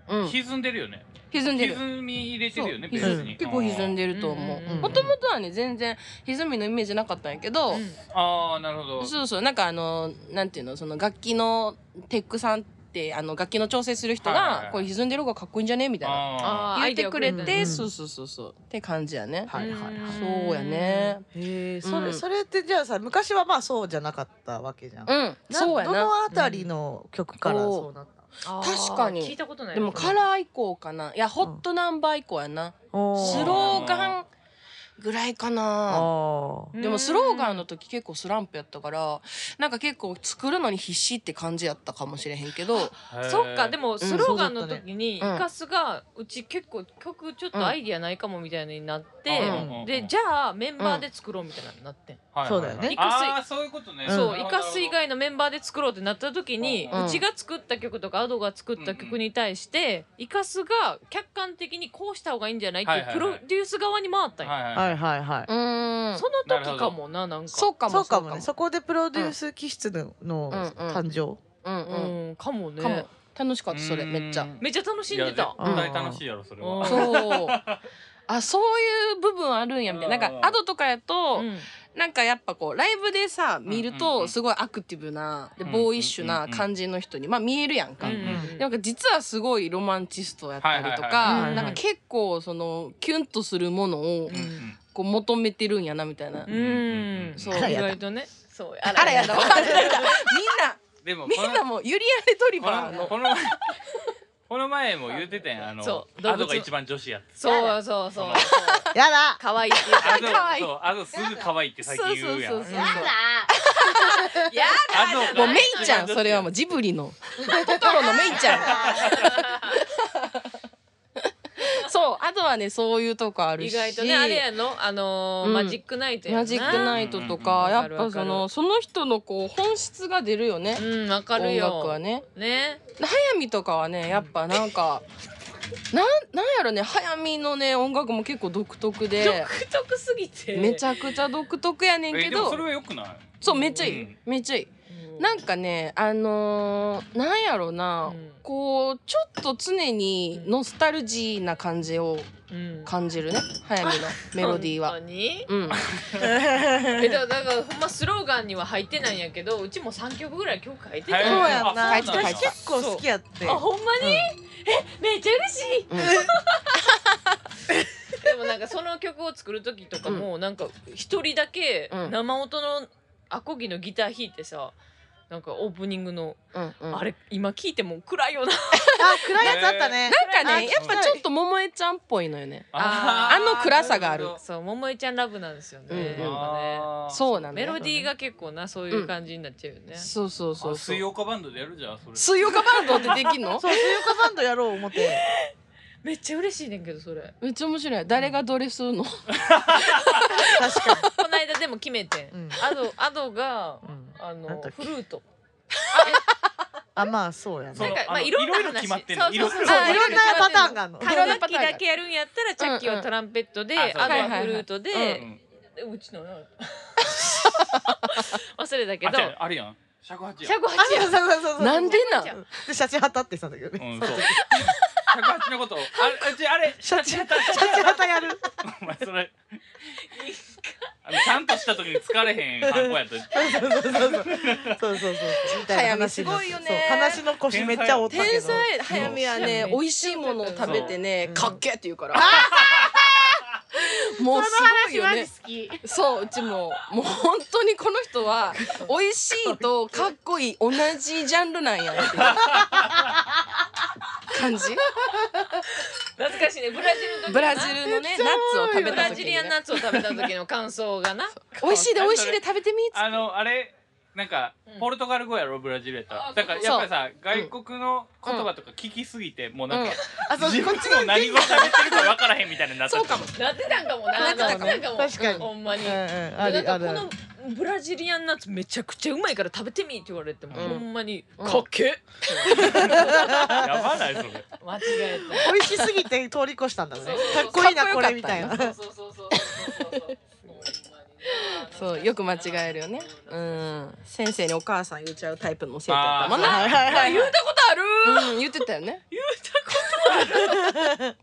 Speaker 3: うん、
Speaker 4: 歪んでるよね
Speaker 3: 歪んでる
Speaker 4: 歪み入れてるよねベ
Speaker 3: そう
Speaker 4: ースに
Speaker 3: 結構歪ん
Speaker 4: で
Speaker 3: でると思う
Speaker 1: うん
Speaker 3: もともとはね全然歪みのイメージなかったんやけど、
Speaker 1: うん
Speaker 4: あーあーなるほど
Speaker 3: そうそうなんかあのなんていうのその楽器のテックさんってあの楽器の調整する人が、
Speaker 4: はいはいはい
Speaker 3: これ歪んでる方がかっこいいんじゃねみたいな
Speaker 4: あ
Speaker 1: あー
Speaker 3: 言ってくれ
Speaker 1: アイデアく
Speaker 3: て、
Speaker 1: れ
Speaker 2: る
Speaker 3: そうそうそうそうって感じやね、
Speaker 2: はいはいはい
Speaker 3: そうやね
Speaker 2: へえそれ、
Speaker 3: うん
Speaker 2: それってじゃあさ昔はまあそうじゃなかったわけじゃん。
Speaker 3: うん
Speaker 2: な
Speaker 3: そうや
Speaker 2: ど
Speaker 3: な
Speaker 2: のあたりの曲から
Speaker 3: うん
Speaker 2: そうなった
Speaker 1: あー
Speaker 3: 確かに
Speaker 1: 聞いたことない
Speaker 3: でもカラー以降かないやホットナンバー以降やな、
Speaker 2: の？
Speaker 3: スローガンぐらいかな
Speaker 2: あ
Speaker 1: うん
Speaker 3: でもスローガンの時結構スランプやったからなんか結構作るのに必死って感じやったかもしれへんけど
Speaker 1: そっかで
Speaker 4: も
Speaker 1: もスローガンの時にイ
Speaker 3: そうだったねうん
Speaker 1: カスがうち結構曲ちょっとアイディアないかもみたいになって
Speaker 3: うん
Speaker 1: でじゃあメンバーで作ろうみたいなのになってん
Speaker 2: そうだよね
Speaker 1: イカ水
Speaker 4: ああーそういうことね
Speaker 2: うん
Speaker 1: そうイカス以
Speaker 4: 以外
Speaker 1: 外のメンバーで作ろうってなった時に
Speaker 4: うん
Speaker 1: うちが作った曲とかアドが作った曲に対してイカスが客観的にこうした方がいいんじゃないって
Speaker 4: はいいうはい
Speaker 1: プロデュース側に回ったんよ
Speaker 4: はい
Speaker 2: は
Speaker 4: はい
Speaker 2: いはいは
Speaker 3: うーん
Speaker 1: その時かもななんか
Speaker 3: そうかも
Speaker 2: そうかもねそこでプロデ
Speaker 3: デ
Speaker 2: ュ
Speaker 3: ュ
Speaker 2: ー
Speaker 3: ー
Speaker 2: ス気質のの
Speaker 3: うんうん
Speaker 2: 誕生
Speaker 3: うんうん
Speaker 1: うんかも
Speaker 3: かも
Speaker 1: ね
Speaker 3: 楽しかったそれ
Speaker 4: うん
Speaker 3: めっちゃ
Speaker 1: めっちゃ楽しんでた
Speaker 4: いや絶対楽しいやろそれは
Speaker 1: うん
Speaker 3: そうあそういう部分あるんやみたいななん
Speaker 4: う
Speaker 3: か
Speaker 4: んうん
Speaker 3: アドとかやと、
Speaker 1: うん
Speaker 3: なんかやっぱこうライブでさ見る
Speaker 4: うんうんう
Speaker 3: と
Speaker 4: ん
Speaker 3: すごいアクティブなで
Speaker 4: うん
Speaker 3: ボーイッシュ
Speaker 4: うんう
Speaker 3: なん
Speaker 4: うん
Speaker 3: 感じの人にまあ見えるやんか、
Speaker 4: うん
Speaker 2: うん
Speaker 3: でなんか実はすごいロマンチストやったりと
Speaker 4: はい
Speaker 2: はいはいは
Speaker 3: か
Speaker 2: い
Speaker 3: なんか結構そのキュンとするものを
Speaker 4: うんうん
Speaker 3: こう求めてるんやなみたいな、
Speaker 1: う
Speaker 4: うん
Speaker 1: ん
Speaker 4: うん
Speaker 1: そう
Speaker 3: あら
Speaker 1: 意
Speaker 2: やだ
Speaker 1: 外とねそう
Speaker 3: あらやだわかんないみんな
Speaker 4: でも
Speaker 3: みんなもうユリアレトリ
Speaker 4: こ
Speaker 3: バー
Speaker 4: の
Speaker 3: の
Speaker 4: この前 [LAUGHS] この前も言ってたやんあの
Speaker 1: そう動物
Speaker 4: アドが一番女子やって
Speaker 1: そうそうそうそう
Speaker 2: やだ
Speaker 1: 可愛いって言う
Speaker 4: アド
Speaker 3: 可愛い
Speaker 4: そうアドすぐ可愛いって最近言うやん
Speaker 3: そうそうそうそう
Speaker 1: や
Speaker 4: アド
Speaker 3: も
Speaker 4: が
Speaker 3: うメイちゃんそれはもうジブリのトトロのメイちゃんそうあとはねそういうとこあるし
Speaker 1: 意外とねあれやのあのー
Speaker 3: うん
Speaker 1: マジックナイトやな
Speaker 3: マジックナイトとか、
Speaker 1: うん
Speaker 3: やっぱそ
Speaker 1: わ
Speaker 3: のその人のこう本質が出るよね、
Speaker 1: うんわかる
Speaker 3: 音
Speaker 1: よ
Speaker 3: 楽はね
Speaker 1: ね
Speaker 3: 速水とかはねやっぱなんか、なんなんやろね速水のね音楽も結構独特で
Speaker 1: 独特すぎて
Speaker 3: めち
Speaker 1: ゃ
Speaker 3: ゃくちゃ独特やねん
Speaker 4: え
Speaker 3: け
Speaker 4: でも
Speaker 3: ど
Speaker 4: それは良くない
Speaker 3: そうめっちゃいい、
Speaker 4: うん
Speaker 3: めっちゃいいなんかねあのーなんやろな、
Speaker 1: うん
Speaker 3: こうちょっと常にノスタルジーな感じを感じるね速水のメロディーは
Speaker 1: [LAUGHS] 本。当に
Speaker 3: うん、
Speaker 1: えだだからほんまスローガンには入ってないんやけどうちも三曲ぐらい曲書いてた
Speaker 4: はい
Speaker 1: よ
Speaker 2: そうやんな
Speaker 4: あそうなんや
Speaker 2: 私結構好きやって
Speaker 1: あほんまに、
Speaker 2: うん
Speaker 1: えめっちゃ嬉しい
Speaker 3: うん
Speaker 1: でもなんかその曲を作る時とかもなんか一人だけ
Speaker 3: うん
Speaker 1: 生音のアコギのギター弾いてさなんかオープニングの
Speaker 3: うんうん
Speaker 1: [LAUGHS] あれ今聴いても暗いよな
Speaker 2: あ暗いやつあったね
Speaker 3: なんか
Speaker 1: あ
Speaker 3: ねやっぱちょっと桃江ちゃんっぽいのよね
Speaker 1: あ
Speaker 3: ーあの暗さがある
Speaker 1: そう桃井ちゃんラブなんですよね、
Speaker 3: うんうん
Speaker 1: やっぱ
Speaker 3: そうな
Speaker 1: ね
Speaker 3: の
Speaker 1: メ
Speaker 3: よ
Speaker 1: ロディーが結構なそういう感じになっちゃうよね、
Speaker 3: そうそうそ
Speaker 4: そ
Speaker 3: そ
Speaker 4: うう
Speaker 3: う
Speaker 4: 水曜日バンドでやるじゃんそれ
Speaker 3: 水曜日バンドってできんの [LAUGHS]
Speaker 2: そう水岡バンドやろう思って
Speaker 1: めっちゃ嬉しいねんけどそれ
Speaker 3: めっちゃ面白い誰がどれするの
Speaker 2: 確か
Speaker 1: この間でも決めて
Speaker 2: に、うん
Speaker 1: んアドアドが
Speaker 2: うん
Speaker 1: あ
Speaker 2: なん
Speaker 1: の
Speaker 2: だっ
Speaker 1: フ
Speaker 2: け
Speaker 1: ルート
Speaker 2: あまあそうやね
Speaker 4: そう
Speaker 1: なんかまあ
Speaker 4: あの
Speaker 1: いろんない
Speaker 4: ろいろ
Speaker 1: 話
Speaker 4: 決まってんの
Speaker 1: そうそうそう
Speaker 4: いろいろ
Speaker 1: あ
Speaker 2: いろんなパターンがあるの
Speaker 3: い
Speaker 1: 管
Speaker 3: ろんな
Speaker 1: 楽
Speaker 3: パ
Speaker 1: 器
Speaker 3: ターンが
Speaker 1: だけやるんやったらチャッキーはトランペットで、
Speaker 4: うんうんあそう
Speaker 1: アド
Speaker 3: は
Speaker 4: はい
Speaker 3: い
Speaker 1: は
Speaker 3: はい
Speaker 1: フルートで、
Speaker 4: うん
Speaker 1: えうちのな [LAUGHS] 忘れたけ
Speaker 4: あ
Speaker 1: ど
Speaker 4: じゃああれやん尺八やん
Speaker 1: 108
Speaker 2: あそう
Speaker 1: や
Speaker 2: そうそうそうそう
Speaker 3: なんでな
Speaker 1: そう
Speaker 2: でシャチハタって言ってたんだけどね
Speaker 4: うんそう [LAUGHS] 尺八のことをあれうちあれ
Speaker 2: シャチハタシャチハタやる
Speaker 4: お前それあのちゃんとした時に疲れへんハンコやった
Speaker 2: そうそうそうそうそうそうみたいな話になって
Speaker 3: 早見すごいよね
Speaker 2: そう話の腰めっちゃ折ったけど
Speaker 3: 天才早見はね
Speaker 1: そう
Speaker 3: 美味しいものを食べてね
Speaker 2: そう
Speaker 3: かっけって言うからもうすごいよね
Speaker 2: き
Speaker 3: そううちももう本当にこの人は美味しいとかっこいい同じジャンルなんやっていう感じ
Speaker 1: 懐かしいねブラジルの時な
Speaker 3: ブラジルのねナッツを食べ
Speaker 1: ブ
Speaker 3: た
Speaker 1: ラ
Speaker 3: 時
Speaker 1: ジ
Speaker 3: に
Speaker 1: リアン
Speaker 3: ね
Speaker 1: ナッツを食べた時の感想がな
Speaker 3: 美味しいで美味しいで食べてみっつって
Speaker 4: あのあれなんか
Speaker 1: うん
Speaker 4: ポルトガル語やろブラジルやった
Speaker 1: あ
Speaker 4: らだからやっぱりさ外国の言葉とか聞きすぎてもうなんか
Speaker 2: あそう
Speaker 4: 自
Speaker 2: こ
Speaker 4: 分
Speaker 2: っちの
Speaker 4: の何語喋ってるか分からへんみたいになった
Speaker 3: そうかも
Speaker 1: なってたんかもな
Speaker 3: なってたかも
Speaker 2: 確かに
Speaker 1: ほんまに、
Speaker 2: うんうん
Speaker 1: な
Speaker 2: あ
Speaker 1: ん
Speaker 2: る
Speaker 1: か
Speaker 2: あるある
Speaker 1: このブラジリアンナッツめちゃくちゃうまいから食べてみって言われても、
Speaker 3: うん
Speaker 1: ほんまに、
Speaker 3: うん
Speaker 1: かっけえ
Speaker 4: やばないそれ
Speaker 1: 間違え
Speaker 2: 美味しすぎて通り越したんだね
Speaker 1: そうそう
Speaker 2: か
Speaker 1: そ
Speaker 2: っ
Speaker 1: う
Speaker 2: こいいな
Speaker 3: かっ
Speaker 2: こ
Speaker 3: こよかった
Speaker 2: れみたいな
Speaker 1: たそうそうそうそうそうそうそう
Speaker 3: そうよく間違えるよねう
Speaker 1: うん
Speaker 3: ん先生にお母さん言っちゃうタイプの生徒だったもんな
Speaker 2: はいはいはい
Speaker 1: 言うたことある、
Speaker 3: うん言ってたよね
Speaker 1: 言うたことある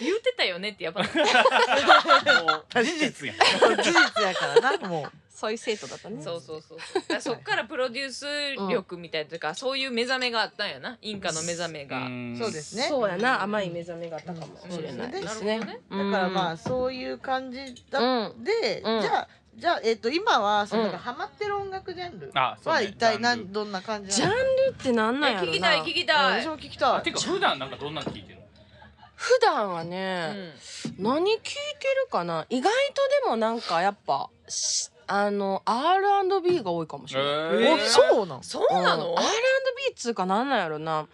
Speaker 1: 言うてたよねってやっぱ
Speaker 4: もう事実やん
Speaker 2: そう事実やからなも
Speaker 3: そういう生徒だったね
Speaker 1: そうそうそうそうだからそっからプロデュース力みたいとか、そういう目覚めがあったんやなインカの目覚めが、
Speaker 2: う
Speaker 4: う
Speaker 2: そうですね
Speaker 3: そうやな甘い目覚めがあったかもしれないですね
Speaker 1: なる
Speaker 3: だ
Speaker 2: だからま
Speaker 3: あ
Speaker 2: あそういう感じ
Speaker 3: う
Speaker 2: だ
Speaker 3: ん
Speaker 2: でじ
Speaker 3: うん
Speaker 2: ゃあじゃあえっと今はその
Speaker 3: うん
Speaker 2: なんかハマってる音楽ジャンル
Speaker 4: あそうね
Speaker 2: は一体
Speaker 4: ジャン
Speaker 2: 何
Speaker 4: ル
Speaker 2: どんな感じ
Speaker 3: ジ
Speaker 2: な
Speaker 3: ャン
Speaker 2: の
Speaker 3: ルってなんなんやろ
Speaker 1: え
Speaker 3: な
Speaker 1: 聞きたい聞き
Speaker 2: あ
Speaker 1: たい
Speaker 2: 私も聞きた
Speaker 4: て
Speaker 2: い
Speaker 4: か普段なんかどんなん聞いてるの
Speaker 3: 普段は
Speaker 1: う
Speaker 3: ね、
Speaker 1: ん
Speaker 3: 何聞いてるかな意外とでもなんかやっぱしあの R&B が多いかもしれない。
Speaker 2: え
Speaker 4: えー
Speaker 2: そうなん
Speaker 1: そうなの、
Speaker 3: うん ?R&B っつうかなんなんやろな。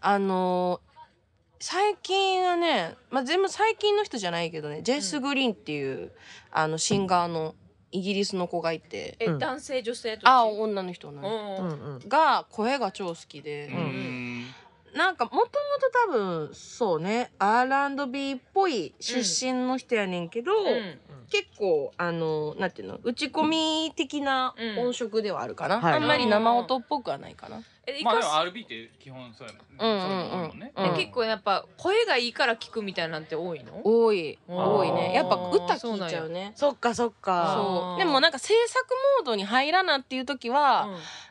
Speaker 3: あの最近はね、まあ、全部最近の人じゃないけどね、ジェイス・グリーンっていうあのシンガーのイギリスの子がいて、
Speaker 1: え
Speaker 2: うん
Speaker 1: 男性女性と
Speaker 3: あ女の人女の人
Speaker 2: うん
Speaker 1: う
Speaker 2: うんん
Speaker 3: が声が超好きで、
Speaker 4: うーん
Speaker 3: なんかもともと多分そうね R&B っぽい出身の人やねんけど、
Speaker 1: うん
Speaker 3: 結構あのなんていうの打ち込み的な
Speaker 1: うん
Speaker 3: 音色ではあるかな、
Speaker 2: はい
Speaker 3: あんまり生音っぽくはないかな。
Speaker 1: えい
Speaker 4: まあ
Speaker 1: か
Speaker 4: でも
Speaker 1: す
Speaker 4: RB って基本そうやもんね。
Speaker 3: うんうんうん
Speaker 4: そういうの多いもね
Speaker 3: うん
Speaker 1: え結構やっぱ声がいいから聞くみたいなんて多いの
Speaker 3: 多い多い
Speaker 4: あー
Speaker 3: ねやっぱ歌聞いちゃうね。
Speaker 2: そっかそっ
Speaker 1: そうなん
Speaker 2: か
Speaker 1: や
Speaker 3: そ
Speaker 1: あー
Speaker 3: うでもなんか制作モードに入らなっていう時は、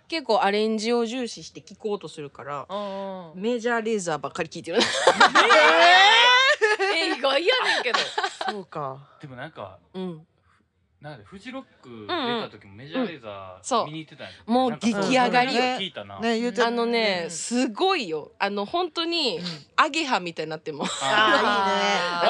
Speaker 3: 結構アレンジを重視して聴こうとするから
Speaker 1: うんうん
Speaker 3: メジャーレーザーばっかり聴いてる
Speaker 1: え意外やねんけど
Speaker 2: そうか
Speaker 4: でもなんか
Speaker 3: うん
Speaker 4: なんでフジロック出た時もメジャーレーザ
Speaker 3: そ
Speaker 4: ー
Speaker 3: う
Speaker 4: 見に行ってたんやけど
Speaker 3: もう
Speaker 4: なんかそ
Speaker 2: 出来上がり
Speaker 4: それ聞いたな。
Speaker 2: ね言うて
Speaker 3: あのね
Speaker 1: うん
Speaker 3: すごいよあの本当にアゲハみたいになっても
Speaker 4: あー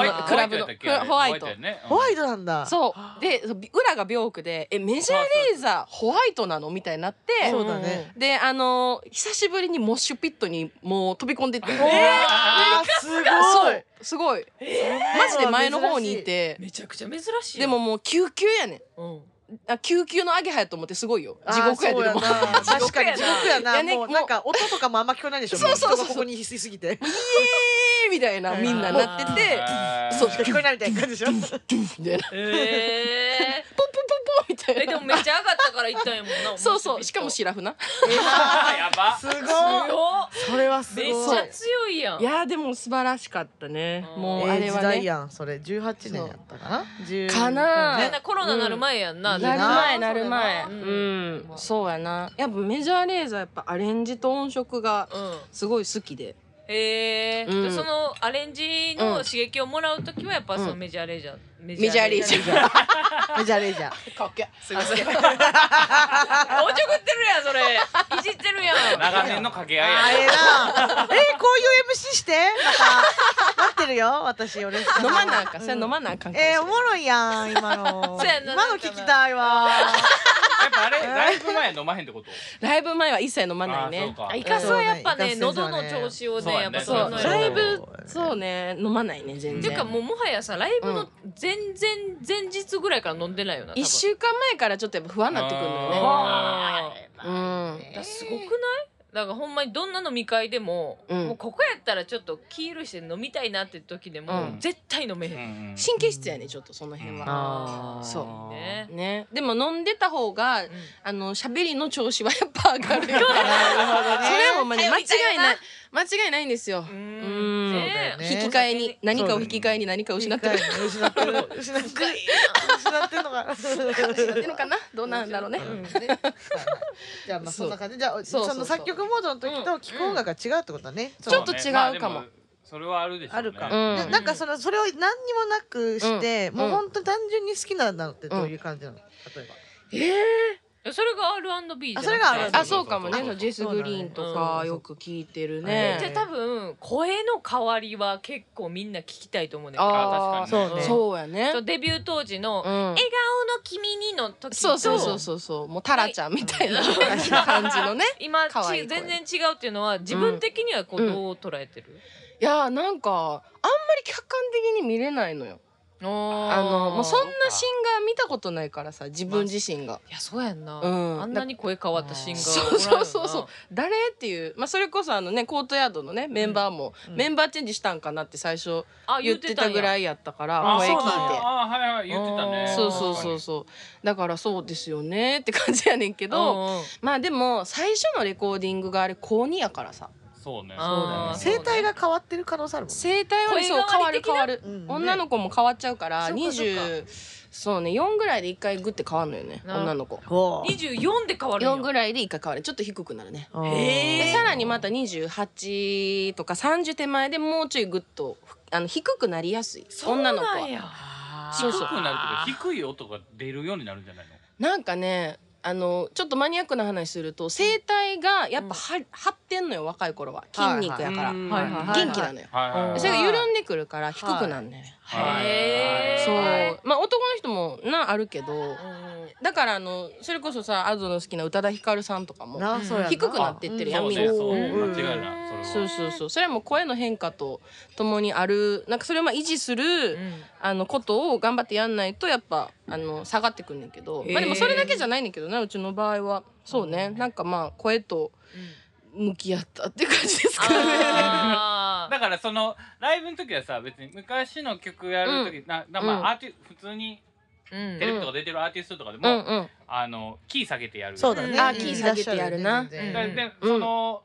Speaker 3: あの
Speaker 4: ホワイト
Speaker 3: クラブの
Speaker 4: ホワイトやったっけあれ
Speaker 3: ホワイト
Speaker 4: やね。うん
Speaker 2: ホワイトなんだ
Speaker 3: そうで裏が病句で「えメジャーレーザーホワイトなの?」みたいになって
Speaker 2: そうだね
Speaker 3: であの久しぶりにモッシュピットにもう飛び込んでって
Speaker 2: おーすごい
Speaker 3: そうすごいマジで前の方にいて
Speaker 1: めちゃくちゃ珍しい
Speaker 3: でももう救急やねん
Speaker 1: うん
Speaker 3: あ救急のアゲハやと思ってすごいよ
Speaker 2: あー
Speaker 3: 地獄やで
Speaker 2: そう
Speaker 3: でも
Speaker 2: な確かに地獄や
Speaker 3: い
Speaker 2: な
Speaker 3: やね
Speaker 2: もう
Speaker 3: もう
Speaker 2: なんか音とかもあんま聞こえないでしょ
Speaker 3: そうそうそう
Speaker 2: 人がここにひすぎて
Speaker 3: えーみたいなみんななってて
Speaker 4: あー [LAUGHS]
Speaker 3: そう
Speaker 2: 聞こえないみたいな感じでしょ
Speaker 3: ドゥンみたいな
Speaker 1: えー
Speaker 3: ポンポンポンポンみたいな
Speaker 1: えでもめっちゃ上がったから行ったんやもんな
Speaker 3: [LAUGHS] そうそうしかも
Speaker 1: す
Speaker 3: シラフな
Speaker 4: あーやば。
Speaker 2: すごい
Speaker 1: ごっ
Speaker 2: [LAUGHS] それはす
Speaker 1: めっ
Speaker 2: ご
Speaker 1: ち
Speaker 2: い
Speaker 1: ゃ強いやん
Speaker 3: いやでも素晴らしかったね
Speaker 1: うん
Speaker 3: もうあ
Speaker 2: ええ
Speaker 3: れ
Speaker 2: 時
Speaker 3: は
Speaker 2: 代
Speaker 3: ね
Speaker 2: やんそれ18年やったかな10
Speaker 3: かな
Speaker 1: みんなコロナなる前やんな、
Speaker 2: うん
Speaker 1: で
Speaker 3: なる
Speaker 1: な
Speaker 3: 前なる前
Speaker 1: う
Speaker 3: うんんそうやなやっぱメジャーレーザーやっぱアレンジと音色が
Speaker 1: うん
Speaker 3: すごい好きで
Speaker 1: へえ、
Speaker 3: うん
Speaker 1: そのアレンジの刺激をもらうときはやっぱその
Speaker 3: うん
Speaker 1: メジャーレジャー、メ
Speaker 3: メジャーレーザー
Speaker 2: メジャーレジャー
Speaker 3: かっけすいません
Speaker 1: ーおちょくってるやんそれいじってるやん
Speaker 4: 長年の掛け合い
Speaker 2: あ
Speaker 4: や
Speaker 2: ええ
Speaker 4: ね。
Speaker 2: なえこういう MC してまた待ってるよ私俺飲
Speaker 3: 飲まなあかんそれ飲まなあかんかもしれん
Speaker 2: えー、おもろいやん今の
Speaker 1: そうやな
Speaker 2: 今の聞きたいわ
Speaker 4: やっぱあれライブ前飲まへんってこと。
Speaker 3: ライブ前は一切飲まな
Speaker 4: あ
Speaker 3: い
Speaker 4: ーそう
Speaker 3: ね
Speaker 4: か
Speaker 1: あ。イカスはやっぱね
Speaker 2: そうね
Speaker 1: 喉の調子をね
Speaker 4: そうやね
Speaker 1: やっぱ
Speaker 3: そう
Speaker 4: ね
Speaker 3: ライブ
Speaker 2: う
Speaker 3: そうね飲まないね全
Speaker 1: ていう
Speaker 3: 然
Speaker 1: かもうもはやさライブ
Speaker 3: う
Speaker 1: の
Speaker 3: ん
Speaker 1: 前々前日ぐらいから飲んでないよな多分
Speaker 3: 一週間前からちょっとやっぱ不安になってくるのよ
Speaker 1: あー
Speaker 3: ね
Speaker 1: だからすごくないだからほんまにどんな飲み会でも,、
Speaker 3: うん
Speaker 1: もうここやったらちょっと黄色いして飲みたいなって時でも、
Speaker 4: うん
Speaker 1: 絶対飲めへん、
Speaker 4: うんうん
Speaker 3: うん神経質やねちょっとその辺は
Speaker 2: あー
Speaker 3: そう
Speaker 1: いいね、
Speaker 3: ねでも飲んでた方が
Speaker 1: うん
Speaker 3: あの喋りの調子はやっぱ上がるよね
Speaker 2: なるほどね
Speaker 3: それはもう間違いない
Speaker 1: は
Speaker 3: 間違いないんですよ
Speaker 1: う
Speaker 3: うんん
Speaker 1: ね
Speaker 2: そうだよね
Speaker 3: 引き換えに何かを
Speaker 4: そうだね
Speaker 3: 引き換えに何かを失ってる
Speaker 2: 失ってる失ってる失ってるのかな
Speaker 3: 失ってるの [LAUGHS] かなどうなんだろうね [LAUGHS]
Speaker 2: うんじゃあまあそんな感じじゃあ
Speaker 3: そうそうそう
Speaker 2: その作曲モードの時と気候音楽が違うってことだね
Speaker 4: そ
Speaker 2: そうう
Speaker 4: ね
Speaker 3: ちょっと違う
Speaker 4: まあでも
Speaker 3: かも
Speaker 4: それはあるでしょうね。
Speaker 2: あるか
Speaker 3: う
Speaker 2: で
Speaker 3: ん
Speaker 2: なんかそのそれを何にもなくして
Speaker 3: ん
Speaker 2: もううん本当に単純に好きなのってどういう感じなの例えば
Speaker 3: ええ
Speaker 1: それが R&B じゃなくて
Speaker 2: あそれが R&B
Speaker 3: あそうかもね
Speaker 4: そうそうそう
Speaker 3: ジェス・グリーンとかよく聞いてるね
Speaker 2: うん
Speaker 1: じゃあ多分声の変わりは結構みんな聞きたいと思うねんけど
Speaker 4: あ
Speaker 3: あ
Speaker 4: ー確
Speaker 3: ー
Speaker 4: か
Speaker 2: そ
Speaker 4: に
Speaker 2: うね
Speaker 3: そうやね
Speaker 1: そうデビュー当時の「
Speaker 3: うん
Speaker 1: 笑顔の君に」の時と
Speaker 3: そうそうそうそうそうもうタラちゃんみたいな感じのね
Speaker 1: 今ち
Speaker 3: 可愛い
Speaker 1: 全
Speaker 3: 声
Speaker 1: 然違うっていうのは自分的にはこう
Speaker 3: うん
Speaker 1: どう捉えてる、
Speaker 3: [LAUGHS] いやーなんかあんまり客観的に見れないのよあのもうそんなシンガー見たことないからさ自分自身が
Speaker 1: いやそうやんな、
Speaker 3: うん
Speaker 1: あんなに声変わったシンガー
Speaker 3: そう [LAUGHS] そうそうそうう誰っていう、まあ、それこそあのねコートヤードのねメンバーも、
Speaker 2: うん
Speaker 3: メンバーチェンジしたんかなって最初
Speaker 1: あ
Speaker 3: 言ってたぐら
Speaker 1: い
Speaker 3: いやったから
Speaker 4: あ
Speaker 3: 声聞い
Speaker 4: そうなんや
Speaker 3: て。
Speaker 4: あーはいはい言ってたね。
Speaker 3: そうそうそうそうだからそうですよねって感じやねんけ
Speaker 1: け
Speaker 3: ど、まあでも最初のレコーディングがあれ高2やからさ
Speaker 4: そうね。
Speaker 1: あー
Speaker 4: そうだね
Speaker 2: 声帯が変わってる可能性あるもんね
Speaker 3: 声帯はね
Speaker 1: 声変
Speaker 3: そう変
Speaker 1: わ
Speaker 3: わ
Speaker 1: り
Speaker 3: る
Speaker 1: 的な
Speaker 3: 変わる、
Speaker 2: うん
Speaker 3: 女の子も変わっちゃうから
Speaker 1: そうかそうか
Speaker 3: 20そうね4ぐらいで1回グッて変わるのよね
Speaker 1: なる
Speaker 3: 女の子
Speaker 2: ほう
Speaker 1: 24で変わるんや
Speaker 3: 4ぐらいで1回変わるちょっと低くなるね
Speaker 2: あー
Speaker 1: へー
Speaker 3: でさらにまた28とか30手前でもうちょいグッとふあの低くなりやすい
Speaker 1: そうな
Speaker 3: 女
Speaker 1: ん
Speaker 3: の子は
Speaker 1: や
Speaker 4: 低くなるとか低い音が出るようになるんじゃないの？
Speaker 3: なんかねあのちょっとマニアックな話すると声帯がやっぱは、張ってんのよ若い頃は筋肉やから、
Speaker 4: うん
Speaker 1: はいはい
Speaker 3: 元気なのよ、
Speaker 4: はいはいはい
Speaker 1: うん
Speaker 3: それが緩んでくるから低くなんね、
Speaker 4: はい
Speaker 1: へー
Speaker 3: そう
Speaker 1: はい
Speaker 3: まあ男の人もなあるけどだからあのそれこそさアドの好きな宇多田ヒカルさんとかも
Speaker 2: なそうやな
Speaker 3: 低くなってってるやん
Speaker 4: そう
Speaker 3: みん
Speaker 4: ね
Speaker 3: な
Speaker 4: そうね
Speaker 2: うん
Speaker 4: 間違いないそれは
Speaker 3: そうそうそうそれはもう声の変化とともにあるなんかそれをまあ維持する、 [LAUGHS]
Speaker 1: うん
Speaker 3: あのことを頑張ってやんないとやっぱあの下がってくんねんけど、
Speaker 1: へー
Speaker 3: まあ、でもそれだけじゃないねんけどなうちの場合はそうねなんかまあ声と向き合ったって感じですかね。
Speaker 1: あー
Speaker 4: だからそのライブの時はさ別に昔の曲やる時、なな
Speaker 3: う
Speaker 4: ま
Speaker 3: ん
Speaker 4: あアーティ普通に
Speaker 1: うん
Speaker 3: [LAUGHS]
Speaker 4: テレビとか出てるアーティストとかで
Speaker 3: う
Speaker 4: も、
Speaker 3: んうん、
Speaker 4: あのキー下げてやる
Speaker 2: そうだね。
Speaker 1: あキー
Speaker 3: 下げてやるな
Speaker 2: 全
Speaker 4: だ
Speaker 2: 然
Speaker 4: で
Speaker 3: うん
Speaker 4: その、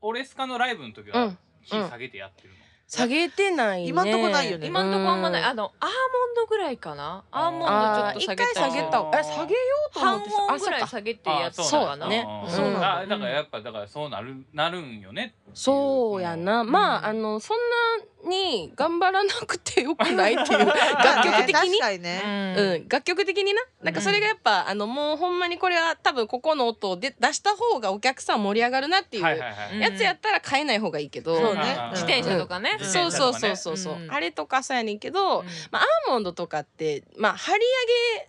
Speaker 4: オレスカのライブの時
Speaker 3: う
Speaker 4: は
Speaker 3: ん
Speaker 4: キー下げてやってるの、
Speaker 3: 下げてないね
Speaker 2: 今んとこないよね
Speaker 1: 今んとこあんまない。
Speaker 3: う
Speaker 1: あのアーモンドぐらいかな。アーモンド
Speaker 3: あー
Speaker 1: ちょ
Speaker 3: 一
Speaker 1: っと
Speaker 3: 回
Speaker 1: 下
Speaker 3: 下
Speaker 1: げたり
Speaker 3: げ
Speaker 1: する。
Speaker 3: たえ下げようと思
Speaker 1: 半
Speaker 3: って
Speaker 1: 音ぐらい
Speaker 3: あそっか
Speaker 1: 下げてやっ
Speaker 4: あ
Speaker 1: た
Speaker 4: ーそう
Speaker 1: か
Speaker 4: なんだ
Speaker 1: な。
Speaker 3: ね
Speaker 4: うん
Speaker 2: そうなんだ
Speaker 4: あだからやっぱだからそうなるなるんよね
Speaker 3: そうやな、まああのそんなに頑張らなくてよくないっていう [LAUGHS] 楽曲的に
Speaker 2: 確かに
Speaker 1: う
Speaker 2: ね。
Speaker 1: ん
Speaker 3: うん、楽曲的にななんかそれがやっぱ、あのもうほんまにこれは多分ここの音をで出した方がお客さん盛り上がるなっていう
Speaker 4: はいはいはい、
Speaker 1: うん
Speaker 3: やつやったら変えない方がいいけど、
Speaker 2: そう
Speaker 4: ね
Speaker 1: 自転車とかね。
Speaker 4: うん
Speaker 3: そうそうそうそうそう、
Speaker 1: うん
Speaker 3: あれとかそうやねんけど、
Speaker 1: うん
Speaker 3: まあ、アーモンドとかってまあ張り上げ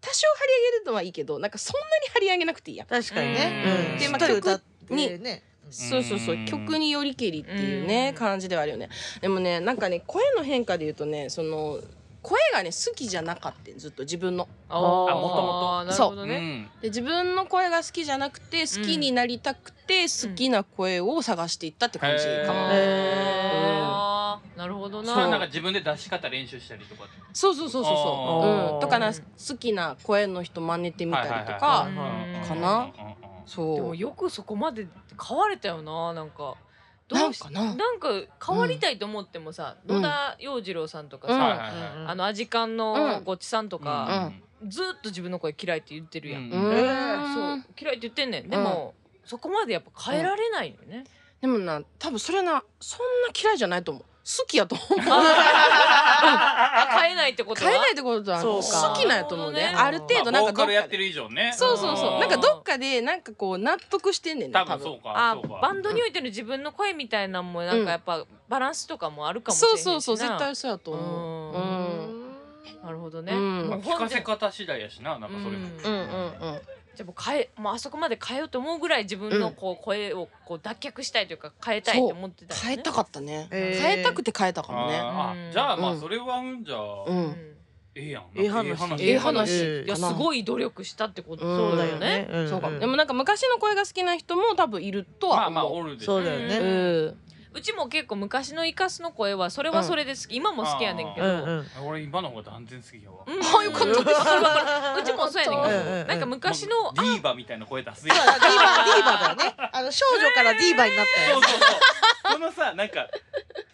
Speaker 3: 多少張り上げるのはいいけどなんかそんなに張り上げなくていいやん、
Speaker 2: 確かにね。
Speaker 1: う
Speaker 2: うんん。
Speaker 1: で
Speaker 2: し
Speaker 1: まあ
Speaker 2: っとり歌っ
Speaker 3: 曲に
Speaker 2: てね。
Speaker 3: そうそうそううん曲によりけりっていうね、
Speaker 1: うん
Speaker 3: 感じではあるよねでもねなんかね声の変化で言うとねその声がね好きじゃなかったずっと自分の
Speaker 1: あ
Speaker 2: あ
Speaker 4: もともと
Speaker 1: ーなるほどね。
Speaker 3: で自分の声が好きじゃなくて好きになりたくて、好きな声を探していったって感じ
Speaker 4: うん
Speaker 3: かも、
Speaker 2: へ
Speaker 1: あーなるほど
Speaker 4: うん、それなんか
Speaker 1: な。
Speaker 4: 自分で出し方練習したりとか
Speaker 3: そうそうそうそうそ
Speaker 2: あー
Speaker 3: う、うん、とかな
Speaker 1: うん
Speaker 3: 好きな声の人真似てみたりとか、
Speaker 4: はい
Speaker 1: か
Speaker 4: はいはい
Speaker 3: かな
Speaker 4: うんうんうん
Speaker 1: でも
Speaker 3: そう
Speaker 1: よくそこまで買われたよななんか。
Speaker 3: な
Speaker 1: ど
Speaker 3: ん
Speaker 1: うし
Speaker 3: かな
Speaker 1: なんか変わりたいと思ってもさ、
Speaker 3: う
Speaker 1: 野
Speaker 3: ん
Speaker 1: 田洋次郎さんとか
Speaker 3: うん
Speaker 4: はい
Speaker 1: さ、
Speaker 4: はいはい
Speaker 1: あのアジカンのごちさんと
Speaker 4: う
Speaker 1: か、
Speaker 4: ん
Speaker 1: ずーっと自分の声嫌いって言ってるやん。
Speaker 4: うん
Speaker 3: うん
Speaker 1: えーそう嫌いって言ってんねんでも、そこまでやっぱ変えられないよね、
Speaker 3: でもな多分それなそんな嫌いじゃないと思う好きやと思う [LAUGHS]
Speaker 1: あ変えないってことは
Speaker 3: 変えないってことは
Speaker 2: そうか
Speaker 3: 好きなんやと思う
Speaker 1: なる
Speaker 3: ね
Speaker 1: ほどね
Speaker 3: ある程度
Speaker 4: ま
Speaker 3: な
Speaker 4: あ
Speaker 3: んか
Speaker 4: ボー
Speaker 3: ど
Speaker 4: カ
Speaker 3: っ
Speaker 4: ルや
Speaker 3: か
Speaker 4: って
Speaker 3: で
Speaker 4: る以上ね
Speaker 3: そうそう
Speaker 1: う
Speaker 3: そ
Speaker 1: ん
Speaker 3: うなんかどっかでなんかこう納得してんねんね
Speaker 4: 多分そうか
Speaker 1: あ
Speaker 4: そうか
Speaker 1: バンドにおいての自分の声みたいなんもなんかやっぱバランスとかもあるかもしれ
Speaker 3: そ
Speaker 1: な
Speaker 3: う
Speaker 1: いしな
Speaker 3: そうそう絶対そうやと思う
Speaker 1: う
Speaker 3: うんん
Speaker 1: なるほどね、
Speaker 3: うん
Speaker 1: もう
Speaker 4: 聞
Speaker 1: ほ
Speaker 4: か
Speaker 1: んじゃ
Speaker 4: せ方次第やしななんかそ
Speaker 1: う
Speaker 4: れも、
Speaker 1: ん
Speaker 3: うんうんうん
Speaker 1: じゃあもう変えもうあそこまで変えようと思うぐらい自分の
Speaker 3: うん
Speaker 1: こう声をこう脱却したいというか変えたいと思ってたよね、
Speaker 3: 変えたかったね、
Speaker 2: えー
Speaker 3: 変えたくて変えたかもね
Speaker 4: あー
Speaker 1: うん
Speaker 4: あじゃあまあ
Speaker 3: うん
Speaker 4: それはうんじゃあ
Speaker 3: う
Speaker 1: うんん
Speaker 4: ええやん
Speaker 2: ええ
Speaker 4: なんか
Speaker 2: 話。
Speaker 3: ええ話
Speaker 2: ええ
Speaker 1: いやすごい努力したってこと
Speaker 3: うん
Speaker 2: そうだよね。ん
Speaker 3: そうかも
Speaker 2: ん
Speaker 3: でもなんか昔の声が好きな人も多分いると
Speaker 4: ま
Speaker 3: は
Speaker 4: あまあ
Speaker 3: 思う
Speaker 4: おるでし
Speaker 2: そ
Speaker 4: ょ
Speaker 2: うだよ
Speaker 1: う
Speaker 2: ね。
Speaker 3: うん
Speaker 1: うちも結構昔のイカスの声はそれはそれで好き、今も好きやねんけ
Speaker 2: う
Speaker 1: ど、
Speaker 2: ん
Speaker 1: う
Speaker 2: うんん。
Speaker 4: 俺今の方が断然好きやわ
Speaker 1: うん
Speaker 3: あよかった
Speaker 1: わかるわかるうちもそうやねんけど、
Speaker 2: うんうんうん
Speaker 1: なんか昔の、
Speaker 4: ディーバみたいな声出すやん
Speaker 2: ディーバディーバだよね。あの少女からディーバになった
Speaker 4: そ
Speaker 2: よ
Speaker 4: う。そうそうそのさなんか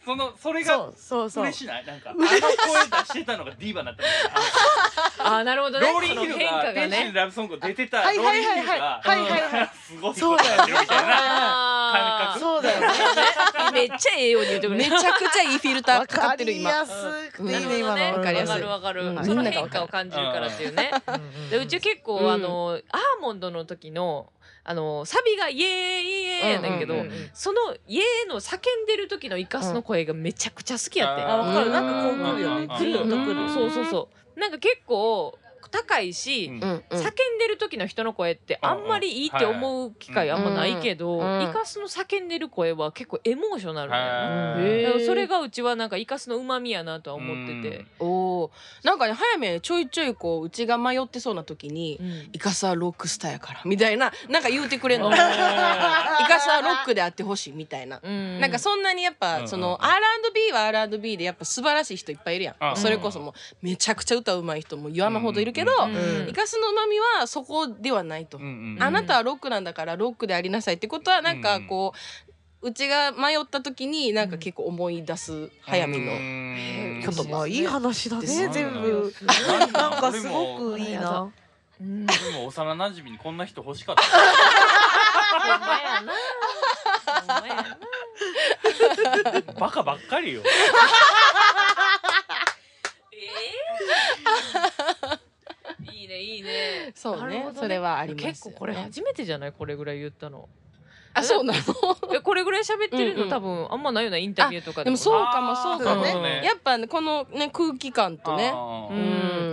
Speaker 4: そのそれ
Speaker 2: そ
Speaker 4: が
Speaker 2: うそうそう
Speaker 4: 嬉。しないなんかあの声出してたのがディーバになったみたいな
Speaker 1: ああーなるほどね
Speaker 4: ローリンヒル
Speaker 1: その変
Speaker 4: が
Speaker 1: 化が
Speaker 4: 天使
Speaker 1: ね
Speaker 4: のラブソング出てたロ
Speaker 2: は
Speaker 4: ー
Speaker 2: い
Speaker 4: リ
Speaker 2: はい
Speaker 4: ン
Speaker 2: はい
Speaker 4: ヒルが
Speaker 2: はいはいはいはい
Speaker 4: [LAUGHS] すごいことやってるみたいな
Speaker 1: あ
Speaker 4: 感
Speaker 2: そうだよね。
Speaker 1: ーめっちゃええように言ってくれ
Speaker 3: めちゃくちゃいいフィルター
Speaker 2: わ
Speaker 3: かか
Speaker 2: か
Speaker 3: ってる
Speaker 2: り [LAUGHS]
Speaker 3: 今
Speaker 2: やすくてい
Speaker 1: ないるほど
Speaker 2: ね今
Speaker 1: ねわ
Speaker 2: の。
Speaker 3: わ
Speaker 1: か
Speaker 3: かり
Speaker 1: る
Speaker 3: やすい
Speaker 1: わかる、
Speaker 3: うん
Speaker 1: その変化を感じるからっていうね
Speaker 2: うん
Speaker 1: でうち結構、
Speaker 3: うん
Speaker 1: あのアーモンドの時のあのサビが「イエーイイエーイ」やねんけど、
Speaker 3: う
Speaker 1: その「イエーイ」の叫んでる時のイカスの声がめちゃくちゃ好きやって、
Speaker 4: うん
Speaker 2: あわかるなんかこう来るよ
Speaker 4: うん
Speaker 2: ね。ずっと来る。
Speaker 1: そうそうそうなんか結構高いし、
Speaker 4: うん
Speaker 3: うんうん
Speaker 1: 叫んでる時の人の声ってあんまりいいって思う機会あんまないけど、
Speaker 3: うんうん
Speaker 1: イカスの叫んでる声は結構エモーショナルだよね
Speaker 4: は
Speaker 2: うん
Speaker 4: い
Speaker 1: だ
Speaker 3: へ
Speaker 1: か
Speaker 3: ー
Speaker 1: らそれがうちはなんかイカスの旨味やなとは思ってて、
Speaker 3: おーなんかね早めちょいちょいこううちが迷ってそうな時に
Speaker 1: うん
Speaker 3: 「イカスはロックスターやから」みたいななんか言うてくれんの「イ
Speaker 4: あ
Speaker 3: カスはロックであってほしい」みたいな。
Speaker 1: うん
Speaker 3: なんかそんなにやっ
Speaker 4: うんう
Speaker 3: ぱ
Speaker 4: ん
Speaker 3: その R&B は R&B でやっぱ素晴らしい人いっぱいいるや
Speaker 4: うん
Speaker 3: んそれこそもうめちゃくちゃ歌うまい人も言わんほどいるけど
Speaker 4: うん
Speaker 1: うん
Speaker 3: イカスのうまみはそこではないと
Speaker 4: うんうん
Speaker 3: あなたはロックなんだからロックでありなさいってことはなんかこううちが迷った時になんか結構思い出す早見の
Speaker 4: うん
Speaker 3: 言葉
Speaker 2: いい話だね
Speaker 3: ですね
Speaker 2: 全部。
Speaker 4: なんか
Speaker 2: なんかすごくいいな。
Speaker 1: うん
Speaker 4: 俺も幼馴染にこんな人欲しかった
Speaker 1: ほんまやなほんまやな
Speaker 4: バカばっかりよ。
Speaker 1: えーいいねいいね
Speaker 3: そう
Speaker 1: なる
Speaker 3: ね
Speaker 1: ほどね
Speaker 3: それはありますよ、ね、
Speaker 1: 結構これ初めてじゃないこれぐらい言ったの
Speaker 3: あそうなの
Speaker 4: [LAUGHS]
Speaker 1: えこれぐらい喋ってるの、
Speaker 3: うんうん
Speaker 1: 多分あんまないようなインタビューとか
Speaker 3: で
Speaker 1: で
Speaker 3: も
Speaker 1: も
Speaker 3: そうかもそうかも
Speaker 1: あーそう
Speaker 4: ね
Speaker 3: やっぱねこのね空気感とね
Speaker 4: あ
Speaker 1: う
Speaker 4: ー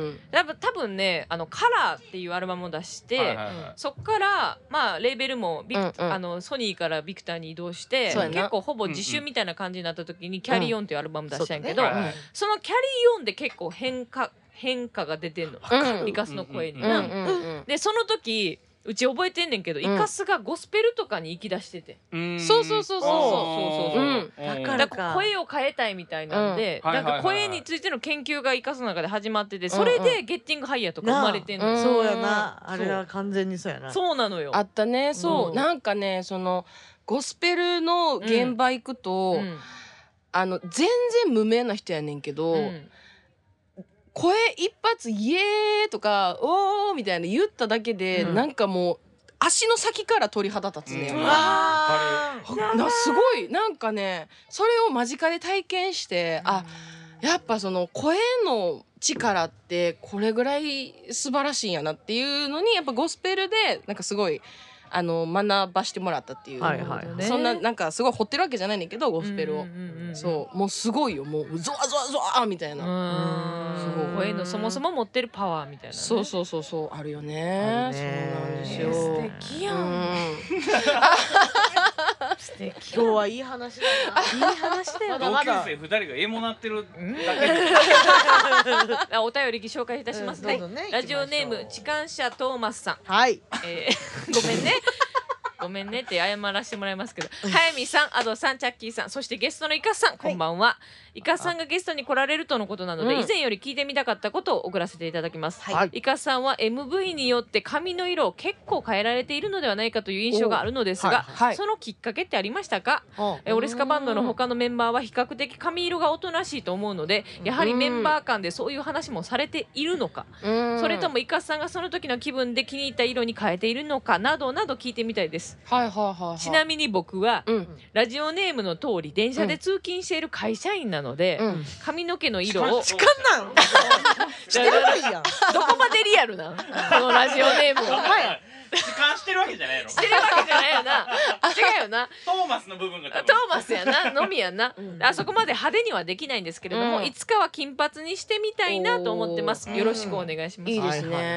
Speaker 1: んやっぱ多分ねあのカラーっていうアルバムを出して、
Speaker 4: はいはいはい
Speaker 1: そっからまあレーベルもビク、
Speaker 3: うんうん
Speaker 1: あのソニーからビクターに移動して
Speaker 3: そうやな
Speaker 1: 結構ほぼ自主みたいな感じになった時に「キャリーオンっていうアルバム出したんやけど、
Speaker 4: うん
Speaker 1: そ
Speaker 4: そうだねはい
Speaker 1: の「キャリーオンで結構変化変化が出てんの、
Speaker 3: うん
Speaker 1: イカスの声に。
Speaker 4: うん
Speaker 3: うんう
Speaker 1: なん
Speaker 3: うん
Speaker 1: でその時うち覚えてんねんけど、
Speaker 3: ん
Speaker 1: イカスがゴスペルとかに行き出してて。
Speaker 4: うん
Speaker 3: そうそうそうそう
Speaker 1: そうそうそうそう
Speaker 2: だか
Speaker 1: だ
Speaker 2: ら
Speaker 1: から声を変えたいみたいなんで、
Speaker 4: うんは
Speaker 1: な
Speaker 4: いは
Speaker 1: ん
Speaker 4: いはいは
Speaker 1: か
Speaker 4: い
Speaker 1: 声についての研究がイカスの中で始まってて、それ
Speaker 3: うん
Speaker 1: でゲッティングハイヤーとか生まれてんのよ、
Speaker 3: な
Speaker 2: そうやな
Speaker 1: うん
Speaker 2: あれは完全にそうやな
Speaker 1: そうなのよ。
Speaker 3: あったねそう、
Speaker 1: うん
Speaker 3: なんかねそのゴスペルの現場行くと、
Speaker 1: うん
Speaker 3: あの全然無名な人やねんけど、
Speaker 1: うん
Speaker 3: 声一発「イエーイ!」とか「おー!」みたいな言っただけで、
Speaker 1: うん
Speaker 3: なんかもう足の先から鳥肌立つね、
Speaker 4: う
Speaker 2: うんわー
Speaker 3: なすごいなんかねそれを間近で体験して、あやっぱその声の力ってこれぐらい素晴らしいんやなっていうのにやっぱゴスペルでなんかすごいあの学ばしてもらったっていう、
Speaker 2: はいはい
Speaker 1: なるほどね
Speaker 3: そんななんかすごい掘ってるわけじゃないねんけどゴスペルを、
Speaker 1: うんうんうんうん
Speaker 3: そうもうすごいよもうゾワゾワゾワみたいうな、
Speaker 1: ん
Speaker 2: うん
Speaker 1: すごい声のそもそも持ってるパワーみたいなね、
Speaker 3: そうそうそうそうあるよ
Speaker 2: あ
Speaker 3: ね
Speaker 2: るね
Speaker 3: そうなんです
Speaker 1: ね
Speaker 3: よ、
Speaker 1: 素敵やん、素敵
Speaker 2: 今日はいい話だ
Speaker 1: いい話だよな
Speaker 2: ま
Speaker 3: [LAUGHS]
Speaker 2: だ
Speaker 4: 同
Speaker 2: ま
Speaker 4: 級
Speaker 2: だ
Speaker 4: 生二人がエモなってる
Speaker 1: うん
Speaker 4: だけで
Speaker 1: あお便り紹介いたしますね,、
Speaker 2: うんどうぞね
Speaker 1: ラジオネーム
Speaker 2: 行きましょう
Speaker 1: 痴漢者トーマスさん、
Speaker 2: なはい
Speaker 1: え
Speaker 2: [LAUGHS]
Speaker 1: ーごめんねごめんねって謝らせてもらいますけど早見さんアドさんチャッキーさんそしてゲストのイカさんこんばんは、イカさんがゲストに来られるとのことなので、
Speaker 3: うん
Speaker 1: 以前より聞いてみたかったことを送らせていただきます、
Speaker 2: はい
Speaker 1: イカさんは MV によって髪の色を結構変えられているのではないかという印象があるのですが、
Speaker 2: おはい
Speaker 3: はい
Speaker 1: そのきっかけってありましたか
Speaker 2: うん
Speaker 1: えオレスカバンドの他のメンバーは比較的髪色がおとなしいと思うのでやはりメンバー間でそういう話もされているのか
Speaker 3: うん
Speaker 1: それともイカさんがその時の気分で気に入った色に変えているのかなどなど聞いてみたいです
Speaker 3: はいはいはいはい
Speaker 1: ちなみに僕は
Speaker 3: うん
Speaker 1: ラジオネームの通り電車で通勤している会社員なので
Speaker 3: うん
Speaker 1: 髪の毛の色を
Speaker 4: 痴
Speaker 2: かんなんしてないやん
Speaker 1: どこまでリアルなこのラジオネー
Speaker 3: [LAUGHS]
Speaker 1: ムを
Speaker 2: お前
Speaker 4: 痴漢してるわけじゃないの
Speaker 1: してるわけじゃないよな違うよ
Speaker 3: [LAUGHS]
Speaker 1: な
Speaker 4: トーマスの部分が多
Speaker 1: トー
Speaker 4: 分
Speaker 1: マスやなのみやな
Speaker 2: うん
Speaker 1: あそこまで派手にはできないんですけれども、
Speaker 3: うん
Speaker 1: いつかは金髪にしてみたいなと思ってます
Speaker 3: おー
Speaker 1: よろしくお願いします
Speaker 3: いいですね
Speaker 2: はいはいはい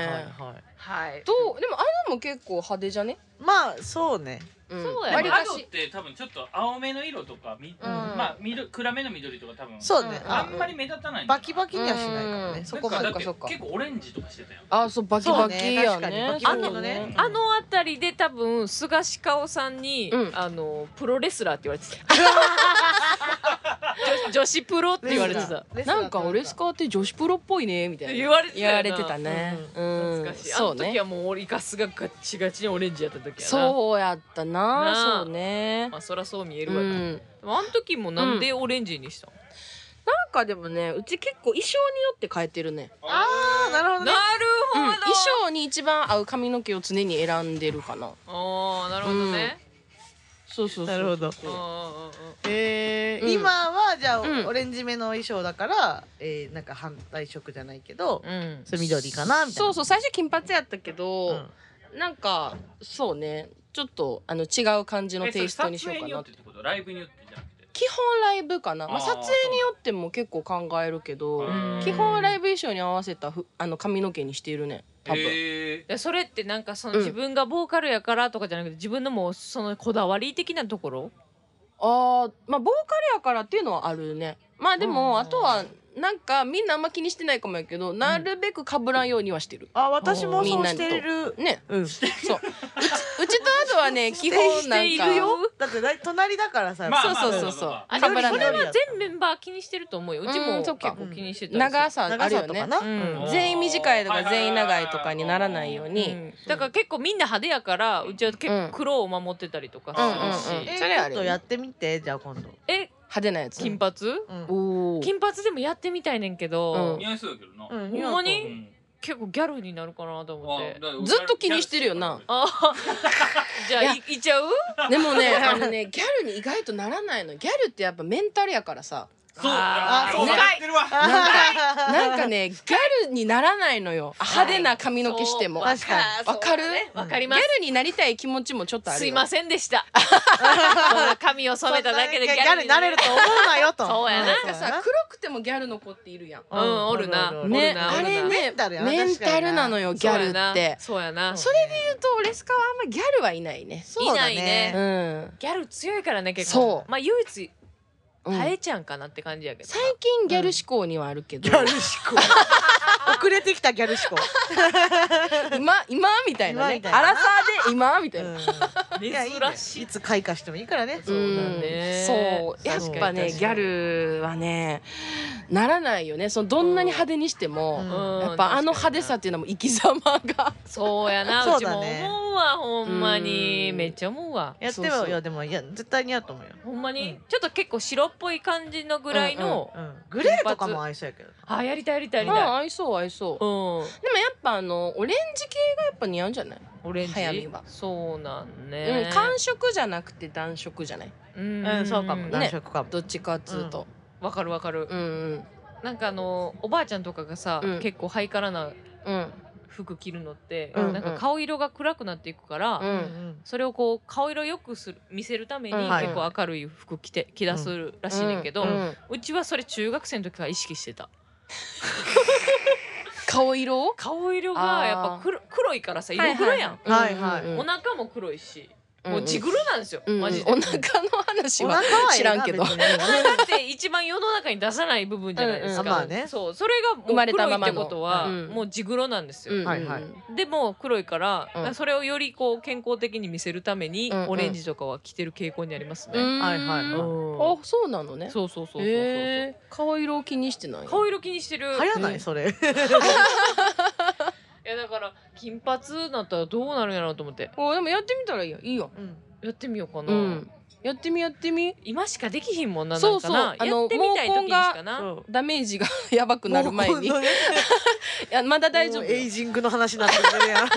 Speaker 2: はい
Speaker 1: はい
Speaker 3: どうでもあれも結構派手じゃね、
Speaker 2: まあそうね
Speaker 3: うん、
Speaker 1: そうやね
Speaker 4: 割
Speaker 3: 割
Speaker 4: と
Speaker 3: か
Speaker 4: アド
Speaker 3: し
Speaker 4: っ
Speaker 3: て
Speaker 4: 多分ちょっと青めの色とかみ、
Speaker 3: うん
Speaker 4: まあ緑暗めの緑とか多分
Speaker 2: そうね
Speaker 3: うん
Speaker 4: あ
Speaker 2: あ
Speaker 4: んまり目立たないんじゃな
Speaker 2: バ
Speaker 4: い
Speaker 2: キバキにはしないから
Speaker 3: う
Speaker 2: ね
Speaker 3: ん
Speaker 2: そ
Speaker 4: そ
Speaker 2: こ
Speaker 4: こ
Speaker 2: ま
Speaker 4: か
Speaker 2: で
Speaker 4: だ
Speaker 3: そ
Speaker 4: っ
Speaker 3: っかそってか
Speaker 4: 結構オレンジとかしてたよ
Speaker 3: あそうバキバキや
Speaker 2: そうね確かに
Speaker 3: ね
Speaker 2: バキバキのね
Speaker 1: あの辺りで多分菅氏顔さんに、
Speaker 3: うん
Speaker 1: あのプロレスラーって言われて
Speaker 3: [LAUGHS]
Speaker 1: た女女子プロって言われてた
Speaker 2: レスラー
Speaker 3: なんかオレスカって女子プロっぽいねみたいな
Speaker 1: 言われてたよ
Speaker 3: 言
Speaker 1: な
Speaker 3: われてたね、うん
Speaker 1: 懐かしいあ
Speaker 3: そ
Speaker 1: の
Speaker 3: う
Speaker 1: 時
Speaker 3: ね
Speaker 1: はもう俺イカスがガッチガチにオレンジやった時やな
Speaker 3: そうやったな
Speaker 1: なあ
Speaker 3: そうね
Speaker 1: まあそらそう見え
Speaker 3: う
Speaker 1: るわ、で
Speaker 3: ん
Speaker 1: もあの時もなんでオレンジにしたの、
Speaker 3: なんかでもねうち結構衣装によって変えてるね、
Speaker 2: ああなるほど
Speaker 1: な
Speaker 2: ね
Speaker 1: るほど、
Speaker 3: 衣装に一番合う髪の毛を常に選んでるかな
Speaker 1: あーなるほどね、
Speaker 3: そうそうそう
Speaker 2: なるほど
Speaker 1: うんうんうんうん
Speaker 2: えー
Speaker 3: うん
Speaker 2: 今はじゃあ、
Speaker 3: うん
Speaker 2: オレンジ目の衣装だから、えー、なんか反対色じゃないけど、
Speaker 1: うん
Speaker 2: それ緑かなみたい
Speaker 3: そ
Speaker 2: な
Speaker 3: うそう最初金髪やったけ
Speaker 2: う
Speaker 3: ど
Speaker 2: ん、
Speaker 3: なんかそうねちょっとあの違う感じの
Speaker 4: えそ
Speaker 3: テ
Speaker 4: れ
Speaker 3: イストにしよう
Speaker 4: 撮影
Speaker 3: か
Speaker 4: によ
Speaker 3: な
Speaker 4: ってってことライブによってじゃなくて
Speaker 3: 基本ライブかなまあ、
Speaker 4: あー
Speaker 3: 撮影によっても結構考えるけど
Speaker 4: うん
Speaker 3: 基本はライブ衣装に合わせたふあの髪の毛にしているね多分、
Speaker 4: え
Speaker 1: でそれってなんかその
Speaker 3: うん
Speaker 1: 自分がボーカルやからとかじゃなくて自分のもうそのこだわり的なところ
Speaker 3: あーまあボーカルやからっていうのはあるねまあで
Speaker 1: うん
Speaker 3: もあとはなんかみんなあんま気にしてないかもやけどなるべく被らんようにはしてる、
Speaker 2: あ私も
Speaker 3: み
Speaker 2: そ
Speaker 3: ん
Speaker 2: う
Speaker 3: な
Speaker 2: し
Speaker 3: に
Speaker 2: てる
Speaker 3: ね
Speaker 2: うん
Speaker 3: そううちうちとあとはね基本なんか
Speaker 1: しているよ
Speaker 2: だってだい隣だからさ、
Speaker 4: まあ
Speaker 3: そう
Speaker 4: ま
Speaker 3: そうそうそう
Speaker 4: ま
Speaker 1: あで
Speaker 3: 被
Speaker 1: も
Speaker 3: ら
Speaker 1: そ
Speaker 3: ん
Speaker 1: れ
Speaker 3: ように
Speaker 1: は全メンバー気にしてると思うようち
Speaker 3: う
Speaker 1: も
Speaker 3: んそ
Speaker 1: 結
Speaker 3: っか
Speaker 1: 構気にしてたりする
Speaker 3: 長さあ
Speaker 2: 長
Speaker 3: るよ
Speaker 2: さとか
Speaker 3: ね
Speaker 2: な、
Speaker 1: うん
Speaker 4: ー
Speaker 3: 全員短いと
Speaker 4: は
Speaker 3: か
Speaker 4: は
Speaker 3: 全員長いとかにならないよう
Speaker 1: う
Speaker 3: に
Speaker 1: んだから結構みんな派手やからうちは結構黒を守ってたりとかするし、
Speaker 3: うんうんうん
Speaker 2: え
Speaker 3: それ
Speaker 2: ちょ
Speaker 3: あ
Speaker 2: っ
Speaker 3: る
Speaker 2: とやってみてじゃあ今度、
Speaker 1: え
Speaker 3: 派手なやつ
Speaker 1: 金髪、
Speaker 2: うん
Speaker 3: おお
Speaker 1: 金髪でもやってみたいねんけど、
Speaker 3: うん
Speaker 4: 似合いそうやけどな、
Speaker 2: うん
Speaker 1: ほんま
Speaker 4: う
Speaker 1: に
Speaker 4: ん
Speaker 1: 結構ギャルになるかなと思って
Speaker 4: あだから
Speaker 3: ずっと気にしてるよな
Speaker 1: あ [LAUGHS] ーじゃあいいっちゃう
Speaker 3: [LAUGHS] でもねあのねギャルに意外とならないのギャルってやっぱメンタルやからさ
Speaker 4: そう
Speaker 1: あ
Speaker 2: ー
Speaker 4: あ
Speaker 2: そう
Speaker 4: 分
Speaker 2: だ
Speaker 4: かってるわ
Speaker 3: なんかねギャルにならないのよ派手な髪の毛しても
Speaker 1: そう
Speaker 3: ギ
Speaker 2: 確か
Speaker 1: わかる
Speaker 3: わかる
Speaker 1: わかり
Speaker 3: ャ
Speaker 1: ます
Speaker 3: ルになりたい気持ちもちょっとあるよ
Speaker 1: すいませんで
Speaker 3: [LAUGHS]
Speaker 1: した。髪を染めただけで
Speaker 2: ギャルになれると思うなよと
Speaker 1: そうや
Speaker 3: なんかさ
Speaker 2: う
Speaker 3: 黒くてもギャルの子っているやん
Speaker 1: うんおるなおるな
Speaker 3: ね
Speaker 1: お
Speaker 3: あ
Speaker 1: るな
Speaker 3: れ
Speaker 2: メ
Speaker 3: ね
Speaker 2: ンタルやな
Speaker 3: メンタルなのよギャルって
Speaker 1: そうやな。
Speaker 3: それで言うとレスカはあんまギャルはいないね
Speaker 2: そうだ
Speaker 1: いないね
Speaker 3: うん
Speaker 1: ギャル強いからね結構。
Speaker 3: そう
Speaker 1: まあ唯一
Speaker 3: うん
Speaker 1: 耐えちゃんかなって感じやけど。
Speaker 3: 最近ギャル志向にはあるけど
Speaker 2: ギャル思考遅れてきたギャル思考
Speaker 3: 今今みたいな
Speaker 2: 今み
Speaker 3: ね
Speaker 2: たいな
Speaker 3: アラサーで今みたいな
Speaker 2: うんやいいね
Speaker 1: 珍しい
Speaker 2: いつ開花してもいいからね
Speaker 1: そうだね
Speaker 3: そうやっ
Speaker 1: 確かに
Speaker 3: ぱね
Speaker 1: 確
Speaker 3: ギ
Speaker 1: か
Speaker 3: ャ
Speaker 1: に
Speaker 3: ルはねならないよねそのどんなに派手にしても、
Speaker 2: うん
Speaker 3: やっぱあの派手さっていうのも生き様が
Speaker 1: そうやな
Speaker 3: [LAUGHS]
Speaker 2: そうう
Speaker 1: ち
Speaker 2: だ
Speaker 1: も
Speaker 2: ね
Speaker 1: 思うわほんまに
Speaker 3: うん
Speaker 1: めっちゃ思うわ
Speaker 2: やって
Speaker 3: そう
Speaker 2: も
Speaker 3: そう
Speaker 2: いやでもいや絶対似合うと思うよ
Speaker 1: ほんまに
Speaker 2: うん
Speaker 1: ちょっと結構白っぽい感じのぐらいの
Speaker 2: うんグレーとかも合いそうやけど
Speaker 1: あやりたいやりたいやり
Speaker 3: あ
Speaker 1: たい
Speaker 3: あ合いそう合いそう
Speaker 1: う
Speaker 3: で
Speaker 1: ん
Speaker 3: もやっぱあのオレンジ系がやっぱ似合うんじゃない、
Speaker 1: オレン
Speaker 3: 早
Speaker 1: ジ
Speaker 3: 見は
Speaker 1: そうなんね
Speaker 3: うん寒色じゃなくて暖色じゃない
Speaker 1: うん
Speaker 2: うんそうかも
Speaker 1: ね
Speaker 2: 男色かも
Speaker 3: どっちかっつうと
Speaker 1: わかるわかる
Speaker 3: うんうん
Speaker 1: なんかあのおばあちゃんとかがさ
Speaker 3: うん
Speaker 1: 結構ハイカラな
Speaker 3: うん
Speaker 1: 服着るのって
Speaker 3: うん
Speaker 1: なんか顔色が暗くなっていくから
Speaker 3: うん
Speaker 1: それをこう顔色よくする見せるために
Speaker 3: うんはい
Speaker 1: 結構明るい服着て着だすらしいねんけど、
Speaker 3: う
Speaker 1: うん
Speaker 3: うん
Speaker 1: ちはそれ中学生の時から意識してた
Speaker 3: 顔色
Speaker 1: 顔色がやっぱ黒黒いからさ色黒やん、
Speaker 2: はいはい
Speaker 3: うんうん
Speaker 1: お腹も黒いし、
Speaker 3: うん
Speaker 1: もうジグルなんですよ、
Speaker 3: うんうん
Speaker 1: マジで、
Speaker 3: お腹の話
Speaker 2: お
Speaker 3: は
Speaker 2: 腹はええな
Speaker 3: 知らんけど
Speaker 2: 別にね
Speaker 1: それだって一番世の中に出さない部分じゃないですか、
Speaker 3: うん
Speaker 2: うんまあね
Speaker 1: そうそれがもう
Speaker 3: 生まれた
Speaker 1: 黒い
Speaker 3: ま
Speaker 1: っ
Speaker 3: ま
Speaker 1: て
Speaker 3: の
Speaker 1: ことは
Speaker 3: うん
Speaker 1: もうジグロなんですよ、
Speaker 3: うんうん
Speaker 2: はいはい
Speaker 1: でも黒いから、
Speaker 3: うん
Speaker 1: それをよりこう健康的に見せるために
Speaker 3: うんうん
Speaker 1: オレンジとかは着てる傾向にあります
Speaker 3: う
Speaker 1: ね、
Speaker 3: ん
Speaker 2: はいはい
Speaker 1: うん
Speaker 2: う
Speaker 3: あそうなのね
Speaker 1: そうそうそうそうそうそう、
Speaker 3: へえ顔色を気にしてない
Speaker 1: 顔色気にしてる
Speaker 2: 流行ないそれ
Speaker 1: いやだから金髪になったらどうなるんやろうと思って
Speaker 3: おでもやってみたらいいよいいよ
Speaker 2: うん
Speaker 1: やってみようかな、
Speaker 3: うんやってみやってみ
Speaker 1: 今しかできひんもんな
Speaker 3: そうそう
Speaker 1: なんかな
Speaker 3: あの
Speaker 1: やってみたい時にしかな
Speaker 2: 毛根が
Speaker 3: ダメージが [LAUGHS] やばくなる前にい
Speaker 2: もうこのね
Speaker 3: やまだ大丈
Speaker 2: も
Speaker 3: 夫
Speaker 2: うエイ
Speaker 3: よ
Speaker 2: ジングの話になってるやん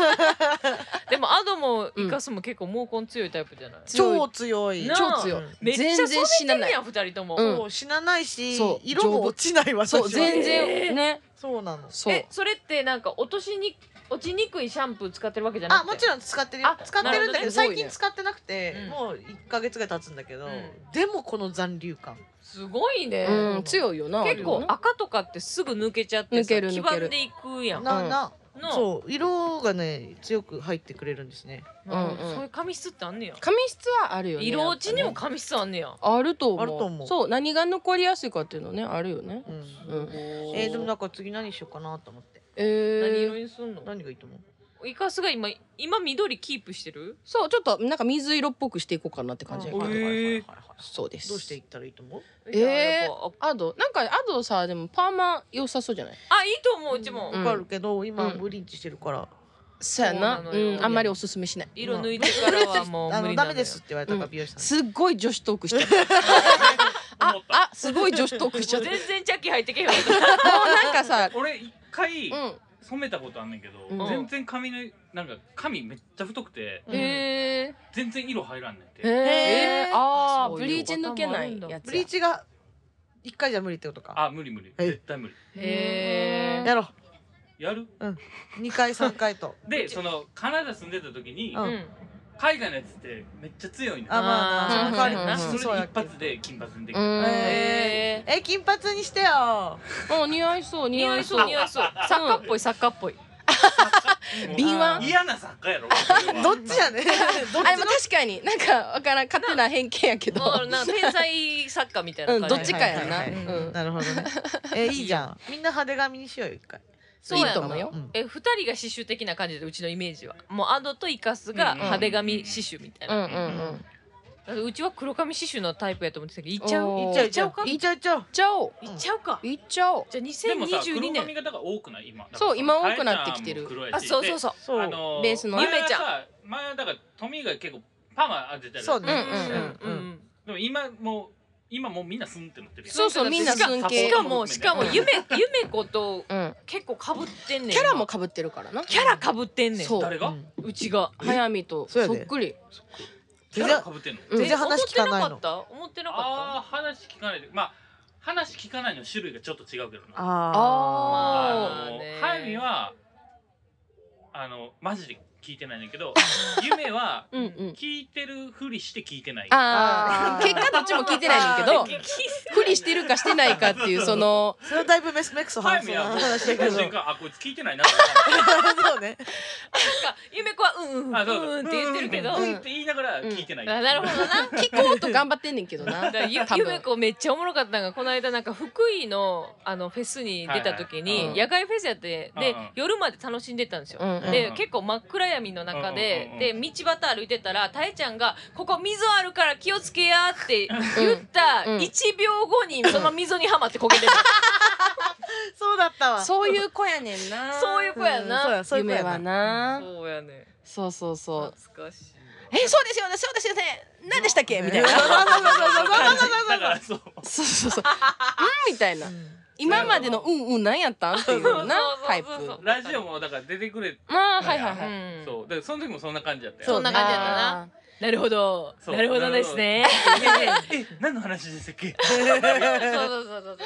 Speaker 1: でもアドもイカスも結構毛根強いタイプじゃない、
Speaker 2: 超強い
Speaker 1: なあ
Speaker 2: 超強い
Speaker 1: めっちゃ染
Speaker 3: 全然死
Speaker 1: め
Speaker 3: な
Speaker 1: て
Speaker 3: な
Speaker 1: る
Speaker 3: い
Speaker 1: やん二人とも、
Speaker 3: うん
Speaker 2: そう死なないし
Speaker 3: そう
Speaker 2: 色も落ちないわ
Speaker 3: そう全
Speaker 1: えー
Speaker 3: 然ね
Speaker 2: そうなの
Speaker 3: そう
Speaker 1: えそれってなんか落としに落ちにくいシャンプー使ってるわけじゃなく
Speaker 2: あ
Speaker 1: て
Speaker 2: もちろん使ってるよ
Speaker 1: あ
Speaker 2: 使ってるんだけど
Speaker 3: なるほどね
Speaker 2: 最近使ってなくて
Speaker 1: うん
Speaker 2: もう1か月ぐらい経つんだけど
Speaker 1: うん
Speaker 2: でもこの残留感
Speaker 1: すごいね、
Speaker 3: うん強いよな
Speaker 1: 結
Speaker 3: あ
Speaker 1: 構
Speaker 3: れはな
Speaker 1: 赤とかってすぐ抜けちゃって
Speaker 3: 抜ける
Speaker 1: 黄
Speaker 3: 抜
Speaker 1: ば
Speaker 3: ける
Speaker 1: んでいくやん
Speaker 2: な
Speaker 3: うん
Speaker 2: な
Speaker 1: の
Speaker 2: そう色がね強く入ってくれるんですね
Speaker 1: う
Speaker 3: うんうん
Speaker 1: そういう髪質ってあんねや
Speaker 3: 髪質はあるよね
Speaker 1: 色落ちに
Speaker 3: や
Speaker 1: も
Speaker 3: っぱね
Speaker 1: 髪質あんねや
Speaker 3: あると思う
Speaker 2: あると思う
Speaker 3: そう何が残りやすいかっていうのねあるよね
Speaker 2: うん
Speaker 3: うん
Speaker 2: えーでもなんか次何しようかなと思って
Speaker 1: 何
Speaker 3: え
Speaker 1: 色
Speaker 3: ー
Speaker 1: にすんの
Speaker 2: 何がいいと思う
Speaker 1: イカスが今今緑キープしてる
Speaker 3: そうちょっとなんか水色っぽくしていこうかなって感じやけ
Speaker 2: はい
Speaker 3: ど
Speaker 2: はい
Speaker 1: えー
Speaker 2: はいはいはい
Speaker 3: そうです
Speaker 2: どうしていったらいいと思う
Speaker 1: じゃあやっ
Speaker 3: アドなんかアドさでもパーマ良さそうじゃない
Speaker 1: ぱあいいと思ううちも、
Speaker 3: ん
Speaker 2: わかるけど今
Speaker 3: うん
Speaker 2: ブリーチしてるから
Speaker 3: そうや
Speaker 1: そう
Speaker 3: な
Speaker 1: なのよ
Speaker 3: うんあんまりおすすめしない
Speaker 1: 色抜いてからはもう
Speaker 2: あ
Speaker 1: 無
Speaker 2: の
Speaker 1: 理な
Speaker 2: ダ
Speaker 1: のよ
Speaker 2: メですって言われたから
Speaker 3: うん
Speaker 2: 美容師さんに
Speaker 3: すっごい女子トークしてるあ
Speaker 4: 思った
Speaker 3: あすごい女子トークしちゃ [LAUGHS]
Speaker 1: も
Speaker 3: っ
Speaker 1: う
Speaker 3: て
Speaker 1: 全
Speaker 3: るも
Speaker 1: 然チャッキー入ってけへんわ
Speaker 3: うなんかさ
Speaker 4: 俺一回
Speaker 3: うん
Speaker 4: 染めたことあんねんけど、
Speaker 3: うん
Speaker 4: 全然髪のなんか髪めっちゃ太くて
Speaker 2: うん
Speaker 3: へ
Speaker 4: 全然色入らんねんて、
Speaker 3: えへ
Speaker 2: へー
Speaker 3: えあ
Speaker 1: そ
Speaker 3: ー
Speaker 1: ういう
Speaker 3: ブリーチ抜けないやつや
Speaker 2: ブリーチが1回じゃ無理ってことか
Speaker 4: あ無理無理
Speaker 2: え
Speaker 4: 絶対無理
Speaker 1: へ
Speaker 2: やろう
Speaker 4: やる
Speaker 2: 2回3回と
Speaker 4: でそのカナダ住んでた時に、
Speaker 2: うん
Speaker 4: 海外のやつってめっちゃ強いんだ
Speaker 2: あ
Speaker 1: あー
Speaker 2: まあなその代わり
Speaker 3: うん
Speaker 2: に
Speaker 4: それ
Speaker 2: そうや
Speaker 4: で一
Speaker 2: けど
Speaker 4: 発で金髪にでき
Speaker 3: う
Speaker 4: る、
Speaker 3: ん
Speaker 1: え
Speaker 2: え金髪にしてよ
Speaker 3: もう似合いそう似
Speaker 1: 匂
Speaker 3: 合
Speaker 1: い
Speaker 3: い
Speaker 1: そ
Speaker 3: そうう
Speaker 1: 匂いそう作家っぽい作家っぽい
Speaker 4: もう
Speaker 3: 敏腕
Speaker 4: 嫌な作家やろそれは
Speaker 2: どっちや
Speaker 3: [LAUGHS]
Speaker 2: ねどっ
Speaker 3: あでも確かになんかわからん勝手な偏見やけど
Speaker 1: もうなんか天才作家みたい
Speaker 3: うん
Speaker 1: な
Speaker 3: ど
Speaker 1: 感
Speaker 3: っ
Speaker 1: じ
Speaker 3: ちかやな
Speaker 2: はいはい
Speaker 1: はいはい
Speaker 3: うん
Speaker 2: なるほどねえいいじゃんみんな派手髪にしようよ一回
Speaker 1: そうやない
Speaker 3: いと思うよ
Speaker 2: ん
Speaker 1: え二人が刺繍的な感じでうちのイメージはもうアドとイカスが派手髪刺繍みたいな、
Speaker 3: う
Speaker 1: うん
Speaker 3: うんうん
Speaker 1: ちは黒髪刺繍のタイプやと思ってたけどいっちゃう
Speaker 3: おー
Speaker 2: いっちゃ
Speaker 1: いう
Speaker 2: い
Speaker 1: っ
Speaker 2: っ
Speaker 1: ち
Speaker 2: ち
Speaker 1: ゃ
Speaker 2: ゃ
Speaker 1: う
Speaker 2: う
Speaker 1: か
Speaker 3: いっちゃおう
Speaker 1: い
Speaker 3: ちゃおう
Speaker 1: っちゃうか
Speaker 3: いっちゃおう
Speaker 1: じゃあ
Speaker 4: でもさ黒
Speaker 1: 2022
Speaker 4: 髪
Speaker 1: 年
Speaker 4: 型が多くない今
Speaker 3: そう今多くなってきてる
Speaker 1: あそうそう
Speaker 4: そ
Speaker 1: そう
Speaker 2: そう
Speaker 4: あの
Speaker 3: ベースの
Speaker 4: 前は
Speaker 1: ゆめちゃん
Speaker 4: さ前はだからトミーが結構パーマ当てたり
Speaker 2: そうね
Speaker 1: う
Speaker 2: うんん
Speaker 1: う
Speaker 2: うんん
Speaker 1: うん
Speaker 4: でも今もう今もうみんなスンってなってるやん
Speaker 3: そうそうみんな寸
Speaker 4: え
Speaker 1: し
Speaker 3: 形
Speaker 1: かもしかもゆめゆめ子と
Speaker 3: うん
Speaker 1: 結構かぶってんねん
Speaker 3: キャラも被ってるからな
Speaker 1: キャラかぶってんねん
Speaker 3: そう
Speaker 4: 誰が
Speaker 2: うん
Speaker 1: うちが
Speaker 3: 早見と
Speaker 2: そうや
Speaker 3: そ
Speaker 2: で
Speaker 3: っくり
Speaker 4: キャラかぶってんの
Speaker 3: うん
Speaker 2: 全然話聞かない
Speaker 1: 思
Speaker 2: の
Speaker 1: ってなかった思ってなか
Speaker 4: ああ話聞かないでまあ話聞かないの種類がちょっと違うけどな。
Speaker 2: あ
Speaker 3: あ
Speaker 4: あ
Speaker 1: まあ
Speaker 4: の
Speaker 1: ね
Speaker 4: 早見はあのマジで聞いてないんだけど夢は
Speaker 3: うんうん
Speaker 4: 聞いてるふりして聞いてない
Speaker 3: あ
Speaker 2: あ
Speaker 3: あ
Speaker 2: ー
Speaker 3: 結果どっちも聞いてないねんだけどふりしてるかしてないかっていうその
Speaker 2: あそれはだいぶメスメクソ
Speaker 4: 早
Speaker 2: 話
Speaker 4: 見
Speaker 2: そう
Speaker 4: は
Speaker 2: な
Speaker 4: もう
Speaker 2: 話
Speaker 4: 聞
Speaker 2: だ
Speaker 4: い [LAUGHS] た
Speaker 2: けど
Speaker 4: 瞬間あこいつ聞いてないなって思っ
Speaker 2: そうね
Speaker 1: 夢子はうんうん
Speaker 4: あそうそう
Speaker 1: うんって言ってるけど、
Speaker 4: た
Speaker 3: うん
Speaker 4: うんって言いながら聞いてない、
Speaker 1: あなるほどな
Speaker 3: 聞こうと頑張ってんねんけどな
Speaker 1: だからゆ
Speaker 3: [LAUGHS] 多分
Speaker 1: 夢子めっちゃおもろかったのがこの間なんか福井のあのフェスに出た時に、
Speaker 4: はい
Speaker 3: はいうん
Speaker 1: 野外フェスやってで、
Speaker 4: うんうん
Speaker 1: 夜まで楽しんでたんですよ。
Speaker 3: うんうん
Speaker 1: で
Speaker 4: うん
Speaker 1: 結構真っ暗闇の中で
Speaker 4: うんうん
Speaker 1: で
Speaker 4: うん
Speaker 1: 道端歩いてたらたえちゃんが「ここ溝あるから気をつけや」って言った
Speaker 3: うんうん
Speaker 1: 1秒後にその溝にはまってこけて [LAUGHS] る
Speaker 2: そうだったわ
Speaker 3: そういう子やねんな
Speaker 1: そういう子やな
Speaker 2: そうやそういう子
Speaker 3: 夢
Speaker 2: や
Speaker 3: はな
Speaker 1: そうやね
Speaker 3: そうそうそう
Speaker 1: 懐かしい
Speaker 3: えそうですよねそうですよね何でしたっけ
Speaker 2: [LAUGHS]
Speaker 3: みたいな
Speaker 2: そうそうそうそうそう
Speaker 4: 感じだからそう
Speaker 3: [LAUGHS] そうそうそううんみたいな今までのうんうんなんやったんっていうなタイプ
Speaker 1: そうそうそう
Speaker 4: ラジオもだから出てくれ
Speaker 3: まあはいはいは
Speaker 1: う
Speaker 3: い
Speaker 1: ん
Speaker 4: そうでその時もそんな感じだったよ
Speaker 1: そんな感じやった
Speaker 3: あー
Speaker 1: ななるほど
Speaker 4: そう
Speaker 1: なるほどですね
Speaker 4: え何の話でしたっけ
Speaker 1: そうそうそうそう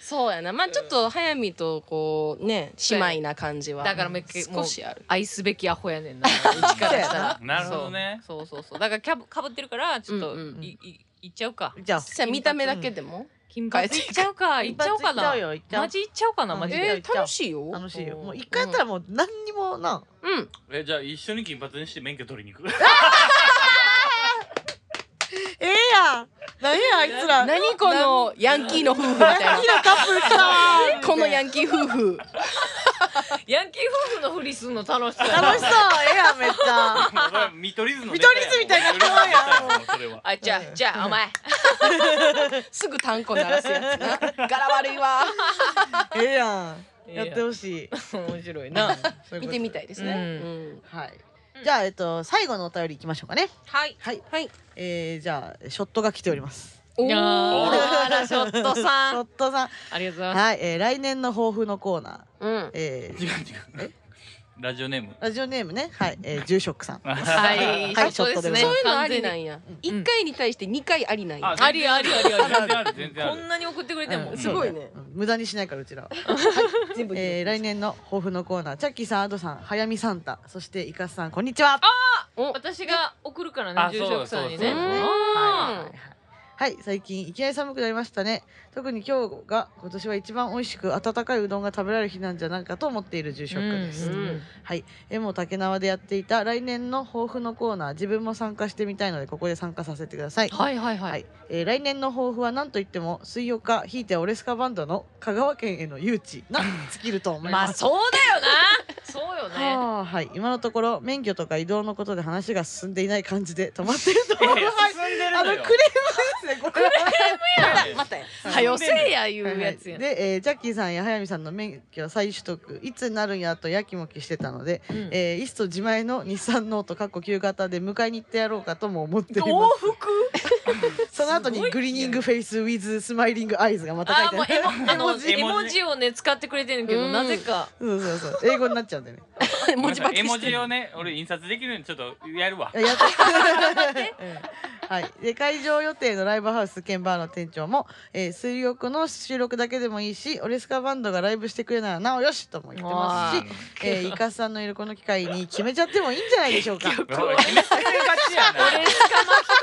Speaker 3: そうやなまあちょっと早見とこうね姉妹な感じは
Speaker 1: だからもう一回
Speaker 3: 少しある
Speaker 1: 愛すべきアホやねんなうちからしたら
Speaker 4: なるほどね
Speaker 1: [LAUGHS] そうそうそうだからキャブかぶってるからちょっとい、
Speaker 3: うんうんうん
Speaker 1: いいっちゃうか
Speaker 2: じゃあ
Speaker 3: じゃあ見た目だけでも
Speaker 1: 金髪いっ
Speaker 3: 変えて
Speaker 1: ちゃうかいっちゃうか
Speaker 2: 一発行っちゃ
Speaker 1: な
Speaker 2: うよ行っちゃう
Speaker 1: マジいっちゃうかな
Speaker 2: うん
Speaker 1: マジ
Speaker 2: え
Speaker 1: で、
Speaker 2: ー楽
Speaker 3: しいよ
Speaker 2: 楽しいよもう一
Speaker 3: 回
Speaker 2: 回
Speaker 3: や
Speaker 2: やったたら
Speaker 3: っら
Speaker 2: もう何にもな
Speaker 3: うん
Speaker 4: えじゃあ一緒に金髪にして免許取りに
Speaker 2: [LAUGHS]
Speaker 4: 行く
Speaker 2: ええやん何やあいつら
Speaker 3: 何このヤンキーの夫婦みた
Speaker 2: 何
Speaker 3: いな
Speaker 2: や [LAUGHS] カップル来たわ
Speaker 3: このヤ
Speaker 2: ン
Speaker 3: ンキー夫婦
Speaker 1: ヤンキー夫婦のふりすんの楽しそうやな
Speaker 2: 楽しそうええやんめっちゃ
Speaker 4: もうそれは見取り図の
Speaker 2: 見取り図みたいな顔やん
Speaker 4: もうそれは
Speaker 1: あじゃあじゃあお前
Speaker 3: すぐ単語鳴らすやつな
Speaker 2: [LAUGHS]
Speaker 3: 柄悪いわ
Speaker 2: ええやんやってほ [LAUGHS] しい
Speaker 1: 面白いな
Speaker 2: そううこと
Speaker 3: 見てみたいですね、
Speaker 1: う
Speaker 3: うん
Speaker 2: はい
Speaker 1: うん
Speaker 2: じゃあえっと最後のお便りいきましょうかね
Speaker 1: はい
Speaker 2: はい
Speaker 3: はい
Speaker 2: えーじゃあショットが来ております
Speaker 3: お
Speaker 1: いや
Speaker 3: ー
Speaker 1: ーあらショットさ
Speaker 2: [LAUGHS] ショッ
Speaker 1: ん
Speaker 2: トさん
Speaker 1: ありがとうございます
Speaker 2: はいえー来年の抱負のコーナ
Speaker 3: うん
Speaker 2: ーえ
Speaker 4: [LAUGHS] 違
Speaker 2: ー
Speaker 4: う違
Speaker 2: え
Speaker 4: うラジオネ
Speaker 2: [LAUGHS]
Speaker 4: ーム
Speaker 2: ラジオネームねはいえー住職さん
Speaker 1: は
Speaker 2: はいい
Speaker 1: ショットですね
Speaker 2: ショ
Speaker 3: そういうのありな
Speaker 1: 完
Speaker 3: んや一回に対して二回ありなんや
Speaker 4: あ
Speaker 1: 全にありありありあ
Speaker 4: 全然ある全
Speaker 1: り
Speaker 4: 然あ
Speaker 1: こ
Speaker 4: る
Speaker 1: んなに送ってくれても、
Speaker 2: うん
Speaker 3: すごいね
Speaker 2: うん無駄にしないからうちらは
Speaker 3: 全部言う
Speaker 2: えー来年の抱負のコーナーチャッキーさんアドさん早見サンタそしてイカスさんこんにちは
Speaker 1: 私が送るから
Speaker 4: あ
Speaker 1: ね住職さんに
Speaker 4: そう
Speaker 1: ね
Speaker 4: そう
Speaker 3: そう
Speaker 1: あ
Speaker 2: はい最近いきなり寒くなりましたね特に今日が今年は一番美味しく温かいうどんが食べられる日なんじゃないかと思っている住
Speaker 1: ー
Speaker 2: 職です、
Speaker 1: うん
Speaker 3: うん
Speaker 2: はいえも竹縄でやっていた来年の抱負のコーナー自分も参加してみたいのでここで参加させてください
Speaker 1: はいはいはい、
Speaker 2: はいえー来年の抱負は何と言っても水曜かひいてはオレスカバンドの香川県への誘致な尽きると思い
Speaker 1: ま
Speaker 2: ま
Speaker 1: あ
Speaker 2: す
Speaker 1: そうだよなそうよね
Speaker 2: はあはい今のところ免許とか移動のことで話が進んでいない感じで止まってる
Speaker 1: [LAUGHS]
Speaker 2: と
Speaker 4: い
Speaker 2: 思
Speaker 4: や
Speaker 2: い
Speaker 4: いや
Speaker 2: ます
Speaker 4: 進んでる
Speaker 2: あ
Speaker 4: の
Speaker 2: のクレー
Speaker 4: よ
Speaker 2: ムですねこれは
Speaker 3: またまたや
Speaker 1: はよせえやいうやつや、
Speaker 2: で、えージャッキーさんや早見さんの免許再取得いつになるんやとやきもきしてたので、
Speaker 1: うん
Speaker 2: えーいっそ自前の日産ノートかっこ旧型で迎えに行ってやろうかとも思っていま
Speaker 1: 往復
Speaker 2: す [LAUGHS] その後に
Speaker 1: すごい
Speaker 2: グリーニングフェイスウィズスマイリングアイズがまた
Speaker 1: あー
Speaker 2: 書
Speaker 1: も
Speaker 2: いうて
Speaker 1: 絵
Speaker 2: ある
Speaker 1: [LAUGHS] 文あの
Speaker 4: 絵文字
Speaker 1: 絵文字をね使ってくれてるけ
Speaker 3: う
Speaker 1: ど
Speaker 3: ん
Speaker 1: なぜか
Speaker 2: そうそうそう英語になっちゃうんだよね
Speaker 3: 文字化け
Speaker 4: 絵文
Speaker 3: して
Speaker 4: 字をね俺印刷できるようにちょっと
Speaker 2: [LAUGHS]
Speaker 4: やるわ
Speaker 2: やっと
Speaker 1: [LAUGHS]
Speaker 2: [LAUGHS] うんはい、で会場予定のライブハウス兼バーの店長も、えー、水曜の収録だけでもいいしオレスカバンドがライブしてくれならなおよしとも言ってますし
Speaker 4: うん、
Speaker 2: え
Speaker 1: [LAUGHS]
Speaker 2: ー、イカスさんのいるこの機会に決めちゃってもいいんじゃないでしょうか。
Speaker 4: 俺決めつけ勝ちやな
Speaker 1: 俺しか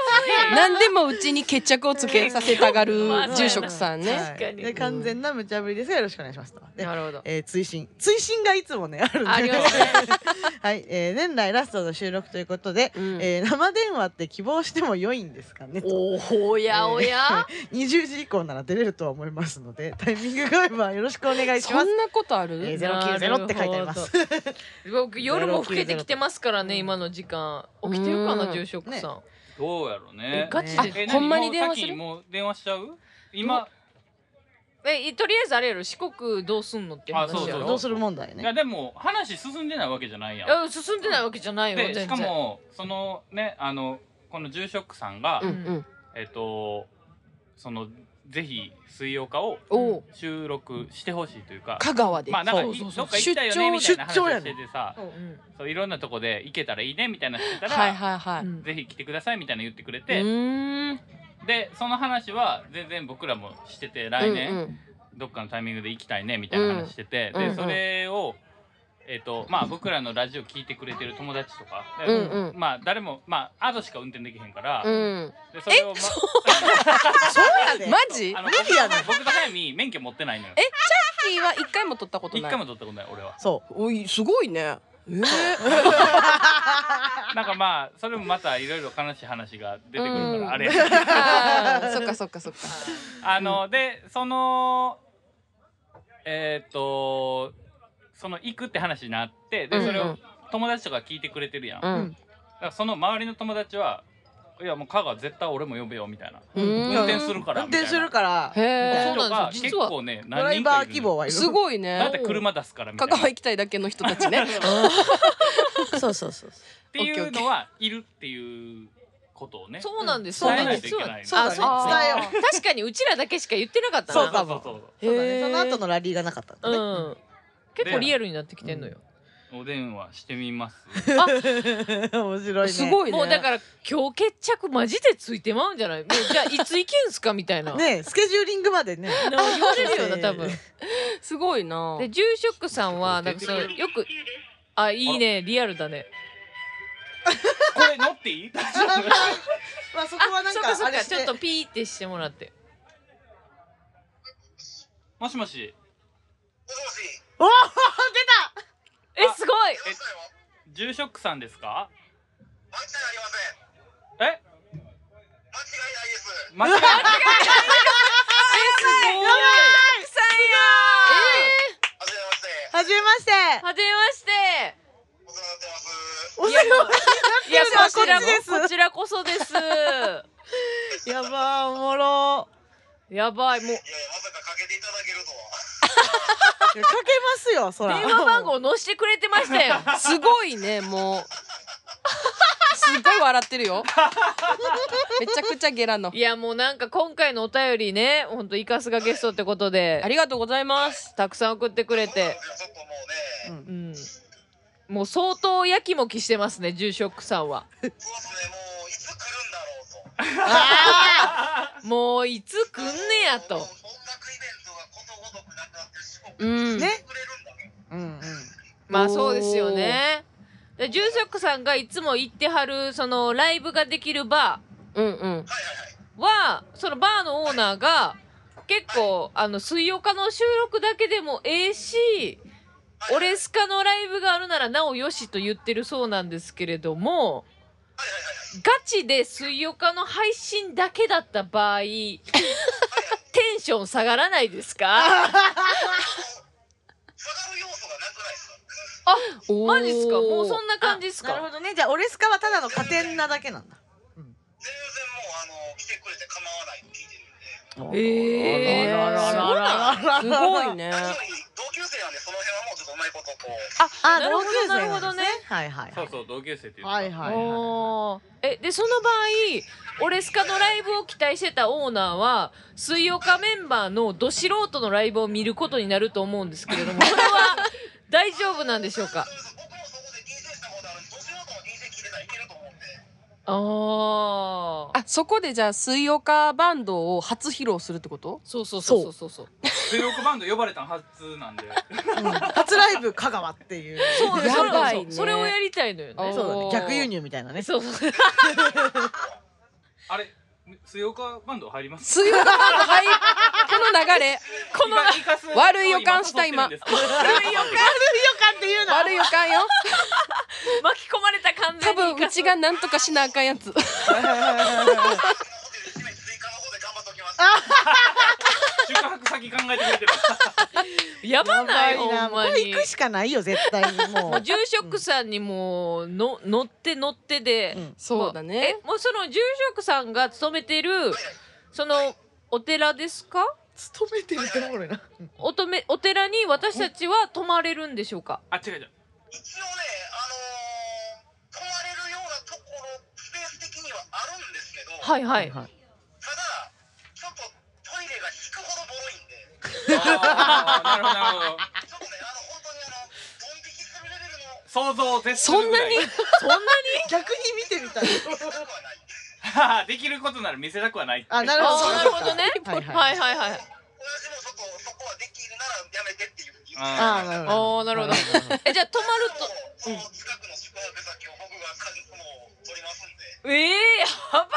Speaker 3: [LAUGHS] 何でもうちに決着をつけさせたがる住職さんね
Speaker 2: はい
Speaker 1: かに
Speaker 2: で完全な無茶ぶりですがよろしくお願いしますと。で
Speaker 1: なるほど
Speaker 2: えー、追伸追伸がいつもねあるんで
Speaker 1: ありますね
Speaker 2: [LAUGHS] はい、えー、年内ラストの収録ということで、
Speaker 3: うん
Speaker 2: えー生電話って希望しても良いんですかねと
Speaker 1: おおやおや、
Speaker 2: 20時以降なら出れるとは思いますのでタイミングが合えばよろしくお願いし
Speaker 3: そ
Speaker 2: ます
Speaker 3: んなことあ
Speaker 2: えー、
Speaker 3: る
Speaker 2: 090って書いてあります
Speaker 1: 僕夜も更けてきてますからね今の時間起きてるか
Speaker 3: う
Speaker 1: なん住職さん、
Speaker 4: どうやろう
Speaker 1: え
Speaker 4: ね
Speaker 1: ガチで、
Speaker 4: え
Speaker 3: ほんまに
Speaker 4: 何
Speaker 3: 電話する
Speaker 4: もう先もう電話しちゃう今
Speaker 1: えとりあえずあれやろ四国どうすんのっていう話やろ
Speaker 4: あそうそう
Speaker 2: どうする問題
Speaker 4: いや
Speaker 2: ね
Speaker 4: でも話進んでないわけじゃないやん
Speaker 1: いや進んでないわけじゃないよ全
Speaker 4: で
Speaker 1: 然
Speaker 4: しかもそのねあのこの住職さんが、
Speaker 3: うんうん
Speaker 4: えっとそのぜひ水曜化を
Speaker 3: おう
Speaker 4: 収録してほしいというか
Speaker 3: 香川で
Speaker 4: まあなんか
Speaker 2: そう
Speaker 4: い
Speaker 2: そうそう
Speaker 4: どっか行ったよねみたいな話
Speaker 2: 出張
Speaker 4: を
Speaker 2: や
Speaker 4: し
Speaker 2: ね
Speaker 4: ててさ
Speaker 1: うん
Speaker 4: そういろんなとこで行けたらいいねみたいなのしてたら、
Speaker 3: はいはいは
Speaker 1: う
Speaker 3: い
Speaker 1: ん
Speaker 4: ぜひ来てくださいみたいなの言ってくれ
Speaker 3: う
Speaker 4: て、
Speaker 3: ーん
Speaker 4: でその話は全然僕らもしてて来年、どっかのタイミングで行きたいねみたいな話してて、
Speaker 3: うんうんうん
Speaker 4: でそれを、えっとまあ、僕らのラジオ聞いてくれてる友達とか、
Speaker 3: うんうん
Speaker 4: まあ誰もまあアドしか運転できへんから、
Speaker 3: うんうん
Speaker 4: でそれを、ま、
Speaker 2: そうやで
Speaker 3: マジ
Speaker 4: あの
Speaker 2: 無理やな
Speaker 4: 僕と早見免許持ってないのよ
Speaker 3: えキーは一回も取ったこと
Speaker 4: 一
Speaker 3: ない
Speaker 4: 回も取ったことない
Speaker 2: [LAUGHS]
Speaker 4: 俺は
Speaker 2: そ
Speaker 3: おいすごいねえー [LAUGHS]
Speaker 4: なんかまあそれもまたいろいろ悲しい話が出てくるから、
Speaker 3: うん
Speaker 4: あれ
Speaker 3: あーそっかそっかそっか
Speaker 4: あの、でそのえっ、とその行くって話になってでそれ
Speaker 3: うんう
Speaker 4: を
Speaker 3: ん
Speaker 4: 友達とか聞いてくれてるやん、だ
Speaker 3: うん
Speaker 4: からその周りの友達はいやもう香川絶対俺も呼べよみたいな
Speaker 2: う、
Speaker 3: うん
Speaker 4: 運転するから
Speaker 2: 運
Speaker 4: みたい
Speaker 2: 転
Speaker 4: な
Speaker 2: するから
Speaker 3: へえ
Speaker 1: そうなんですよ
Speaker 4: 人が結構ね
Speaker 2: ドラ
Speaker 4: 何
Speaker 2: イ
Speaker 4: 人
Speaker 2: バ
Speaker 4: か
Speaker 2: ー
Speaker 4: い
Speaker 2: 希
Speaker 4: る
Speaker 2: 望
Speaker 4: の
Speaker 2: はいる
Speaker 3: すごい
Speaker 4: だっ
Speaker 3: ね
Speaker 4: て車出すからみた
Speaker 3: 香
Speaker 4: いな
Speaker 3: 川
Speaker 4: っ
Speaker 3: 行きたいだけの人たち [LAUGHS] ね
Speaker 2: そうそうそう
Speaker 4: ていうのはいるっていうことをね
Speaker 1: そうなんです。
Speaker 4: うん
Speaker 1: そうなんです。そ
Speaker 4: 伝え
Speaker 1: う
Speaker 4: ないといけない
Speaker 1: そうだね
Speaker 2: あそう伝えよう
Speaker 1: 確かにうちらだけしか言ってなかった
Speaker 2: そう
Speaker 1: な。
Speaker 2: か
Speaker 4: そう
Speaker 2: も
Speaker 4: そう
Speaker 2: そうだねその後
Speaker 3: の
Speaker 2: のラリーがなかったんだね
Speaker 1: うん。結構リアルになってきてんのよ。
Speaker 4: そうお電話してみます
Speaker 2: [LAUGHS] 面白いね
Speaker 3: すごいね
Speaker 1: もうだから今日決着マジでついてまうんじゃないもうじゃあいつ行けんすかみたいな。
Speaker 2: ねえスケジューリングまでね
Speaker 1: 言われるよな多分。
Speaker 3: すごいな
Speaker 1: で住職さんはなんかそのよくあいいねリアルだね。
Speaker 4: [LAUGHS] これ乗っていい大丈夫 [LAUGHS]
Speaker 2: まあそ
Speaker 1: あ
Speaker 2: こはなん
Speaker 1: そっか
Speaker 2: か
Speaker 1: そ
Speaker 2: あ
Speaker 1: っ
Speaker 2: れ
Speaker 1: か
Speaker 2: し
Speaker 1: ちょってとピーってしてもらって。
Speaker 4: もしもし
Speaker 2: おー
Speaker 1: えすごい。
Speaker 4: え住職さんですか
Speaker 5: 間違いありません。
Speaker 4: え
Speaker 5: 間違いないです。
Speaker 4: 間違い
Speaker 5: はじめまして。
Speaker 2: はじめまして
Speaker 1: はじめまして。
Speaker 5: お世話になってます。
Speaker 2: お世話になっ
Speaker 1: いや
Speaker 2: てま
Speaker 1: こ
Speaker 2: す
Speaker 1: ちらこ
Speaker 2: こっ
Speaker 1: こちらこそです。
Speaker 2: ちですやばーおもろ
Speaker 1: やばいもう
Speaker 5: いやいや、まさかかけていただけるとは。
Speaker 2: いやかけますよそら
Speaker 1: 電話番号載せてくれてましたよ。
Speaker 3: すごいねもうすごい笑ってるよめちゃくちゃゲラの
Speaker 1: いやもうなんか今回のお便りねほんとイカスがゲストってこと
Speaker 3: あ
Speaker 1: で
Speaker 3: りがとうございます
Speaker 1: たくさん送ってくれて、
Speaker 5: ちょっともうね、
Speaker 1: うん、もう相当やきもきしてますね住職さんは
Speaker 5: そうですね、もういつ来るんだろうと。
Speaker 1: もういつ来んねやと
Speaker 5: もう音楽イベントがことごとくなくなってるし、もう
Speaker 3: うん
Speaker 2: ね
Speaker 5: 来てくれるんだね。
Speaker 2: うんうん
Speaker 1: まあそうですよねで住職さんがいつも行ってはるそのライブができるバ
Speaker 3: うんうん
Speaker 5: はいはいはい。
Speaker 1: ーはそのバーのオーナーが結構あの水曜日の収録だけでもええしオレスカのライブがあるならなおよしと言ってるそうなんですけれどもガチで水曜日の配信だけだった場合テンション下がらないですか
Speaker 5: 下がる要素がなくないですか
Speaker 3: おー
Speaker 1: マジっすかもうそんな感じです
Speaker 2: なる
Speaker 1: か
Speaker 2: ほどねじゃあオレスカはただの加点なだけなんだ
Speaker 5: 全然もう、あの、来てくれて構わないって聞いてるんで。
Speaker 1: えー
Speaker 2: あららららら
Speaker 3: すごいね
Speaker 5: 確かに同級生なんで、その辺はもうちょっとうまいことこう。
Speaker 2: あ
Speaker 1: なるほど
Speaker 2: 同級生
Speaker 1: なるほどね
Speaker 2: はいはい
Speaker 4: そうそう同級生っていうか
Speaker 2: はいはいは
Speaker 1: おーえでその場合オレスカのライブを期待してたオーナーは水曜日メンバーのど素人のライブを見ることになると思うんですけれどもこれは大丈夫なんでしょうか
Speaker 5: 僕もそこで DJ したことあるんで、ど素人の DJ 聞いてたらいけると思うんで。
Speaker 1: ああ
Speaker 3: あそこでじゃあ水曜日バンドを初披露するってこと
Speaker 1: そうそうそうそうそうそう
Speaker 4: 中国バンド呼ばれたの初なん [LAUGHS] で
Speaker 2: い、うん初ライブ香川っていう
Speaker 1: そう
Speaker 3: や
Speaker 1: それ
Speaker 3: ばいね
Speaker 1: それをやりたいのよね
Speaker 2: そうだ
Speaker 3: お
Speaker 2: ね
Speaker 3: ー
Speaker 2: 逆輸入みたいなね [LAUGHS]
Speaker 1: そうそう
Speaker 4: あれ水岡バンド入ります
Speaker 3: 水曜日バンドはいこの流れ
Speaker 4: [LAUGHS] この
Speaker 3: 悪い予感した今
Speaker 4: 悪い予感
Speaker 2: っていうの
Speaker 3: 悪い予感よ
Speaker 1: 巻き込まれた完
Speaker 3: 多
Speaker 1: 全に
Speaker 3: 分うちがなんとかしなあかんやつ
Speaker 5: ホテル一名追加の方で頑張っておきます。
Speaker 4: 宿泊先考えてくれてる
Speaker 1: やばない
Speaker 2: やばいな
Speaker 1: ほんま
Speaker 2: もう
Speaker 1: に
Speaker 2: 行くしかないよ絶対に
Speaker 1: [LAUGHS]
Speaker 2: も
Speaker 1: もう
Speaker 2: う
Speaker 1: 住職さんにもうの乗って乗ってで、
Speaker 2: うん
Speaker 3: そうだね
Speaker 1: えもうその住職さんが勤めてるそのお寺ですか
Speaker 2: 勤めてるっておもろいな
Speaker 1: おとめお寺に私たちは泊まれるんでしょうか
Speaker 4: あ違う違う
Speaker 5: 一応ね、あのー、泊まれるようなところ、スペース的にはあるんですけど、ただ、
Speaker 1: はいはい、
Speaker 2: はい
Speaker 5: ちょっとトイレが引くほどボロいんで、
Speaker 4: あーなるほどなるほど
Speaker 5: ちょっとね、あの、本当にあの、ドン引きするレベルの
Speaker 4: 想像を絶するぐらい
Speaker 2: そんなに逆に見てみたい
Speaker 5: 高くはない。
Speaker 4: [LAUGHS] できることなら見せたくはない
Speaker 2: あなるほ
Speaker 1: [LAUGHS] あ
Speaker 2: ど
Speaker 1: ーなるほどね。
Speaker 2: はいはい
Speaker 1: はいはいはい。
Speaker 5: 親父もそこそこはできるならやめてっていうふうに言って
Speaker 4: あ
Speaker 2: ああなるほど
Speaker 1: ああなるほど。えじゃあ泊まる
Speaker 5: その近くの宿泊先を僕がかもう取りますんで。
Speaker 1: と。ええー、やば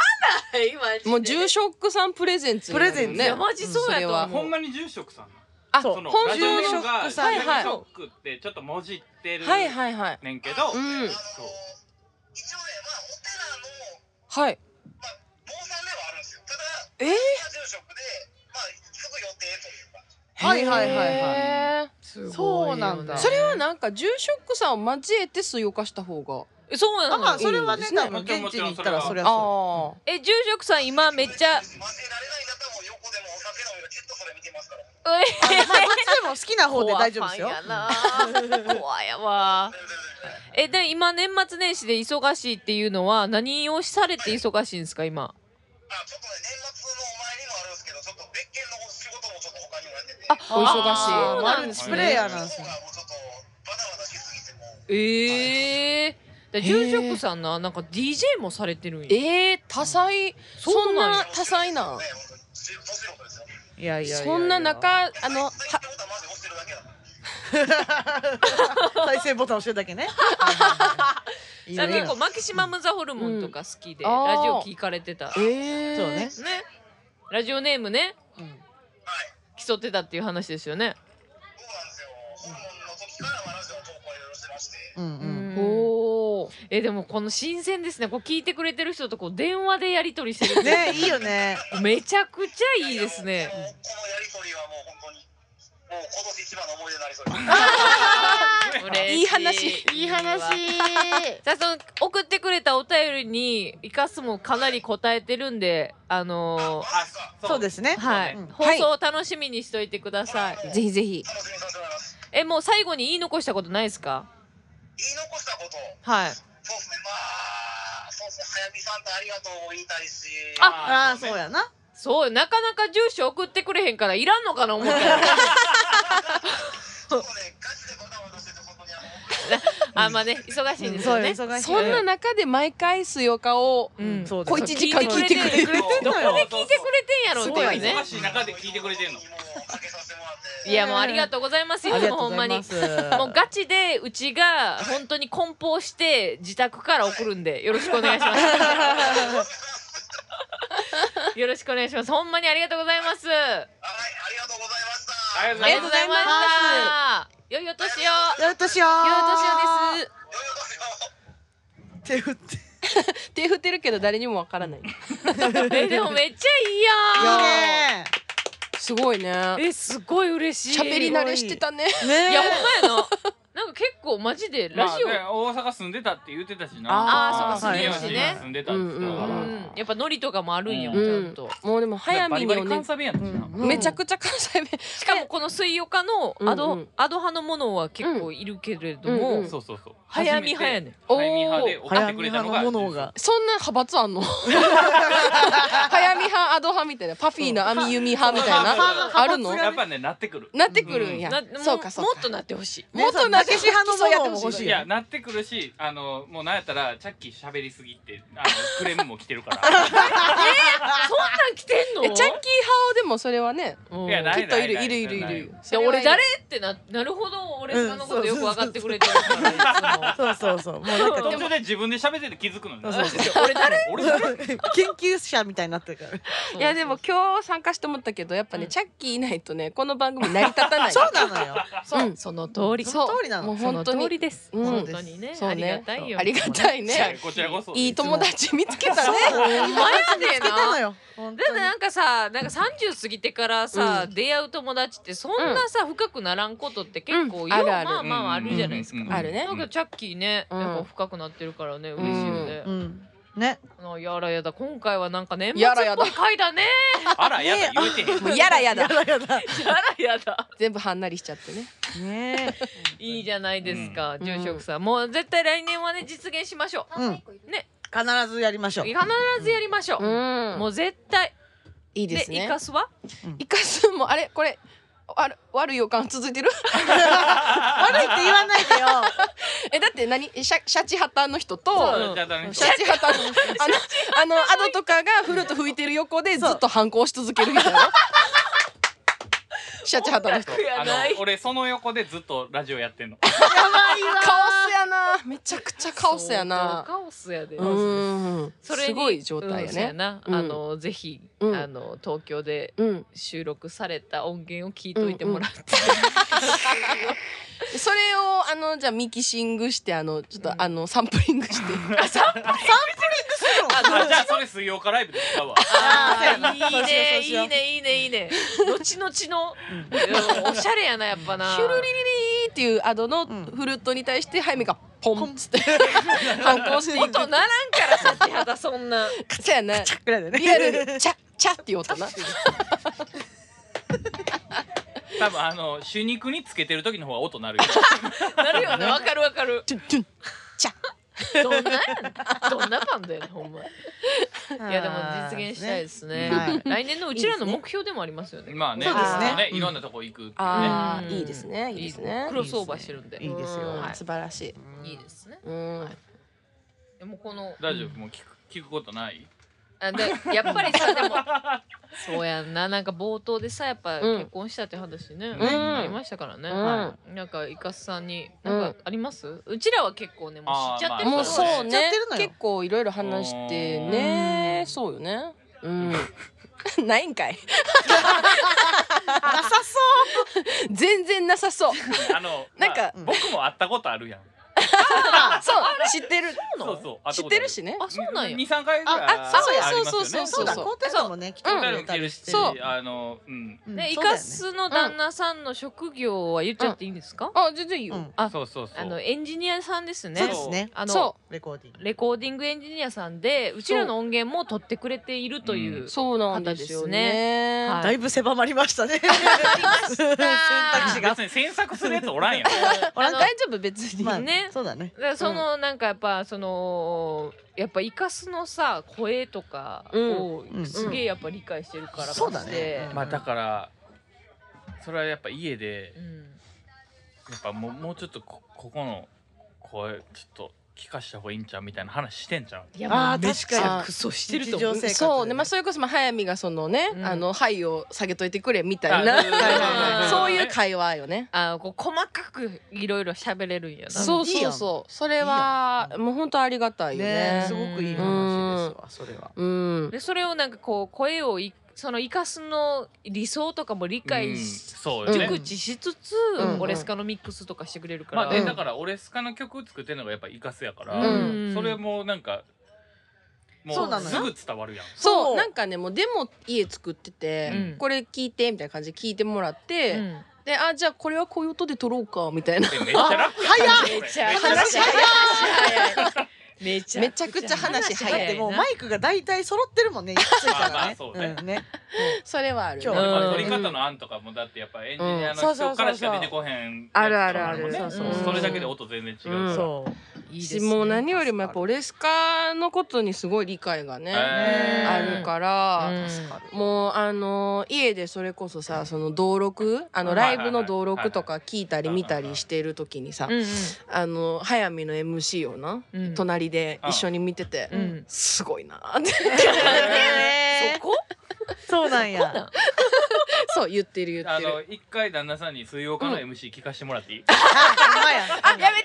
Speaker 1: ないマジで。
Speaker 3: もう住
Speaker 1: 所
Speaker 3: 職さんプレゼンツになるもん
Speaker 2: プレゼンツ
Speaker 1: ね。い
Speaker 2: ね
Speaker 1: やマジそうやと思う。
Speaker 4: ほんまに住職さん
Speaker 3: あ
Speaker 2: そう
Speaker 4: その
Speaker 3: 本
Speaker 4: ラ
Speaker 3: 当
Speaker 4: ジオ
Speaker 3: の
Speaker 4: ネームが
Speaker 2: 住職
Speaker 4: 住
Speaker 2: さ
Speaker 3: んはいはい
Speaker 4: 職ってちょっともじってる
Speaker 3: はいはいはい
Speaker 4: ねんけど、
Speaker 3: う
Speaker 5: あの
Speaker 3: ん
Speaker 5: 一応ね、
Speaker 4: そう
Speaker 5: まあお寺の
Speaker 3: はい
Speaker 5: 坊さんではあるんですよ。ただ、
Speaker 3: えー
Speaker 5: 今住職で、まあすぐ予定というか。
Speaker 2: はいはいはいはい
Speaker 3: へ
Speaker 2: す
Speaker 1: そ
Speaker 2: ご
Speaker 1: う
Speaker 2: いよね
Speaker 1: なんだ
Speaker 3: ーそれはなんか住職さんを交えて水を化した方が
Speaker 1: えそうなの
Speaker 2: ま
Speaker 1: よ。
Speaker 2: あそれはね
Speaker 3: いいですね
Speaker 2: 多分現地に行ったらそれはそ
Speaker 3: ああ
Speaker 1: え住職さん今めっちゃ。
Speaker 5: 混ぜられないんだったらもう横でもお酒飲みがきっとそれ見てますから。全
Speaker 1: うえ
Speaker 2: うあまあどっちでも好きな方で大丈夫ですよ
Speaker 1: 怖いな。怖いやわ。
Speaker 5: 然
Speaker 1: えで今年末年始で忙しいっていうのは何をされて忙しいんですか今。
Speaker 5: あ、ちょっとね、年末のお前にもあるんですけど、ちょっと別件の仕事もちょっと他にもやってて。
Speaker 1: あ
Speaker 3: お忙しい
Speaker 1: あそう
Speaker 2: マ
Speaker 1: なん
Speaker 2: ル
Speaker 1: です
Speaker 2: チ
Speaker 1: ね
Speaker 2: プレイヤーなんです
Speaker 5: そ
Speaker 2: ね
Speaker 5: がもうちょっとバタバタしすぎてもう。
Speaker 1: ええー。で住職さんななんか DJ もされてるんや。
Speaker 3: ええ多彩そんな多彩な
Speaker 5: ね、本当に。しお仕事ですよ。
Speaker 2: いやい [LAUGHS] やいやいや
Speaker 3: そんな中あのは
Speaker 5: 最近ってことはマジで押してるだけだ。
Speaker 2: 再生ボタン押してるだ
Speaker 1: [LAUGHS]
Speaker 2: けねはいはいはいいい
Speaker 1: だ
Speaker 2: ね
Speaker 1: から結構マキシマム・ザ・ホルモンとか好きで、
Speaker 3: うんあー
Speaker 1: ラジオ聞かれてた、
Speaker 3: ええ
Speaker 2: そうね
Speaker 1: ねラジオネームね
Speaker 2: うん
Speaker 5: はい。
Speaker 1: 競ってたっていう話ですよね
Speaker 5: そうなんですよ。ホルモンの時からはラジオの投稿をいろいろしてまして。
Speaker 2: うんう
Speaker 1: うんん
Speaker 3: おー
Speaker 1: えでもこの新鮮ですねこう聞いてくれてる人とこう電話でやり取りしてるって
Speaker 2: ねいいよね
Speaker 1: めちゃくちゃいいですね
Speaker 5: やいやもうこのこのやりとりはもう本当に、もう今年一番の思い出になりそうです。
Speaker 1: 嬉し
Speaker 3: いい話
Speaker 1: いい話さあその送ってくれたお便りに生かすもかなり答えてるんであのー
Speaker 5: あ、そう。
Speaker 2: そうですね
Speaker 1: はい、
Speaker 2: うん
Speaker 1: 放送を楽しみにしといてください、
Speaker 3: [LAUGHS] ぜひぜひ
Speaker 5: 楽しみにさせてもらいます。
Speaker 1: えもう最後に言い残したことないですか
Speaker 5: 言い残したこと、
Speaker 1: はい
Speaker 5: そうですね、まあ、そうですね、早見さんとありがとうも言いたいし、
Speaker 2: ああそうやな
Speaker 1: そうなかなか住所送ってくれへんからいらんのかな思ったよ
Speaker 5: ちょっとね、ガチでバタバタしてて、本当にあの、
Speaker 1: あまあね忙しいんです
Speaker 2: そ
Speaker 1: よ
Speaker 2: うよ
Speaker 1: ね
Speaker 2: 忙しい
Speaker 3: そんな中で毎回水曜化を
Speaker 1: うん
Speaker 2: そうだ
Speaker 3: 小一時間聞いてくれ
Speaker 2: てる
Speaker 4: どこ
Speaker 1: で聞いてくれてんやろうっていうね
Speaker 4: 忙しい中で聞いてくれてん [LAUGHS] の
Speaker 5: もうかけさせてもらって、
Speaker 1: いやもうありがとうございますい
Speaker 2: あり
Speaker 1: つも
Speaker 2: がとう
Speaker 1: ほ
Speaker 2: ご
Speaker 1: ん
Speaker 2: ざ
Speaker 1: ま
Speaker 2: い
Speaker 1: に
Speaker 2: ま
Speaker 1: も
Speaker 2: す
Speaker 1: うガチでうちが本当に梱包して自宅から送るんでよろしくお願いしますよろしくお願いしますほんまにありがとうございます
Speaker 5: はい、ありがとうございました。
Speaker 4: あり
Speaker 1: あ
Speaker 4: が
Speaker 1: りが
Speaker 4: と
Speaker 1: と
Speaker 4: う
Speaker 1: うご
Speaker 4: ござ
Speaker 1: ざ
Speaker 4: い
Speaker 1: い
Speaker 4: ま
Speaker 1: ました良いお年を
Speaker 2: よいとしよ
Speaker 3: よ
Speaker 2: う
Speaker 3: うです
Speaker 5: よい
Speaker 2: 手
Speaker 5: お年を
Speaker 2: 振って
Speaker 3: 手振ってるけど誰にもわからない
Speaker 1: えでもめっちゃいい
Speaker 2: いい
Speaker 1: やん
Speaker 2: ね
Speaker 3: すごいね
Speaker 1: えすごい嬉しい
Speaker 3: 喋り慣れしてたね
Speaker 2: ね
Speaker 1: いやほんまやな。 [LAUGHS] なんか結構マジでラジオ、
Speaker 4: まあね大阪住んでたって言ってたしな
Speaker 1: あ
Speaker 2: ーそうか住んでるしね
Speaker 4: 住んでたって言ってたから
Speaker 3: う
Speaker 1: うんん、やっぱノリとかもあるんよ、
Speaker 4: うん
Speaker 1: ちゃんと。
Speaker 3: もうでも早見に
Speaker 4: バリ
Speaker 3: お
Speaker 4: バリ
Speaker 3: ね
Speaker 4: 関西弁やったしな、
Speaker 2: うん
Speaker 3: めちゃくちゃ関西弁
Speaker 1: しかもこの水曜日のアド、
Speaker 3: うんうん
Speaker 1: アド派のものは結構いるけれども、
Speaker 3: うんうん
Speaker 4: そうそうそう
Speaker 1: 早見早ね。
Speaker 3: おー
Speaker 4: 早見派で送ってくれたのが
Speaker 2: 早見派のものが
Speaker 3: そんな派閥 [LAUGHS] あんの早見派アド派みたいなパフィーの網弓派みたい
Speaker 4: そう
Speaker 3: な
Speaker 4: 派
Speaker 3: あるの
Speaker 4: やっぱねなってくる
Speaker 3: なってくるんや
Speaker 1: な
Speaker 3: そうかそう
Speaker 1: もも
Speaker 3: か
Speaker 1: っとなってほしい。
Speaker 3: もっとなって
Speaker 2: ねそう竹下派のものも欲し
Speaker 4: い
Speaker 2: い
Speaker 4: やなってくるしあのもうなんやったらチャッキー喋りすぎってあのクレームも来てるから
Speaker 1: そんなん来てんの？
Speaker 3: えチャッキー派をでもそれはね
Speaker 1: うん
Speaker 4: いやない
Speaker 3: きっといる
Speaker 4: ない
Speaker 3: いるいるい
Speaker 4: ない
Speaker 3: る
Speaker 4: ない
Speaker 1: や俺誰
Speaker 3: い
Speaker 1: ってななるほど俺さんのことよく分かってくれてるからいつも
Speaker 2: そうそうそうもうなんか
Speaker 4: 途中で自分で喋ってて気づくのね
Speaker 2: そうそう
Speaker 1: [LAUGHS] 俺誰
Speaker 4: 俺
Speaker 2: 研究者みたいになってるから
Speaker 1: い
Speaker 3: やでも今日参加して思ったけどやっぱね、
Speaker 1: うん
Speaker 3: チャッキーいないとねこの番組成り立た [LAUGHS] ない
Speaker 2: そうなのよ
Speaker 1: そう、
Speaker 3: うん
Speaker 1: その通り
Speaker 2: その通りな
Speaker 3: もう
Speaker 2: の
Speaker 1: そ
Speaker 3: 本
Speaker 1: の
Speaker 3: 当
Speaker 1: 通り
Speaker 3: に
Speaker 1: です、
Speaker 3: うん
Speaker 1: 本当にね
Speaker 3: そうね
Speaker 1: ありがたいよ
Speaker 3: ありが
Speaker 1: [LAUGHS]
Speaker 3: たい
Speaker 4: いや
Speaker 3: ね
Speaker 4: こちらこそ
Speaker 3: いい友達見つけたね [LAUGHS]
Speaker 1: ほんまやで
Speaker 2: つけたのよ本
Speaker 1: だ
Speaker 2: 当
Speaker 1: ってなんかさなんか30過ぎてからさ、出会う友達ってそんなさ、深くならんことって結構、
Speaker 3: うん
Speaker 1: 要は
Speaker 3: あるある
Speaker 1: まあまああるじゃないですか。
Speaker 4: うんうん
Speaker 3: あるね
Speaker 1: なんかチャッキーね、
Speaker 3: うん
Speaker 1: やっぱ深くなってるからね嬉しいよね。
Speaker 2: にうんね
Speaker 1: あのやらやだ今回はなんか年末
Speaker 3: やら
Speaker 1: っ
Speaker 3: や
Speaker 1: ぽ
Speaker 3: だ
Speaker 1: い回だね。
Speaker 4: あらやだ言えてへん
Speaker 3: [LAUGHS] もうやだや
Speaker 2: や
Speaker 3: だ
Speaker 2: だや
Speaker 1: や
Speaker 2: だ
Speaker 1: らやだ。
Speaker 3: 全部はんなりしちゃってね
Speaker 2: ね
Speaker 1: いいじゃないですか、
Speaker 3: うん
Speaker 1: 住職さん。もう絶対来年はね実現しましょう。
Speaker 2: うん必ずやりましょう
Speaker 1: 必ずやりましょう。
Speaker 3: ん
Speaker 1: もう絶対
Speaker 3: いいですね
Speaker 1: イカスはい
Speaker 3: かすもあれこれある悪い予感続いてる [LAUGHS]
Speaker 2: 悪いって言わないでよ。
Speaker 3: えだって何シャシャチハタの人と
Speaker 4: そうじゃあの
Speaker 3: シャチハタのあのあのアドとかがフルート吹いてる横でずっと反抗し続けるみたい [LAUGHS] なシャチハタの人
Speaker 1: 音楽や
Speaker 4: あの
Speaker 1: ない
Speaker 4: 俺その横でずっとラジオやってんの。
Speaker 2: やばいわ。
Speaker 3: カオスやなめちゃくちゃカオスやな
Speaker 1: カオスやで
Speaker 3: うん
Speaker 1: それに
Speaker 3: すごい状態
Speaker 1: うん
Speaker 3: や
Speaker 1: そう
Speaker 3: ね
Speaker 1: な
Speaker 3: うん
Speaker 1: あのぜひ
Speaker 3: うん
Speaker 1: あの東京で
Speaker 3: うん
Speaker 1: 収録された音源を聞いといてもらって
Speaker 3: それをあのじゃあミキシングしてあのちょっと、
Speaker 1: うん
Speaker 3: あのサンプリングして
Speaker 4: あじゃあそれ水曜かライブで使うわ。
Speaker 1: あ [LAUGHS]
Speaker 2: ーそうしようそう
Speaker 1: ーい
Speaker 2: しよう
Speaker 1: いねいいねいいねいいね後々のうんおしゃれやなやっぱな
Speaker 3: ヒュルリリリーっていうアドの
Speaker 2: ん
Speaker 3: フルートに対してハイメがポンっつって反抗していく
Speaker 1: 音ならんからさちはだそんな
Speaker 3: そうやね
Speaker 2: ぐらいだね
Speaker 3: リアルにチャチャっていう音な
Speaker 4: 多分あの主肉につけてる時の方が音鳴るよ。
Speaker 1: なるよねわかるわかる
Speaker 3: トゥントゥンチャ
Speaker 1: どんなやねんどんなパンだよねほんまいやでも実現したいですね
Speaker 2: は
Speaker 1: 来
Speaker 2: い
Speaker 1: 年のうちらの目標でもありますよね
Speaker 4: まあね、
Speaker 2: そうですねうん
Speaker 4: いろんなとこ行くっていうね。
Speaker 3: あ
Speaker 1: うん
Speaker 3: ーいいですねいいですね
Speaker 1: クロスオーバーしてるんで
Speaker 2: いいですよ
Speaker 1: うんはい
Speaker 3: 素晴らしい
Speaker 1: いいですね
Speaker 3: うん
Speaker 1: でもこの
Speaker 4: 大丈夫もう聞く聞くことない。
Speaker 1: あでやっぱりさでもそうやんななんか冒頭でさやっぱ
Speaker 3: うん
Speaker 1: 結婚したって話ね、
Speaker 4: ん
Speaker 1: ありましたからね、
Speaker 3: うん
Speaker 1: はいなんかいかすさんになんかあります、うちらは結構ねもう知っちゃってる
Speaker 4: あーま
Speaker 3: も
Speaker 4: あ
Speaker 3: うそう
Speaker 2: やっ
Speaker 3: ね
Speaker 2: てるのよ
Speaker 3: 結構いろいろ話してね
Speaker 2: うん
Speaker 3: そうよねうん [LAUGHS] ないんかい
Speaker 2: なさそ
Speaker 3: 全然なさそう
Speaker 4: あの
Speaker 3: なんか
Speaker 4: まあ僕も会ったことあるやん。
Speaker 3: [LAUGHS] そう知ってる
Speaker 4: そうそう。
Speaker 3: 知ってるしね
Speaker 1: あそうなんや
Speaker 4: 二三回ぐらい
Speaker 2: あ
Speaker 3: あそうや
Speaker 4: りますよ
Speaker 3: そう
Speaker 4: ね
Speaker 3: そう
Speaker 2: う。そうだ、
Speaker 3: そう
Speaker 2: コンテンツもね、来て
Speaker 4: そう
Speaker 2: く
Speaker 4: 誰
Speaker 2: れ
Speaker 4: も
Speaker 2: た
Speaker 4: 来て
Speaker 2: り
Speaker 4: る
Speaker 2: し。
Speaker 4: して
Speaker 3: そう
Speaker 4: あのうん。
Speaker 2: うん
Speaker 1: ね、イ
Speaker 2: そうだよ
Speaker 1: カ
Speaker 2: ね
Speaker 1: スの旦那さんの職業は言っちゃっていいんですか、
Speaker 3: あ全然いいよ
Speaker 2: うん
Speaker 1: あ
Speaker 4: そうそうそう。
Speaker 1: あのエンジニアさんですね
Speaker 2: そうですね。
Speaker 1: あの
Speaker 3: そ
Speaker 2: レコーディング。
Speaker 1: レコーディングエンジニアさんでうちらの音源も取ってくれているという、
Speaker 4: う
Speaker 3: うそうなんですよね
Speaker 1: はい
Speaker 2: だいぶ狭まりましたね。選択肢が
Speaker 4: 別。に詮索するやつおらんやん。
Speaker 3: あ
Speaker 1: あ
Speaker 3: の
Speaker 1: の
Speaker 3: 大丈夫別に、
Speaker 2: まあ
Speaker 1: ね
Speaker 2: そうだね。
Speaker 1: だからその、なんかやっぱそのやっぱイカスのさ声とかを
Speaker 2: うん
Speaker 1: すげえやっぱ理解してるから
Speaker 2: そうだね
Speaker 1: して
Speaker 2: うん
Speaker 4: まあだからそれはやっぱ家で
Speaker 1: うん
Speaker 4: やっぱもうもうちょっとこここの声ちょっと聞かした方がいいんちゃうみたいな話してんちゃう
Speaker 1: いや
Speaker 2: あ
Speaker 1: もう
Speaker 2: ー
Speaker 1: め
Speaker 2: 確
Speaker 1: ち
Speaker 2: かに
Speaker 1: ゃくそしてると思う
Speaker 2: 日常生活で
Speaker 3: そうね、まあ、それこそまあ早見がそのね、
Speaker 1: うん
Speaker 3: あの肺を下げといてくれみたい
Speaker 4: あ
Speaker 3: な
Speaker 4: そうそう
Speaker 1: そう
Speaker 3: そういう会話よね。
Speaker 1: あーこう細かくいろいろ喋れるんやな
Speaker 3: そ
Speaker 2: い
Speaker 3: う
Speaker 2: い
Speaker 3: そ
Speaker 2: や
Speaker 3: うんそう、それはもう本当ありがたいよ
Speaker 2: ね
Speaker 3: ね
Speaker 2: す。ごくいい話ですわ、それは。
Speaker 3: うん、
Speaker 1: でそれをなんかこう声をいそのイカスの理想とかも理
Speaker 4: うん
Speaker 1: 解し、
Speaker 4: そうよね
Speaker 1: 熟知しつつ、
Speaker 2: うん
Speaker 1: オレスカのミックスとかしてくれるか
Speaker 4: ま
Speaker 1: ら、
Speaker 4: あ
Speaker 3: う
Speaker 4: で
Speaker 3: ん
Speaker 4: だから俺スカの曲作ってるのがやっぱイカスやから、
Speaker 3: うん
Speaker 4: それもなんかも
Speaker 2: そうな
Speaker 4: う
Speaker 2: の
Speaker 4: す
Speaker 2: よ
Speaker 4: ぐ伝わるやん
Speaker 3: そ
Speaker 2: そう
Speaker 3: う、なんかね、もうでも家作ってて、
Speaker 1: うん
Speaker 3: これ聞いてみたいな感じで聞いてもらって。
Speaker 1: うん
Speaker 3: で、あ、じゃあ、これはこういう音で撮ろうかみたい
Speaker 4: [LAUGHS]
Speaker 3: な。
Speaker 4: でめっちゃ楽
Speaker 1: めちゃ
Speaker 4: めっちゃ
Speaker 1: 話
Speaker 3: 話
Speaker 1: 早い
Speaker 3: 早い
Speaker 1: めち
Speaker 3: めちゃくちゃ話
Speaker 2: だっ
Speaker 3: 早い
Speaker 2: てもうマイクが大体揃ってるもんね、いくついたら
Speaker 4: ま
Speaker 2: ね
Speaker 4: あそうね。
Speaker 2: うんね。
Speaker 3: それはある、ね。
Speaker 2: 今日
Speaker 4: やっぱ
Speaker 1: うん
Speaker 4: 撮り方の案とかもだってやっぱエンジニア
Speaker 3: う
Speaker 4: の
Speaker 3: んそうそうそうそう
Speaker 4: 人からしか出てこへんやつとかも
Speaker 3: あるあるある
Speaker 4: もんね
Speaker 2: そうそう
Speaker 1: そう
Speaker 4: それだけで音全然違うから、
Speaker 3: うん
Speaker 2: そう。
Speaker 1: いいです
Speaker 3: し
Speaker 1: ね
Speaker 3: もう何よりもやっぱオレスカのことにすごい理解がね、
Speaker 4: え
Speaker 3: あるから、
Speaker 1: うん
Speaker 3: もうあの家でそれこそさその登録あの
Speaker 4: はいは
Speaker 3: ラ
Speaker 4: い
Speaker 3: イ
Speaker 4: はい
Speaker 3: ブの登録とか聞いたり見たりしてる時にさ
Speaker 1: うん
Speaker 3: あの早見の MC をな、
Speaker 1: うん
Speaker 3: 隣で一緒に見てて、
Speaker 1: うんうん
Speaker 3: すごいなーって [LAUGHS]
Speaker 1: そこ
Speaker 2: そうなんや。
Speaker 3: そう言ってる言っ
Speaker 4: あ
Speaker 3: てる
Speaker 4: の一回旦那さんに水曜日の MC 聞かしてもらっていい、
Speaker 2: あ、
Speaker 3: やめ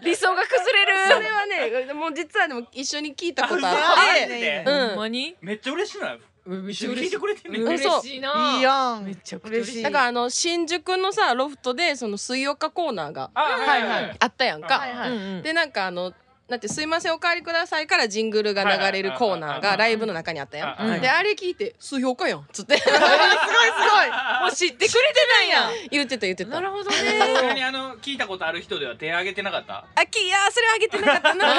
Speaker 3: て
Speaker 1: 理想が崩れる
Speaker 3: それはねもう実はでも一緒に聞いたことあっ
Speaker 2: あ
Speaker 3: て
Speaker 2: マジで
Speaker 3: う
Speaker 1: ほんまに
Speaker 4: めっちゃ嬉しいな
Speaker 1: め
Speaker 4: 一緒に聞いてくれてんねん
Speaker 3: うん
Speaker 1: 嬉しいない
Speaker 2: いやん。
Speaker 1: めちゃくちゃ
Speaker 2: 嬉しい。
Speaker 3: だからあの新宿のさロフトでその水曜日コーナーが
Speaker 4: あはいはい、
Speaker 2: はい
Speaker 3: あったやんか、
Speaker 4: はい
Speaker 1: うんうん
Speaker 3: でなんかあのなんて「すいませんお帰りください」からジングルが流れるコーナーがライブの中にあったや
Speaker 4: うん
Speaker 1: うんうん
Speaker 3: ん。であれ聞いて「数評価やん」っつって
Speaker 1: もう知ってくれてないや
Speaker 3: 言ってた言って
Speaker 1: ん
Speaker 3: た。
Speaker 1: なる
Speaker 3: あ
Speaker 1: [LAUGHS] ほど
Speaker 4: さすが
Speaker 1: ね
Speaker 4: にあの聞いたことある人では手挙げてなかった
Speaker 3: きいやーそれあげてなかった
Speaker 1: [LAUGHS]
Speaker 3: な。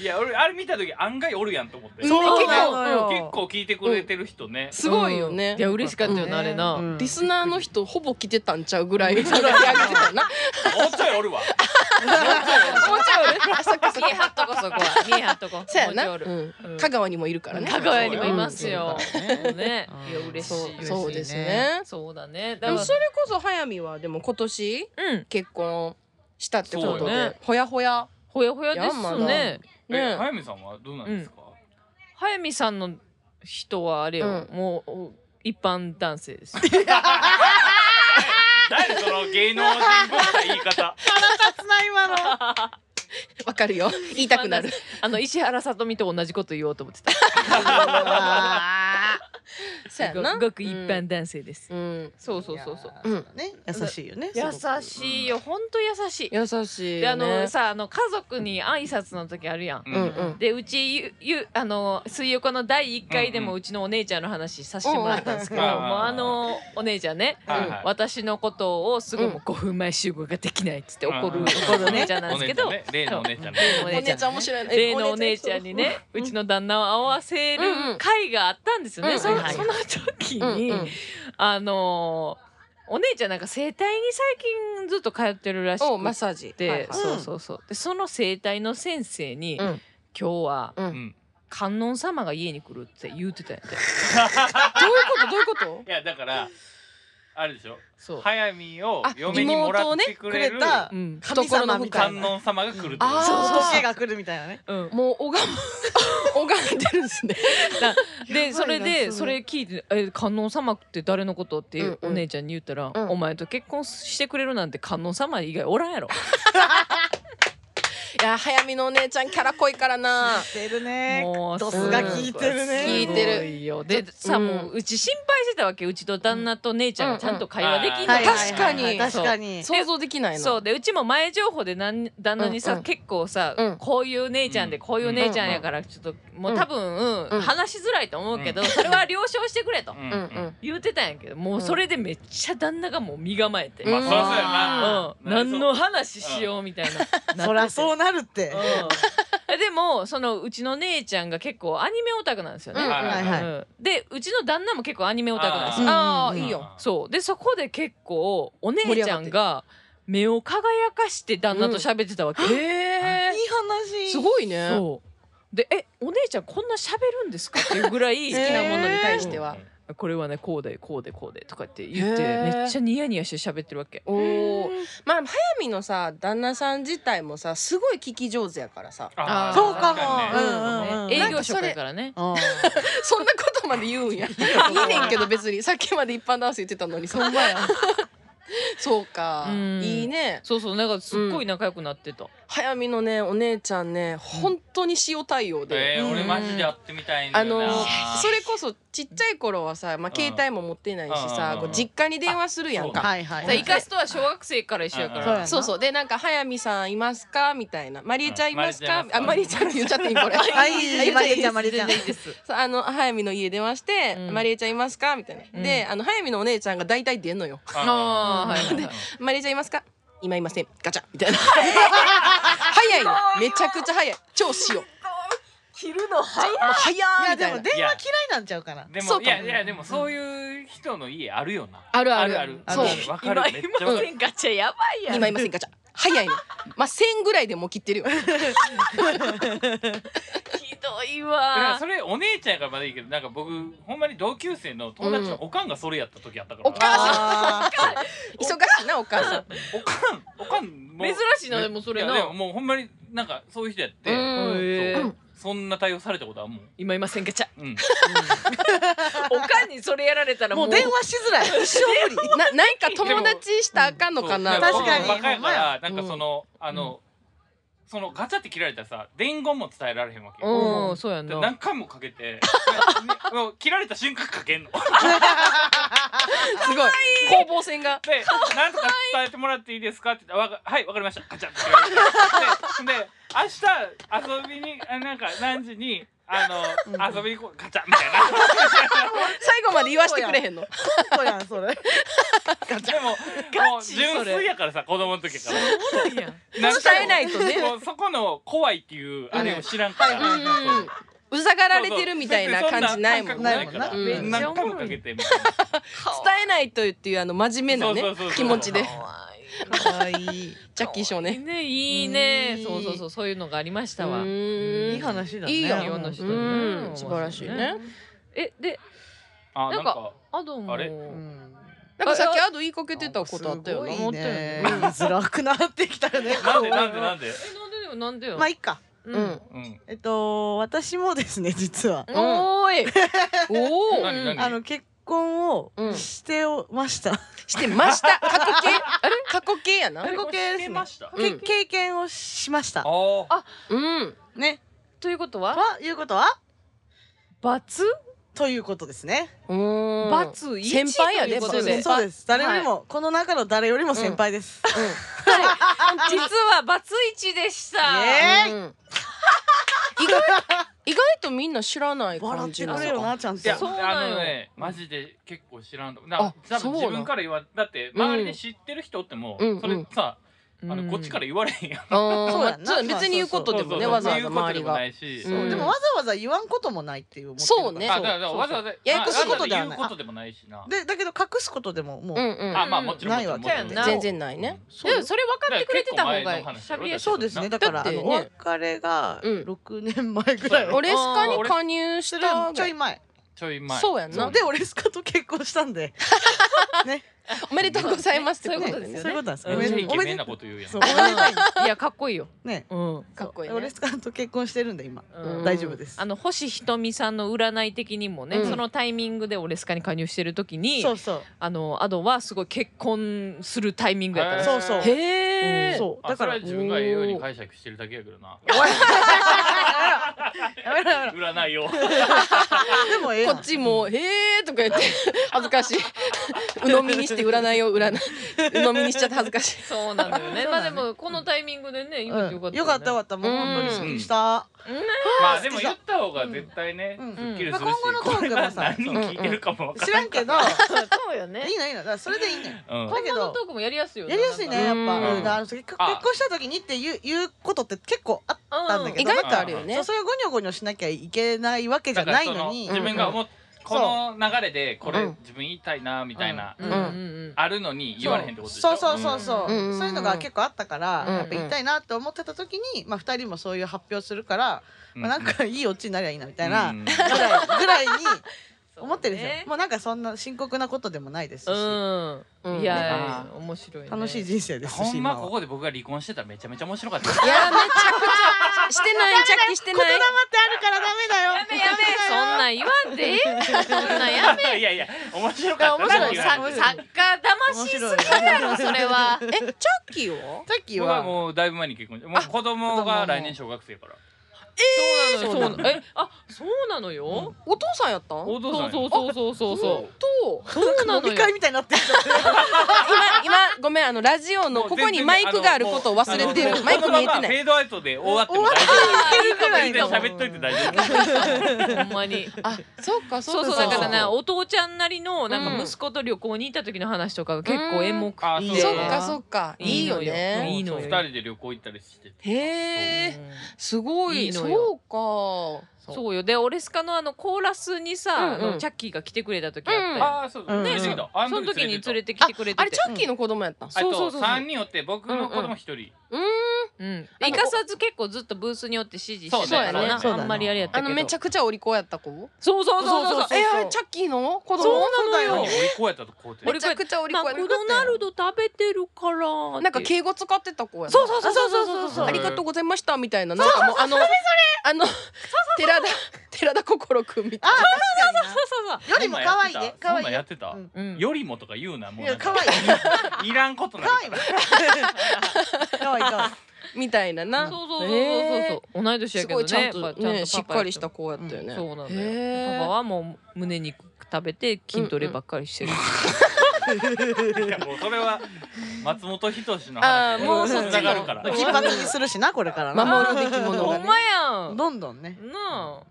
Speaker 4: いや俺あれ見た時案外おるやんと思って
Speaker 3: そう
Speaker 2: なのよ
Speaker 4: 結構聞いてくれてる人ね、
Speaker 3: すごいよね
Speaker 1: い。や嬉しかったよ
Speaker 2: ね
Speaker 1: なあれな
Speaker 3: リスナーの人ほぼ来てた [LAUGHS] んちゃうぐらいそれあげてたな。 [LAUGHS]
Speaker 4: もうちょいおるわ
Speaker 3: もうちょいそっかそっ
Speaker 1: 見え
Speaker 3: か
Speaker 1: 張っとこそこは見え張っとこ
Speaker 3: そうやな、
Speaker 1: 持
Speaker 3: う
Speaker 1: ち寄る
Speaker 3: ん、
Speaker 1: うん
Speaker 3: 香川にもいるからね
Speaker 1: 香川にもいますよ
Speaker 2: そうだね
Speaker 1: ね
Speaker 2: うん
Speaker 1: いや嬉し
Speaker 3: そ
Speaker 1: いう嬉しい
Speaker 3: そうです
Speaker 2: 嬉しい
Speaker 3: ね
Speaker 1: そうだね
Speaker 3: で
Speaker 1: だか
Speaker 3: も
Speaker 1: ら
Speaker 3: それこそ早見はでも今年
Speaker 1: うん
Speaker 3: 結婚したってこと
Speaker 1: そう
Speaker 3: で、
Speaker 1: ね
Speaker 3: ほやほや
Speaker 1: ほやほやで
Speaker 3: いやますだ
Speaker 1: ね
Speaker 4: え
Speaker 3: ね
Speaker 4: 早見さんはどうなんですか、
Speaker 1: 早見さんの人はあれよ
Speaker 3: う
Speaker 1: もうお一般男性ですよ
Speaker 4: 誰その芸能人っぽい言い方
Speaker 2: 立つな今の
Speaker 3: わかるよ言いたくなる
Speaker 1: [LAUGHS] あの石原さとみと同じこと言おうと思 [LAUGHS] ってた
Speaker 3: そうや
Speaker 1: ご
Speaker 3: な
Speaker 1: ごく一般男性です
Speaker 3: うん、
Speaker 1: そうそうそうそう
Speaker 3: うん
Speaker 2: ね優しいよね
Speaker 1: 優
Speaker 2: すごく
Speaker 1: しいよほんと優しい
Speaker 3: 優しい
Speaker 1: であ
Speaker 3: よ、ね、
Speaker 1: のさあの家族に挨拶の時あるやん
Speaker 4: う
Speaker 3: うんうん
Speaker 1: でうちゆゆあの水曜日の第1回で
Speaker 4: うん
Speaker 1: も
Speaker 4: うん
Speaker 1: うちのお姉ちゃんの話させてもらったんですけど、
Speaker 4: うんうん
Speaker 1: もうあのお姉ちゃんね、
Speaker 4: はいはい
Speaker 1: 私のことをすぐもう5分前集合ができないっつって怒る,、怒るお姉ちゃんなんですけど
Speaker 4: お姉ちゃんね例のお姉ちゃんね
Speaker 1: お
Speaker 3: お
Speaker 1: 姉ちゃ
Speaker 3: 姉
Speaker 1: ん
Speaker 3: ちゃん面白いね
Speaker 1: 例のお姉ちゃんにねうちの旦那を合わせる会があったんですよね、
Speaker 3: うん
Speaker 1: その
Speaker 3: はいはい
Speaker 1: その時に、
Speaker 3: うんうん
Speaker 1: あのお姉ちゃんなんか整体に最近ずっと通ってるらしく
Speaker 3: おマッ
Speaker 1: て、
Speaker 3: サージはいはい
Speaker 1: そうそうそうでその整体の先生に、
Speaker 3: うん
Speaker 1: 今日は
Speaker 3: うん
Speaker 4: うん
Speaker 1: 観音様が家に来るって言うてたんやて
Speaker 3: どういうことどういうこと
Speaker 4: いやだからあれでしょ
Speaker 1: そう、
Speaker 4: 早見を
Speaker 3: あ
Speaker 4: 嫁にもらってくれ
Speaker 3: 妹をねく
Speaker 4: る
Speaker 3: れた
Speaker 1: うん
Speaker 2: 神様みたい
Speaker 4: 観
Speaker 2: な
Speaker 3: [LAUGHS]
Speaker 4: 音様が来るってこと
Speaker 3: あー
Speaker 4: そう
Speaker 2: そう仏が来るみたいなね
Speaker 1: うん、
Speaker 3: もう拝む拝んでるんですね
Speaker 1: でそれ
Speaker 2: それ
Speaker 1: でそれ聞いて「え観音様って誰のこと?」って
Speaker 3: うんう
Speaker 1: お
Speaker 3: ん
Speaker 1: 姉ちゃんに言ったら「
Speaker 3: うん
Speaker 1: お前と結婚してくれるなんて観音様以外おらんやろ」
Speaker 3: いや早見のお姉ちゃんキャラ濃いからな
Speaker 2: してるね
Speaker 1: もう
Speaker 2: ド
Speaker 1: す
Speaker 2: スが効いてるね
Speaker 1: すご
Speaker 3: 効いてる
Speaker 1: いよで
Speaker 3: ちょ
Speaker 1: さ
Speaker 3: うん
Speaker 1: もううち心配してたわけうちと旦那と姉ちゃんがちゃんと会話できんの
Speaker 3: は
Speaker 1: か
Speaker 3: い
Speaker 1: な
Speaker 3: 確かに
Speaker 1: [LAUGHS] そう
Speaker 2: 確かに
Speaker 3: 想像できないの
Speaker 1: そうでうちも前情報でなん旦那にさ、
Speaker 3: うんうん
Speaker 1: 結構さ、
Speaker 3: うん
Speaker 1: こういう姉ちゃんで
Speaker 4: うん
Speaker 1: こういう姉ちゃんやからちょっと、もう多分、うん
Speaker 3: うん
Speaker 1: 話しづらいと思うけど、
Speaker 4: うん
Speaker 1: それは了承してくれと
Speaker 4: うん
Speaker 3: うんう
Speaker 4: うん
Speaker 3: ん
Speaker 1: 言ってたんやけどもうそれでめっちゃ旦那がもう身構えて、
Speaker 3: うん
Speaker 1: うん
Speaker 4: まあそりゃそうやな
Speaker 1: 何の話しようみたいな、な
Speaker 2: そりゃ
Speaker 1: う
Speaker 2: そうなるって
Speaker 1: んでもそのうちの姉ちゃんが結構アニメオタクなんですよね、
Speaker 3: うん
Speaker 4: はいはいはい
Speaker 1: うんでうちの旦那も結構アニメオタクなんですよ
Speaker 3: ああ
Speaker 2: うん
Speaker 3: いいよ
Speaker 1: そうでそこで結構お姉ちゃんが目を輝かして旦那と喋ってたわけ、
Speaker 2: い
Speaker 3: へ
Speaker 2: い話
Speaker 3: すごいね
Speaker 1: そうでえお姉ちゃんこんな喋るんですかっていうぐらい
Speaker 3: 好きなものに対しては、
Speaker 1: これはねこうでこうでこうでとかって言って
Speaker 3: へー
Speaker 1: めっちゃニヤニヤして喋ってるわけ
Speaker 3: おおまあ早見のさ旦那さん自体もさすごい聞き上手やからさ
Speaker 4: あー
Speaker 2: そうかも
Speaker 4: 確にね
Speaker 2: うんうんうん
Speaker 1: ね営業職やからね
Speaker 2: うん
Speaker 3: そんなことまで言うんやいいねんけど別にさっきまで一般男性言ってたのにさ [LAUGHS] そうか
Speaker 1: うん
Speaker 3: いいね
Speaker 1: そうそうなんかすっごい仲良くなってた、
Speaker 3: 早見のねお姉ちゃんね本当に塩対応で、
Speaker 4: えー
Speaker 2: うん
Speaker 4: 俺マジで会ってみたいんだ
Speaker 3: あ
Speaker 4: よな
Speaker 3: のそれこそちっちゃい頃はさ、まあ、
Speaker 4: うん
Speaker 3: 携帯も持ってないし
Speaker 4: う
Speaker 3: さ
Speaker 4: ん
Speaker 3: こう実家に電話するやん
Speaker 4: あ
Speaker 3: か。
Speaker 2: [LAUGHS] はいは
Speaker 1: さ
Speaker 2: い
Speaker 1: イカスとは小学生から一緒やか
Speaker 4: そうや
Speaker 1: ら
Speaker 2: な
Speaker 3: そうそうでなんか「早見さんいますか?」みたいな「まりえちゃんいますか?」
Speaker 4: うん
Speaker 3: あまりえちゃんって言っちゃっていいこれ
Speaker 2: あいいですマリエちゃんマリエちゃん
Speaker 1: 全然いいです
Speaker 3: そうあの早見の家電話して
Speaker 1: う
Speaker 3: 「
Speaker 1: ん
Speaker 3: まりえちゃんいますか?」みたいな、
Speaker 1: うん
Speaker 3: であの早見のお姉ちゃんが大体出んのよ
Speaker 1: ああはいはいはい
Speaker 3: 「まりえちゃんいますか?」今いませんガチャみたいな [LAUGHS] 早いのめちゃくちゃ早い超塩
Speaker 1: 切るの早い
Speaker 3: 早ー
Speaker 2: いや
Speaker 3: み
Speaker 2: で
Speaker 3: たい
Speaker 2: も
Speaker 3: な
Speaker 2: 電話嫌いなんちゃうから
Speaker 4: で
Speaker 3: そ
Speaker 4: も
Speaker 3: う
Speaker 4: い
Speaker 3: かも
Speaker 4: やいやでもそういう人の家あるよな
Speaker 3: あるある
Speaker 4: あるあ
Speaker 2: そ
Speaker 4: る
Speaker 2: う
Speaker 4: わかる
Speaker 1: 今
Speaker 4: めっ
Speaker 1: い
Speaker 4: ちゃ
Speaker 1: ま
Speaker 4: わか
Speaker 1: せ
Speaker 4: る
Speaker 1: んガチャやばいやん
Speaker 3: 今いませんガチャ早いのまあ1000ぐらいでもう切ってるよ
Speaker 1: ひどい
Speaker 4: だから
Speaker 1: わ
Speaker 4: それお姉ちゃんやからまだいいけどなんか僕ほんまに同級生の友達のおかんがそれやった時あったから
Speaker 3: おかん
Speaker 2: あ
Speaker 3: 忙しいなお母さん
Speaker 4: おかんおかんもう
Speaker 1: 珍しいなでもそれ
Speaker 4: い
Speaker 1: な
Speaker 4: やでももうほんまになんかそういう人やって
Speaker 3: うん
Speaker 1: へ
Speaker 4: そ
Speaker 1: ー
Speaker 4: うそんな対応されたことはもう
Speaker 1: 今いませんガチャ
Speaker 4: うん
Speaker 1: おかんにそれやられた
Speaker 2: ー
Speaker 1: らも
Speaker 2: も
Speaker 1: う
Speaker 2: う電話しづらい [LAUGHS] 一生無理
Speaker 3: ななんか友達したらあかんのかな
Speaker 4: そう
Speaker 2: 確かに
Speaker 4: バカやからな
Speaker 3: うん
Speaker 4: んかそのあのそのガチャって切られたらさ伝言も伝えられへんわけよ
Speaker 1: うんそうやん
Speaker 4: で
Speaker 1: な
Speaker 4: 何回もかけてねもう切られた瞬間かけんの
Speaker 3: すごい攻防戦が
Speaker 4: で「なんとか伝えてもらっていいですか?」って言ったらわかはいわかりました」ガチャって言われてでで明日遊びにあなんか何時にあの遊びに行こうガチャみたい
Speaker 3: 最後まで言わしてくれへんの
Speaker 2: そうやんそれ
Speaker 4: なでももう
Speaker 1: チ
Speaker 4: 純粋やからさ子供の時から
Speaker 1: そうやん
Speaker 4: なんか
Speaker 3: [LAUGHS] 伝えないとね
Speaker 4: もうそこの怖いっていうあれを知らんから、
Speaker 2: うん
Speaker 4: そうそう
Speaker 3: うざがられてるみたいな感じないもん
Speaker 4: そうそう
Speaker 3: ね
Speaker 2: ないもんな
Speaker 4: そうそう
Speaker 3: うん
Speaker 4: 何回もかけてみたいな
Speaker 3: 伝えないというっていうあの真面目なね
Speaker 4: そうそうそうそう
Speaker 3: 気持ちで
Speaker 1: かわいい
Speaker 2: 可愛いい。
Speaker 3: ジャッキー少年。
Speaker 1: ねいいね
Speaker 2: いい
Speaker 1: そうそうそうそういうのがありましたわ、
Speaker 3: うん
Speaker 2: いい話だね。
Speaker 3: いい
Speaker 1: よ
Speaker 3: よ
Speaker 1: いい話だね面白
Speaker 3: う
Speaker 1: いね
Speaker 3: ん素晴らしいね。
Speaker 1: えで
Speaker 4: あ
Speaker 1: な
Speaker 4: なんん
Speaker 1: か
Speaker 4: か
Speaker 1: アドも
Speaker 6: あれ
Speaker 2: うん。
Speaker 3: なんかさっきアド言いかけてたことあったよな。
Speaker 2: すごいね [LAUGHS]
Speaker 1: 思ったよね
Speaker 2: 言いづらくなってきたね。
Speaker 6: なんでなんでなんで
Speaker 1: えなんでよなんでよ、
Speaker 2: まあいっか。
Speaker 1: う
Speaker 3: うんん。
Speaker 6: うん
Speaker 2: えっと私もですね実は
Speaker 1: おーい
Speaker 3: おお。
Speaker 6: 何何
Speaker 2: あの結婚を
Speaker 3: うん
Speaker 2: しておました。
Speaker 3: してました。過去形。あれ過去形やな。
Speaker 2: れ
Speaker 6: これしてました
Speaker 3: うん
Speaker 2: け経験をしました
Speaker 6: あ。ー
Speaker 3: うん。
Speaker 2: ね。
Speaker 1: ということは
Speaker 2: ということは
Speaker 1: 罰
Speaker 2: ということですね。
Speaker 3: うん。
Speaker 1: 罰一
Speaker 3: 先輩や
Speaker 1: とい
Speaker 3: ね
Speaker 1: うこ
Speaker 3: そ
Speaker 1: と
Speaker 3: 先
Speaker 1: で
Speaker 3: 輩
Speaker 2: そうです。誰よりもこの中の誰よりも先輩です。
Speaker 1: 実は罰一でした
Speaker 2: イエーイ
Speaker 3: うん。意外意外とみんな知らない
Speaker 2: 笑
Speaker 3: 感
Speaker 2: っ
Speaker 3: じ
Speaker 2: て
Speaker 3: な
Speaker 2: く
Speaker 3: の
Speaker 2: れよなちゃん
Speaker 4: い
Speaker 2: と。
Speaker 4: や
Speaker 1: そうな
Speaker 4: あ
Speaker 1: の
Speaker 4: のねマジで結構知らんと思うだ
Speaker 3: あ
Speaker 4: 多分
Speaker 3: そ
Speaker 4: 自
Speaker 3: うな
Speaker 4: 分
Speaker 3: の
Speaker 4: から言わだって周りで知ってる人おっても、
Speaker 3: うん
Speaker 4: それさ、
Speaker 1: うん
Speaker 4: あのこっちから言われへ
Speaker 3: [LAUGHS]
Speaker 4: んやん、
Speaker 2: そうや
Speaker 3: あ
Speaker 2: ん
Speaker 3: ー
Speaker 2: な
Speaker 3: まあ別に言うことでもね
Speaker 4: そうそうそう
Speaker 3: わざわざ周り
Speaker 4: 言うことでも
Speaker 3: が
Speaker 4: ないし、
Speaker 3: うん
Speaker 2: でもわざわざ言わんこともないっていう思ってるから
Speaker 3: そうね
Speaker 4: あだからだからわざわざ
Speaker 3: ややこしいこと
Speaker 2: ではない
Speaker 4: わざわざ言うことでもないしな
Speaker 2: でだけど隠すことでももう、
Speaker 3: うんうん
Speaker 4: あまあもちろん
Speaker 2: ないわ
Speaker 4: もちろん
Speaker 1: け
Speaker 4: も
Speaker 1: やんな
Speaker 4: ちろもち
Speaker 3: 全
Speaker 4: ろ
Speaker 3: 然ないね
Speaker 2: そう
Speaker 1: で
Speaker 2: よ
Speaker 1: もそれ分かってくれてた方がしゃべりやすい
Speaker 2: そうですねだから
Speaker 3: だってね
Speaker 2: あのお別れが
Speaker 3: うん
Speaker 2: 6年前ぐらい、
Speaker 4: そう
Speaker 2: 俺
Speaker 4: よ
Speaker 3: 俺スカに加入し
Speaker 2: それよ
Speaker 3: た
Speaker 2: りちょい前
Speaker 4: ちょい前
Speaker 3: そうやん
Speaker 2: そ
Speaker 3: な
Speaker 2: うで俺スカと結婚したんで、
Speaker 3: おめでとうございますって
Speaker 1: そう
Speaker 3: こ
Speaker 1: いう
Speaker 3: と
Speaker 1: こと
Speaker 3: で
Speaker 1: ですす
Speaker 3: よ
Speaker 1: よ
Speaker 2: そういうことなんです
Speaker 3: ね
Speaker 4: めっちゃイ
Speaker 2: お
Speaker 4: ケ
Speaker 2: め
Speaker 4: メン
Speaker 2: で
Speaker 4: な
Speaker 2: と
Speaker 4: こと言うやん
Speaker 2: そうおめでたい
Speaker 1: いやかっこいいよ
Speaker 2: ね
Speaker 1: うん
Speaker 3: かっこいい
Speaker 2: 俺
Speaker 3: ね
Speaker 2: スカと結婚してるんで今、
Speaker 1: うん
Speaker 2: 大丈夫です
Speaker 1: あの星ひとみさんの占い的にもね、
Speaker 3: うん
Speaker 1: そのタイミングでオレスカに加入してる時に
Speaker 2: そうそう
Speaker 1: あのアドはすごい結婚するタイミングやったんです
Speaker 2: そうそう
Speaker 3: へえ
Speaker 2: そう
Speaker 4: だ
Speaker 2: だ
Speaker 4: か
Speaker 2: からら
Speaker 4: 自分が言うように解釈してるだけやけどな [LAUGHS]
Speaker 2: やめろやめろ
Speaker 6: 占いを
Speaker 2: でもええや
Speaker 3: こ
Speaker 2: ん
Speaker 3: っちも「へえ」とか [LAUGHS] 言って恥ずかしい鵜呑みにして占いを占い鵜呑みにしちゃって恥ずかし [LAUGHS] い
Speaker 1: そうなのよね。
Speaker 2: そう
Speaker 1: まあ
Speaker 2: なの
Speaker 1: で
Speaker 2: ね
Speaker 1: もこのタイミングでね、言
Speaker 2: う
Speaker 1: うんてよかった、ね。
Speaker 2: よかったよかったもう
Speaker 3: うん
Speaker 2: 本当にすっきりした、
Speaker 4: まあでも言った方が絶対ね、
Speaker 2: うん
Speaker 4: すっきりするし、
Speaker 2: まあ今後のトークもさ
Speaker 4: これ何人聞いてるかもわか
Speaker 2: 知らんけ
Speaker 4: [LAUGHS]
Speaker 2: ど
Speaker 1: そうよね
Speaker 2: い。いのいいのだからそれでいいね
Speaker 4: らん、うん
Speaker 2: だけ
Speaker 1: この
Speaker 2: ど
Speaker 1: トークもやりやすいよね。
Speaker 2: やりやすいねやっぱ、
Speaker 3: うん
Speaker 2: うんだからあの結結
Speaker 4: あ
Speaker 2: 婚した時にっていういうことって結構あっ
Speaker 1: なん
Speaker 2: た
Speaker 1: か。
Speaker 2: んだけ
Speaker 3: 意
Speaker 2: ど、
Speaker 3: 外とあるよね
Speaker 2: そうそれをゴニョゴニョしなきゃいけないわけじゃ
Speaker 4: だ
Speaker 2: な
Speaker 4: から
Speaker 2: い
Speaker 4: そ
Speaker 2: の
Speaker 4: の
Speaker 2: に
Speaker 4: 自分が思っこの流れでこ
Speaker 3: う
Speaker 4: れ
Speaker 3: ん
Speaker 4: 自分言いたいなみたいな、
Speaker 1: うんうんうん。
Speaker 4: あるのに言われへんってことでしょ
Speaker 2: そうそうそうそう、
Speaker 3: うんうん
Speaker 2: そういうのが結構あったから、
Speaker 3: うん
Speaker 2: やっぱ言いたいなって思ってた時に、まあ、2人もそういう発表するから、
Speaker 4: うん
Speaker 2: まあ、なんかいいオチになりゃいいなみたいな、
Speaker 4: うん
Speaker 2: ぐらいぐらいに
Speaker 1: そうね
Speaker 2: 思ってるん
Speaker 4: [LAUGHS]
Speaker 2: ですよ、もうなんかそんな深刻なことでもないですし、
Speaker 1: うん。
Speaker 3: うん
Speaker 1: いや
Speaker 4: あ
Speaker 1: 面白い、ね。
Speaker 2: 楽しい人生ですし
Speaker 4: ほんま
Speaker 2: 今は
Speaker 4: ここで僕が離婚してたらめちゃめちゃ面白かった
Speaker 3: いやめちゃくちゃしてない着地して
Speaker 2: 言霊 [LAUGHS]
Speaker 3: な
Speaker 2: っ
Speaker 3: い
Speaker 2: てあるからダメだよ
Speaker 1: やめやめ。そんなん言わんでええ。そんなんやめ。
Speaker 4: いやいや面白かった
Speaker 2: 面白い
Speaker 1: サ
Speaker 4: さ
Speaker 1: ッ
Speaker 4: っ
Speaker 1: カ
Speaker 4: き
Speaker 1: ー
Speaker 4: の
Speaker 1: 魂すぎだろそれは。
Speaker 3: えチャッキーは
Speaker 2: さっき
Speaker 4: 僕は
Speaker 2: は
Speaker 4: もうだいぶ前に結婚してもう子供が来年小学生やから
Speaker 1: えそうなの。えあそうなのよ。
Speaker 3: お父さんやったん
Speaker 4: お父さん
Speaker 1: そう
Speaker 4: よ
Speaker 1: そうそうそうそう
Speaker 3: と
Speaker 1: そう。そうなの
Speaker 2: 飲み
Speaker 1: よ。
Speaker 2: 会みたいになってる
Speaker 3: 今今ごめんあのラジオのここにマイクがあることを忘れて
Speaker 4: あの
Speaker 3: る [LAUGHS] マイク見えて
Speaker 4: あの
Speaker 3: な
Speaker 4: フ
Speaker 3: い
Speaker 4: ェードアウトで終わっても大
Speaker 1: いいかもいい
Speaker 4: 丈
Speaker 1: か
Speaker 4: 夫
Speaker 1: も
Speaker 4: 全然喋っといて大丈夫
Speaker 1: ほんまに。
Speaker 3: あそうか
Speaker 1: そ
Speaker 3: そうう
Speaker 1: そ
Speaker 3: か
Speaker 1: うだからねお父ちゃんなりのなん
Speaker 3: う
Speaker 1: か
Speaker 3: ん
Speaker 1: 息子と旅行に行った時の話とかが結構エモく
Speaker 4: あ
Speaker 1: て、
Speaker 4: そう
Speaker 3: そっかそっかいいよ
Speaker 1: うん
Speaker 3: ね
Speaker 1: いいのよ
Speaker 4: そう二人で旅行行ったりして
Speaker 3: へえすご
Speaker 1: いい
Speaker 3: い
Speaker 1: のよ
Speaker 3: そうか
Speaker 1: そうそうよでオレスカのあのコーラスにさ、
Speaker 3: うんうん
Speaker 1: あのチャッキーが来てくれた時あったよ、
Speaker 4: ああそうだ
Speaker 2: うん
Speaker 4: ねそうだあ
Speaker 1: その時に連れてき
Speaker 3: あ
Speaker 1: てくれてて
Speaker 3: あれチャッキーの子供やったん
Speaker 1: そ
Speaker 4: あ
Speaker 1: うそうそ
Speaker 4: と
Speaker 1: うそう
Speaker 4: 三人おって僕の子供一人
Speaker 3: う
Speaker 1: う
Speaker 3: ん
Speaker 1: ん
Speaker 3: あの
Speaker 1: 生かさず結構ずっとブースにおって指示して
Speaker 4: そう
Speaker 1: た
Speaker 3: だよね
Speaker 2: そうだ
Speaker 1: あ
Speaker 2: ね
Speaker 1: んまりあれやった
Speaker 3: あ
Speaker 1: けど
Speaker 3: のめちゃくちゃお利口やった子
Speaker 1: そうそうそうそうそう
Speaker 2: そう
Speaker 3: えあれチャッキーの子供
Speaker 2: そうなの
Speaker 4: 何
Speaker 2: よ
Speaker 4: 俺こうやったとこうや
Speaker 1: 俺
Speaker 4: って
Speaker 3: めちゃくちゃお利
Speaker 1: マ
Speaker 3: 口やった
Speaker 1: クドナルド食べてるからって
Speaker 3: なんか敬語使ってた子やな
Speaker 1: そうそうそうそうそうそう
Speaker 2: そう
Speaker 3: ありがとうございましたみたいななんかもうあのあの寺田寺田心くんみたい
Speaker 2: あ
Speaker 3: な
Speaker 1: そうそう
Speaker 2: よりも可愛い
Speaker 4: そんなんやっ
Speaker 2: ね
Speaker 4: てた
Speaker 2: 可
Speaker 4: そ
Speaker 2: 愛いう
Speaker 4: んなんやってた
Speaker 2: ん
Speaker 1: そううん
Speaker 4: よりもとか言うなも
Speaker 2: いう
Speaker 4: な
Speaker 2: や
Speaker 4: んか
Speaker 2: 可愛い
Speaker 4: いらんことなん
Speaker 2: 可愛い
Speaker 4: か
Speaker 2: わ可愛い可愛い
Speaker 3: みたいなな
Speaker 1: そうそうそうそうそう、
Speaker 3: へ
Speaker 1: 同い年
Speaker 3: ー
Speaker 1: や
Speaker 3: す
Speaker 1: けど
Speaker 3: ご
Speaker 1: ね
Speaker 3: いちゃん
Speaker 1: やっ
Speaker 3: と
Speaker 1: ぱちゃんと
Speaker 3: ねしっかりした
Speaker 1: パ
Speaker 3: 子やったよ
Speaker 1: パ
Speaker 3: ね
Speaker 1: やそうなの
Speaker 3: へ
Speaker 1: よ
Speaker 3: ー
Speaker 1: パパはもう胸肉食べて筋トレばっかりしてる、
Speaker 4: いやもうそれは松本人志の
Speaker 3: あ
Speaker 4: 話
Speaker 3: ー
Speaker 4: に
Speaker 3: もうそっちの
Speaker 4: 繋がるから
Speaker 2: 金髪にするしなこれからな
Speaker 3: 守るべきもの
Speaker 1: ほ
Speaker 3: が
Speaker 1: ん
Speaker 3: ね
Speaker 1: まやん。な
Speaker 2: どんどんね
Speaker 1: あ。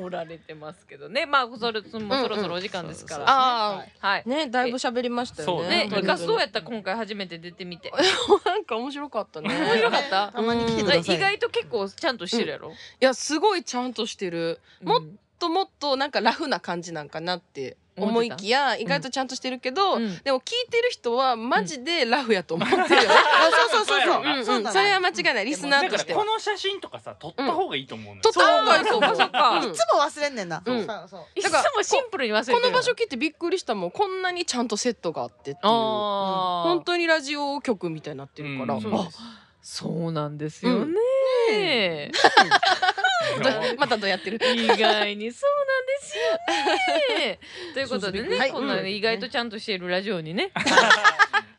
Speaker 1: おられてますけどね。まあそれもうそろそろお時間ですから。
Speaker 3: あ
Speaker 1: はい
Speaker 3: あ。ねだいぶ喋りましたよ
Speaker 4: そう
Speaker 3: ね
Speaker 1: ね、
Speaker 4: 本当
Speaker 1: イ
Speaker 4: に
Speaker 1: カそう
Speaker 3: や
Speaker 1: やったら今回初めて出てみて。
Speaker 3: なんか面白かったね
Speaker 1: 面白かった。
Speaker 2: たまに来てください
Speaker 1: 意外と結構ちゃんとしてるやろ。
Speaker 3: いやすごいちゃんとしてるもっ
Speaker 1: うん
Speaker 3: ともっとなんかラフな感じなんかなって思いきや意外とちゃんとしてるけど、
Speaker 1: うん
Speaker 3: でも聞いてる人はマジでラフやと思ってるよ、
Speaker 2: あそうそうそうそう
Speaker 6: う
Speaker 3: うんうん
Speaker 2: そうなの
Speaker 3: それは間違いないリスナ
Speaker 6: だ
Speaker 3: ーと
Speaker 6: か
Speaker 3: し
Speaker 6: ら
Speaker 3: て
Speaker 6: こ
Speaker 3: は
Speaker 6: の写真とかさ撮った方がいいと思うのよ
Speaker 3: 撮った方がいいと思う
Speaker 1: そうか
Speaker 3: うん
Speaker 2: いつも忘れんねんな、
Speaker 3: うん
Speaker 2: そうそう
Speaker 1: いつもシンプルに忘れてる
Speaker 3: この場所来てびっくりしたもんこんなにちゃんとセットがあってっていう本
Speaker 1: あー
Speaker 3: 当にラジオ局みたいになってるから、
Speaker 6: うん
Speaker 3: [LAUGHS] あ
Speaker 1: そうなんですよね、
Speaker 3: だまたどうやってる
Speaker 1: 意外にそうなんですよね [LAUGHS] ということでね、
Speaker 2: はい
Speaker 1: こんな
Speaker 2: うん
Speaker 1: ね意外とちゃんとしているラジオにね [LAUGHS]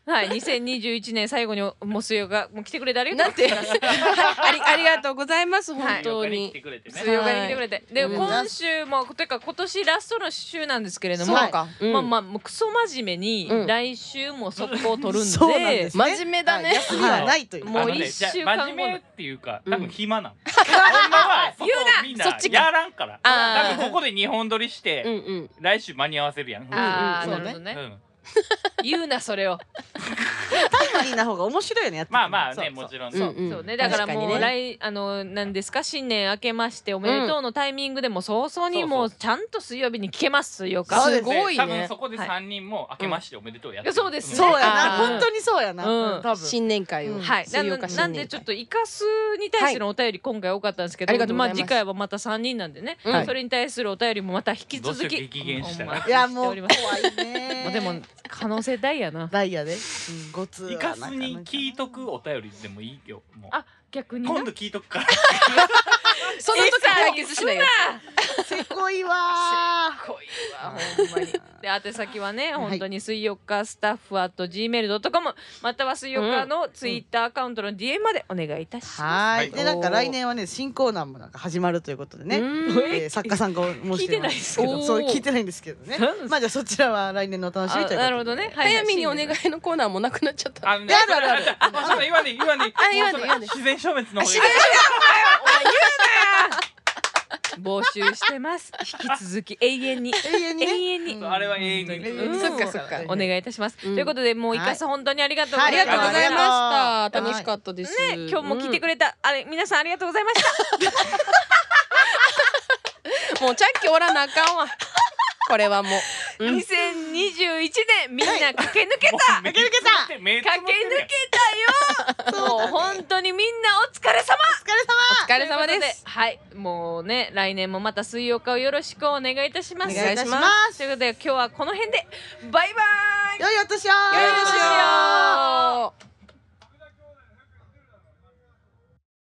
Speaker 1: はい2021年最後にもすよがもう来てくれてありが [LAUGHS]
Speaker 3: な
Speaker 1: と
Speaker 3: ん
Speaker 1: う
Speaker 3: てありありがとうございます本当
Speaker 6: に来
Speaker 3: に、
Speaker 6: てくれてね
Speaker 1: すよがに来てくれて、で
Speaker 3: うん
Speaker 1: 今週もというか今年ラストの週なんですけれども、
Speaker 2: はい
Speaker 3: そうか、
Speaker 1: まあ
Speaker 3: うん
Speaker 1: まあもうクソ真面目に
Speaker 3: うん
Speaker 1: 来週も速攻取 [LAUGHS] るんで,、
Speaker 2: そうなんです
Speaker 3: 真面目だね
Speaker 2: はい休みはないという、
Speaker 1: もう
Speaker 6: あのね
Speaker 1: 一
Speaker 6: じ
Speaker 1: 週間後の
Speaker 6: ゃあ真面目っていうか多分暇なの、女はそこ
Speaker 1: 言うな
Speaker 6: みんな
Speaker 3: そっちか
Speaker 6: やらんから
Speaker 3: あ
Speaker 6: 多
Speaker 3: ー
Speaker 6: 分ここで2本撮りして、
Speaker 3: うんうん
Speaker 6: 来週間に合わせるやん
Speaker 1: ああ、
Speaker 2: うんうん
Speaker 1: なるほど
Speaker 6: う
Speaker 1: ね、
Speaker 6: ん、
Speaker 1: 言うなそれを
Speaker 2: タイムリーな方が面白いよねやってて
Speaker 6: まあまあ
Speaker 2: そう
Speaker 6: ね
Speaker 2: そう
Speaker 6: もちろん
Speaker 3: うん
Speaker 6: ね
Speaker 3: うん
Speaker 1: そうね、だからもう
Speaker 3: 確かにね
Speaker 1: 来、あの何ですか新年明けましておめでとうのタイミングでも早々
Speaker 6: そう
Speaker 1: に
Speaker 6: そう
Speaker 1: もうちゃんと水曜日に聞けます水曜か。
Speaker 2: そう
Speaker 3: す
Speaker 2: です
Speaker 3: ごい
Speaker 6: 多分
Speaker 3: ね
Speaker 6: そこで3人も明けましておめでとうやって
Speaker 1: うんいやそうです
Speaker 2: そうやな
Speaker 1: あー
Speaker 2: 本当にそうやな、
Speaker 1: うん
Speaker 2: うん多分
Speaker 3: 新年会を、
Speaker 2: うん
Speaker 1: はい、な
Speaker 3: 水曜
Speaker 1: ん
Speaker 3: か新年会
Speaker 1: なんでちょっとイカスに対するお便り今回多かったんですけど、
Speaker 3: ありがとうございます
Speaker 1: あ次回はまた3人なんでね、
Speaker 3: はい
Speaker 1: それに対するお便りもまた引き続
Speaker 6: どう
Speaker 1: き
Speaker 6: せ激減したら
Speaker 1: お待ち
Speaker 2: いや
Speaker 1: して
Speaker 2: も
Speaker 1: お
Speaker 2: う
Speaker 1: り
Speaker 2: 怖
Speaker 1: ます
Speaker 2: いね
Speaker 1: [LAUGHS] まあでも可能性大やな
Speaker 2: ダイヤで、うん、ごつ
Speaker 6: イカスに聞いとくお便りでもいいよもう
Speaker 1: あ逆にな
Speaker 6: 今度聞いとくから
Speaker 3: その時解決しないや
Speaker 2: せこいわー
Speaker 1: 濃いわほんまにで宛先はね
Speaker 2: はい
Speaker 1: 本当に水曜日スタッフ at gmail.com または水曜日のツイッターアカウントの DM までお願いいたします、
Speaker 2: は
Speaker 6: はいい
Speaker 2: でなんか来年はね新コーナーもなんか始まるということで
Speaker 3: つ
Speaker 2: ね、えー作家さんが申
Speaker 1: 聞い
Speaker 2: してて
Speaker 1: な
Speaker 2: ま
Speaker 1: いですすけど
Speaker 2: そう聞いてないんですけどね
Speaker 1: なんです
Speaker 2: まあじゃあそちらは来年のお楽しみということで
Speaker 1: あなるほどねはい
Speaker 3: 早見にお願いのコーナーもなくなっちゃった
Speaker 6: あのね
Speaker 2: やあるあるある
Speaker 6: ああそうだ言わねえ言わねえ
Speaker 3: あ言わねえ言わねえ
Speaker 6: 自然消滅の方がいい
Speaker 1: 募集してます引き続き永遠に
Speaker 2: 永遠に
Speaker 1: 永
Speaker 2: ね
Speaker 1: 遠に
Speaker 6: そうあれは永遠に
Speaker 2: うん
Speaker 1: うんそっか
Speaker 3: そっか
Speaker 1: お願いいたします、
Speaker 3: うん
Speaker 1: ということでもうイカさん本当にありがとうござ
Speaker 3: あ
Speaker 1: い
Speaker 3: り
Speaker 1: ま
Speaker 3: が
Speaker 1: し
Speaker 3: と
Speaker 1: た、
Speaker 3: うございま
Speaker 2: は
Speaker 3: し
Speaker 2: い
Speaker 3: た。楽しかったです。
Speaker 1: ね、今日も来てく
Speaker 3: れ、
Speaker 1: れた、あれ皆さんありがとうございました
Speaker 3: もうチャッキおらなあかんわ。これ
Speaker 1: [LAUGHS]
Speaker 3: はもう。うん
Speaker 1: 2021年みんな駆け抜けた
Speaker 6: 駆
Speaker 2: け抜けた
Speaker 6: 駆
Speaker 1: 駆け抜けたよもう本当にみんなお疲れ様
Speaker 2: お疲れ様
Speaker 3: お疲れ様です。
Speaker 1: ということはい、もうね、来年もまた水曜日をよろしくお願いいたします。
Speaker 2: お願いいたします
Speaker 1: ということで、今日はこの辺で、バイバイ。
Speaker 2: 良いお年を
Speaker 1: 良いお年を
Speaker 3: よいしょ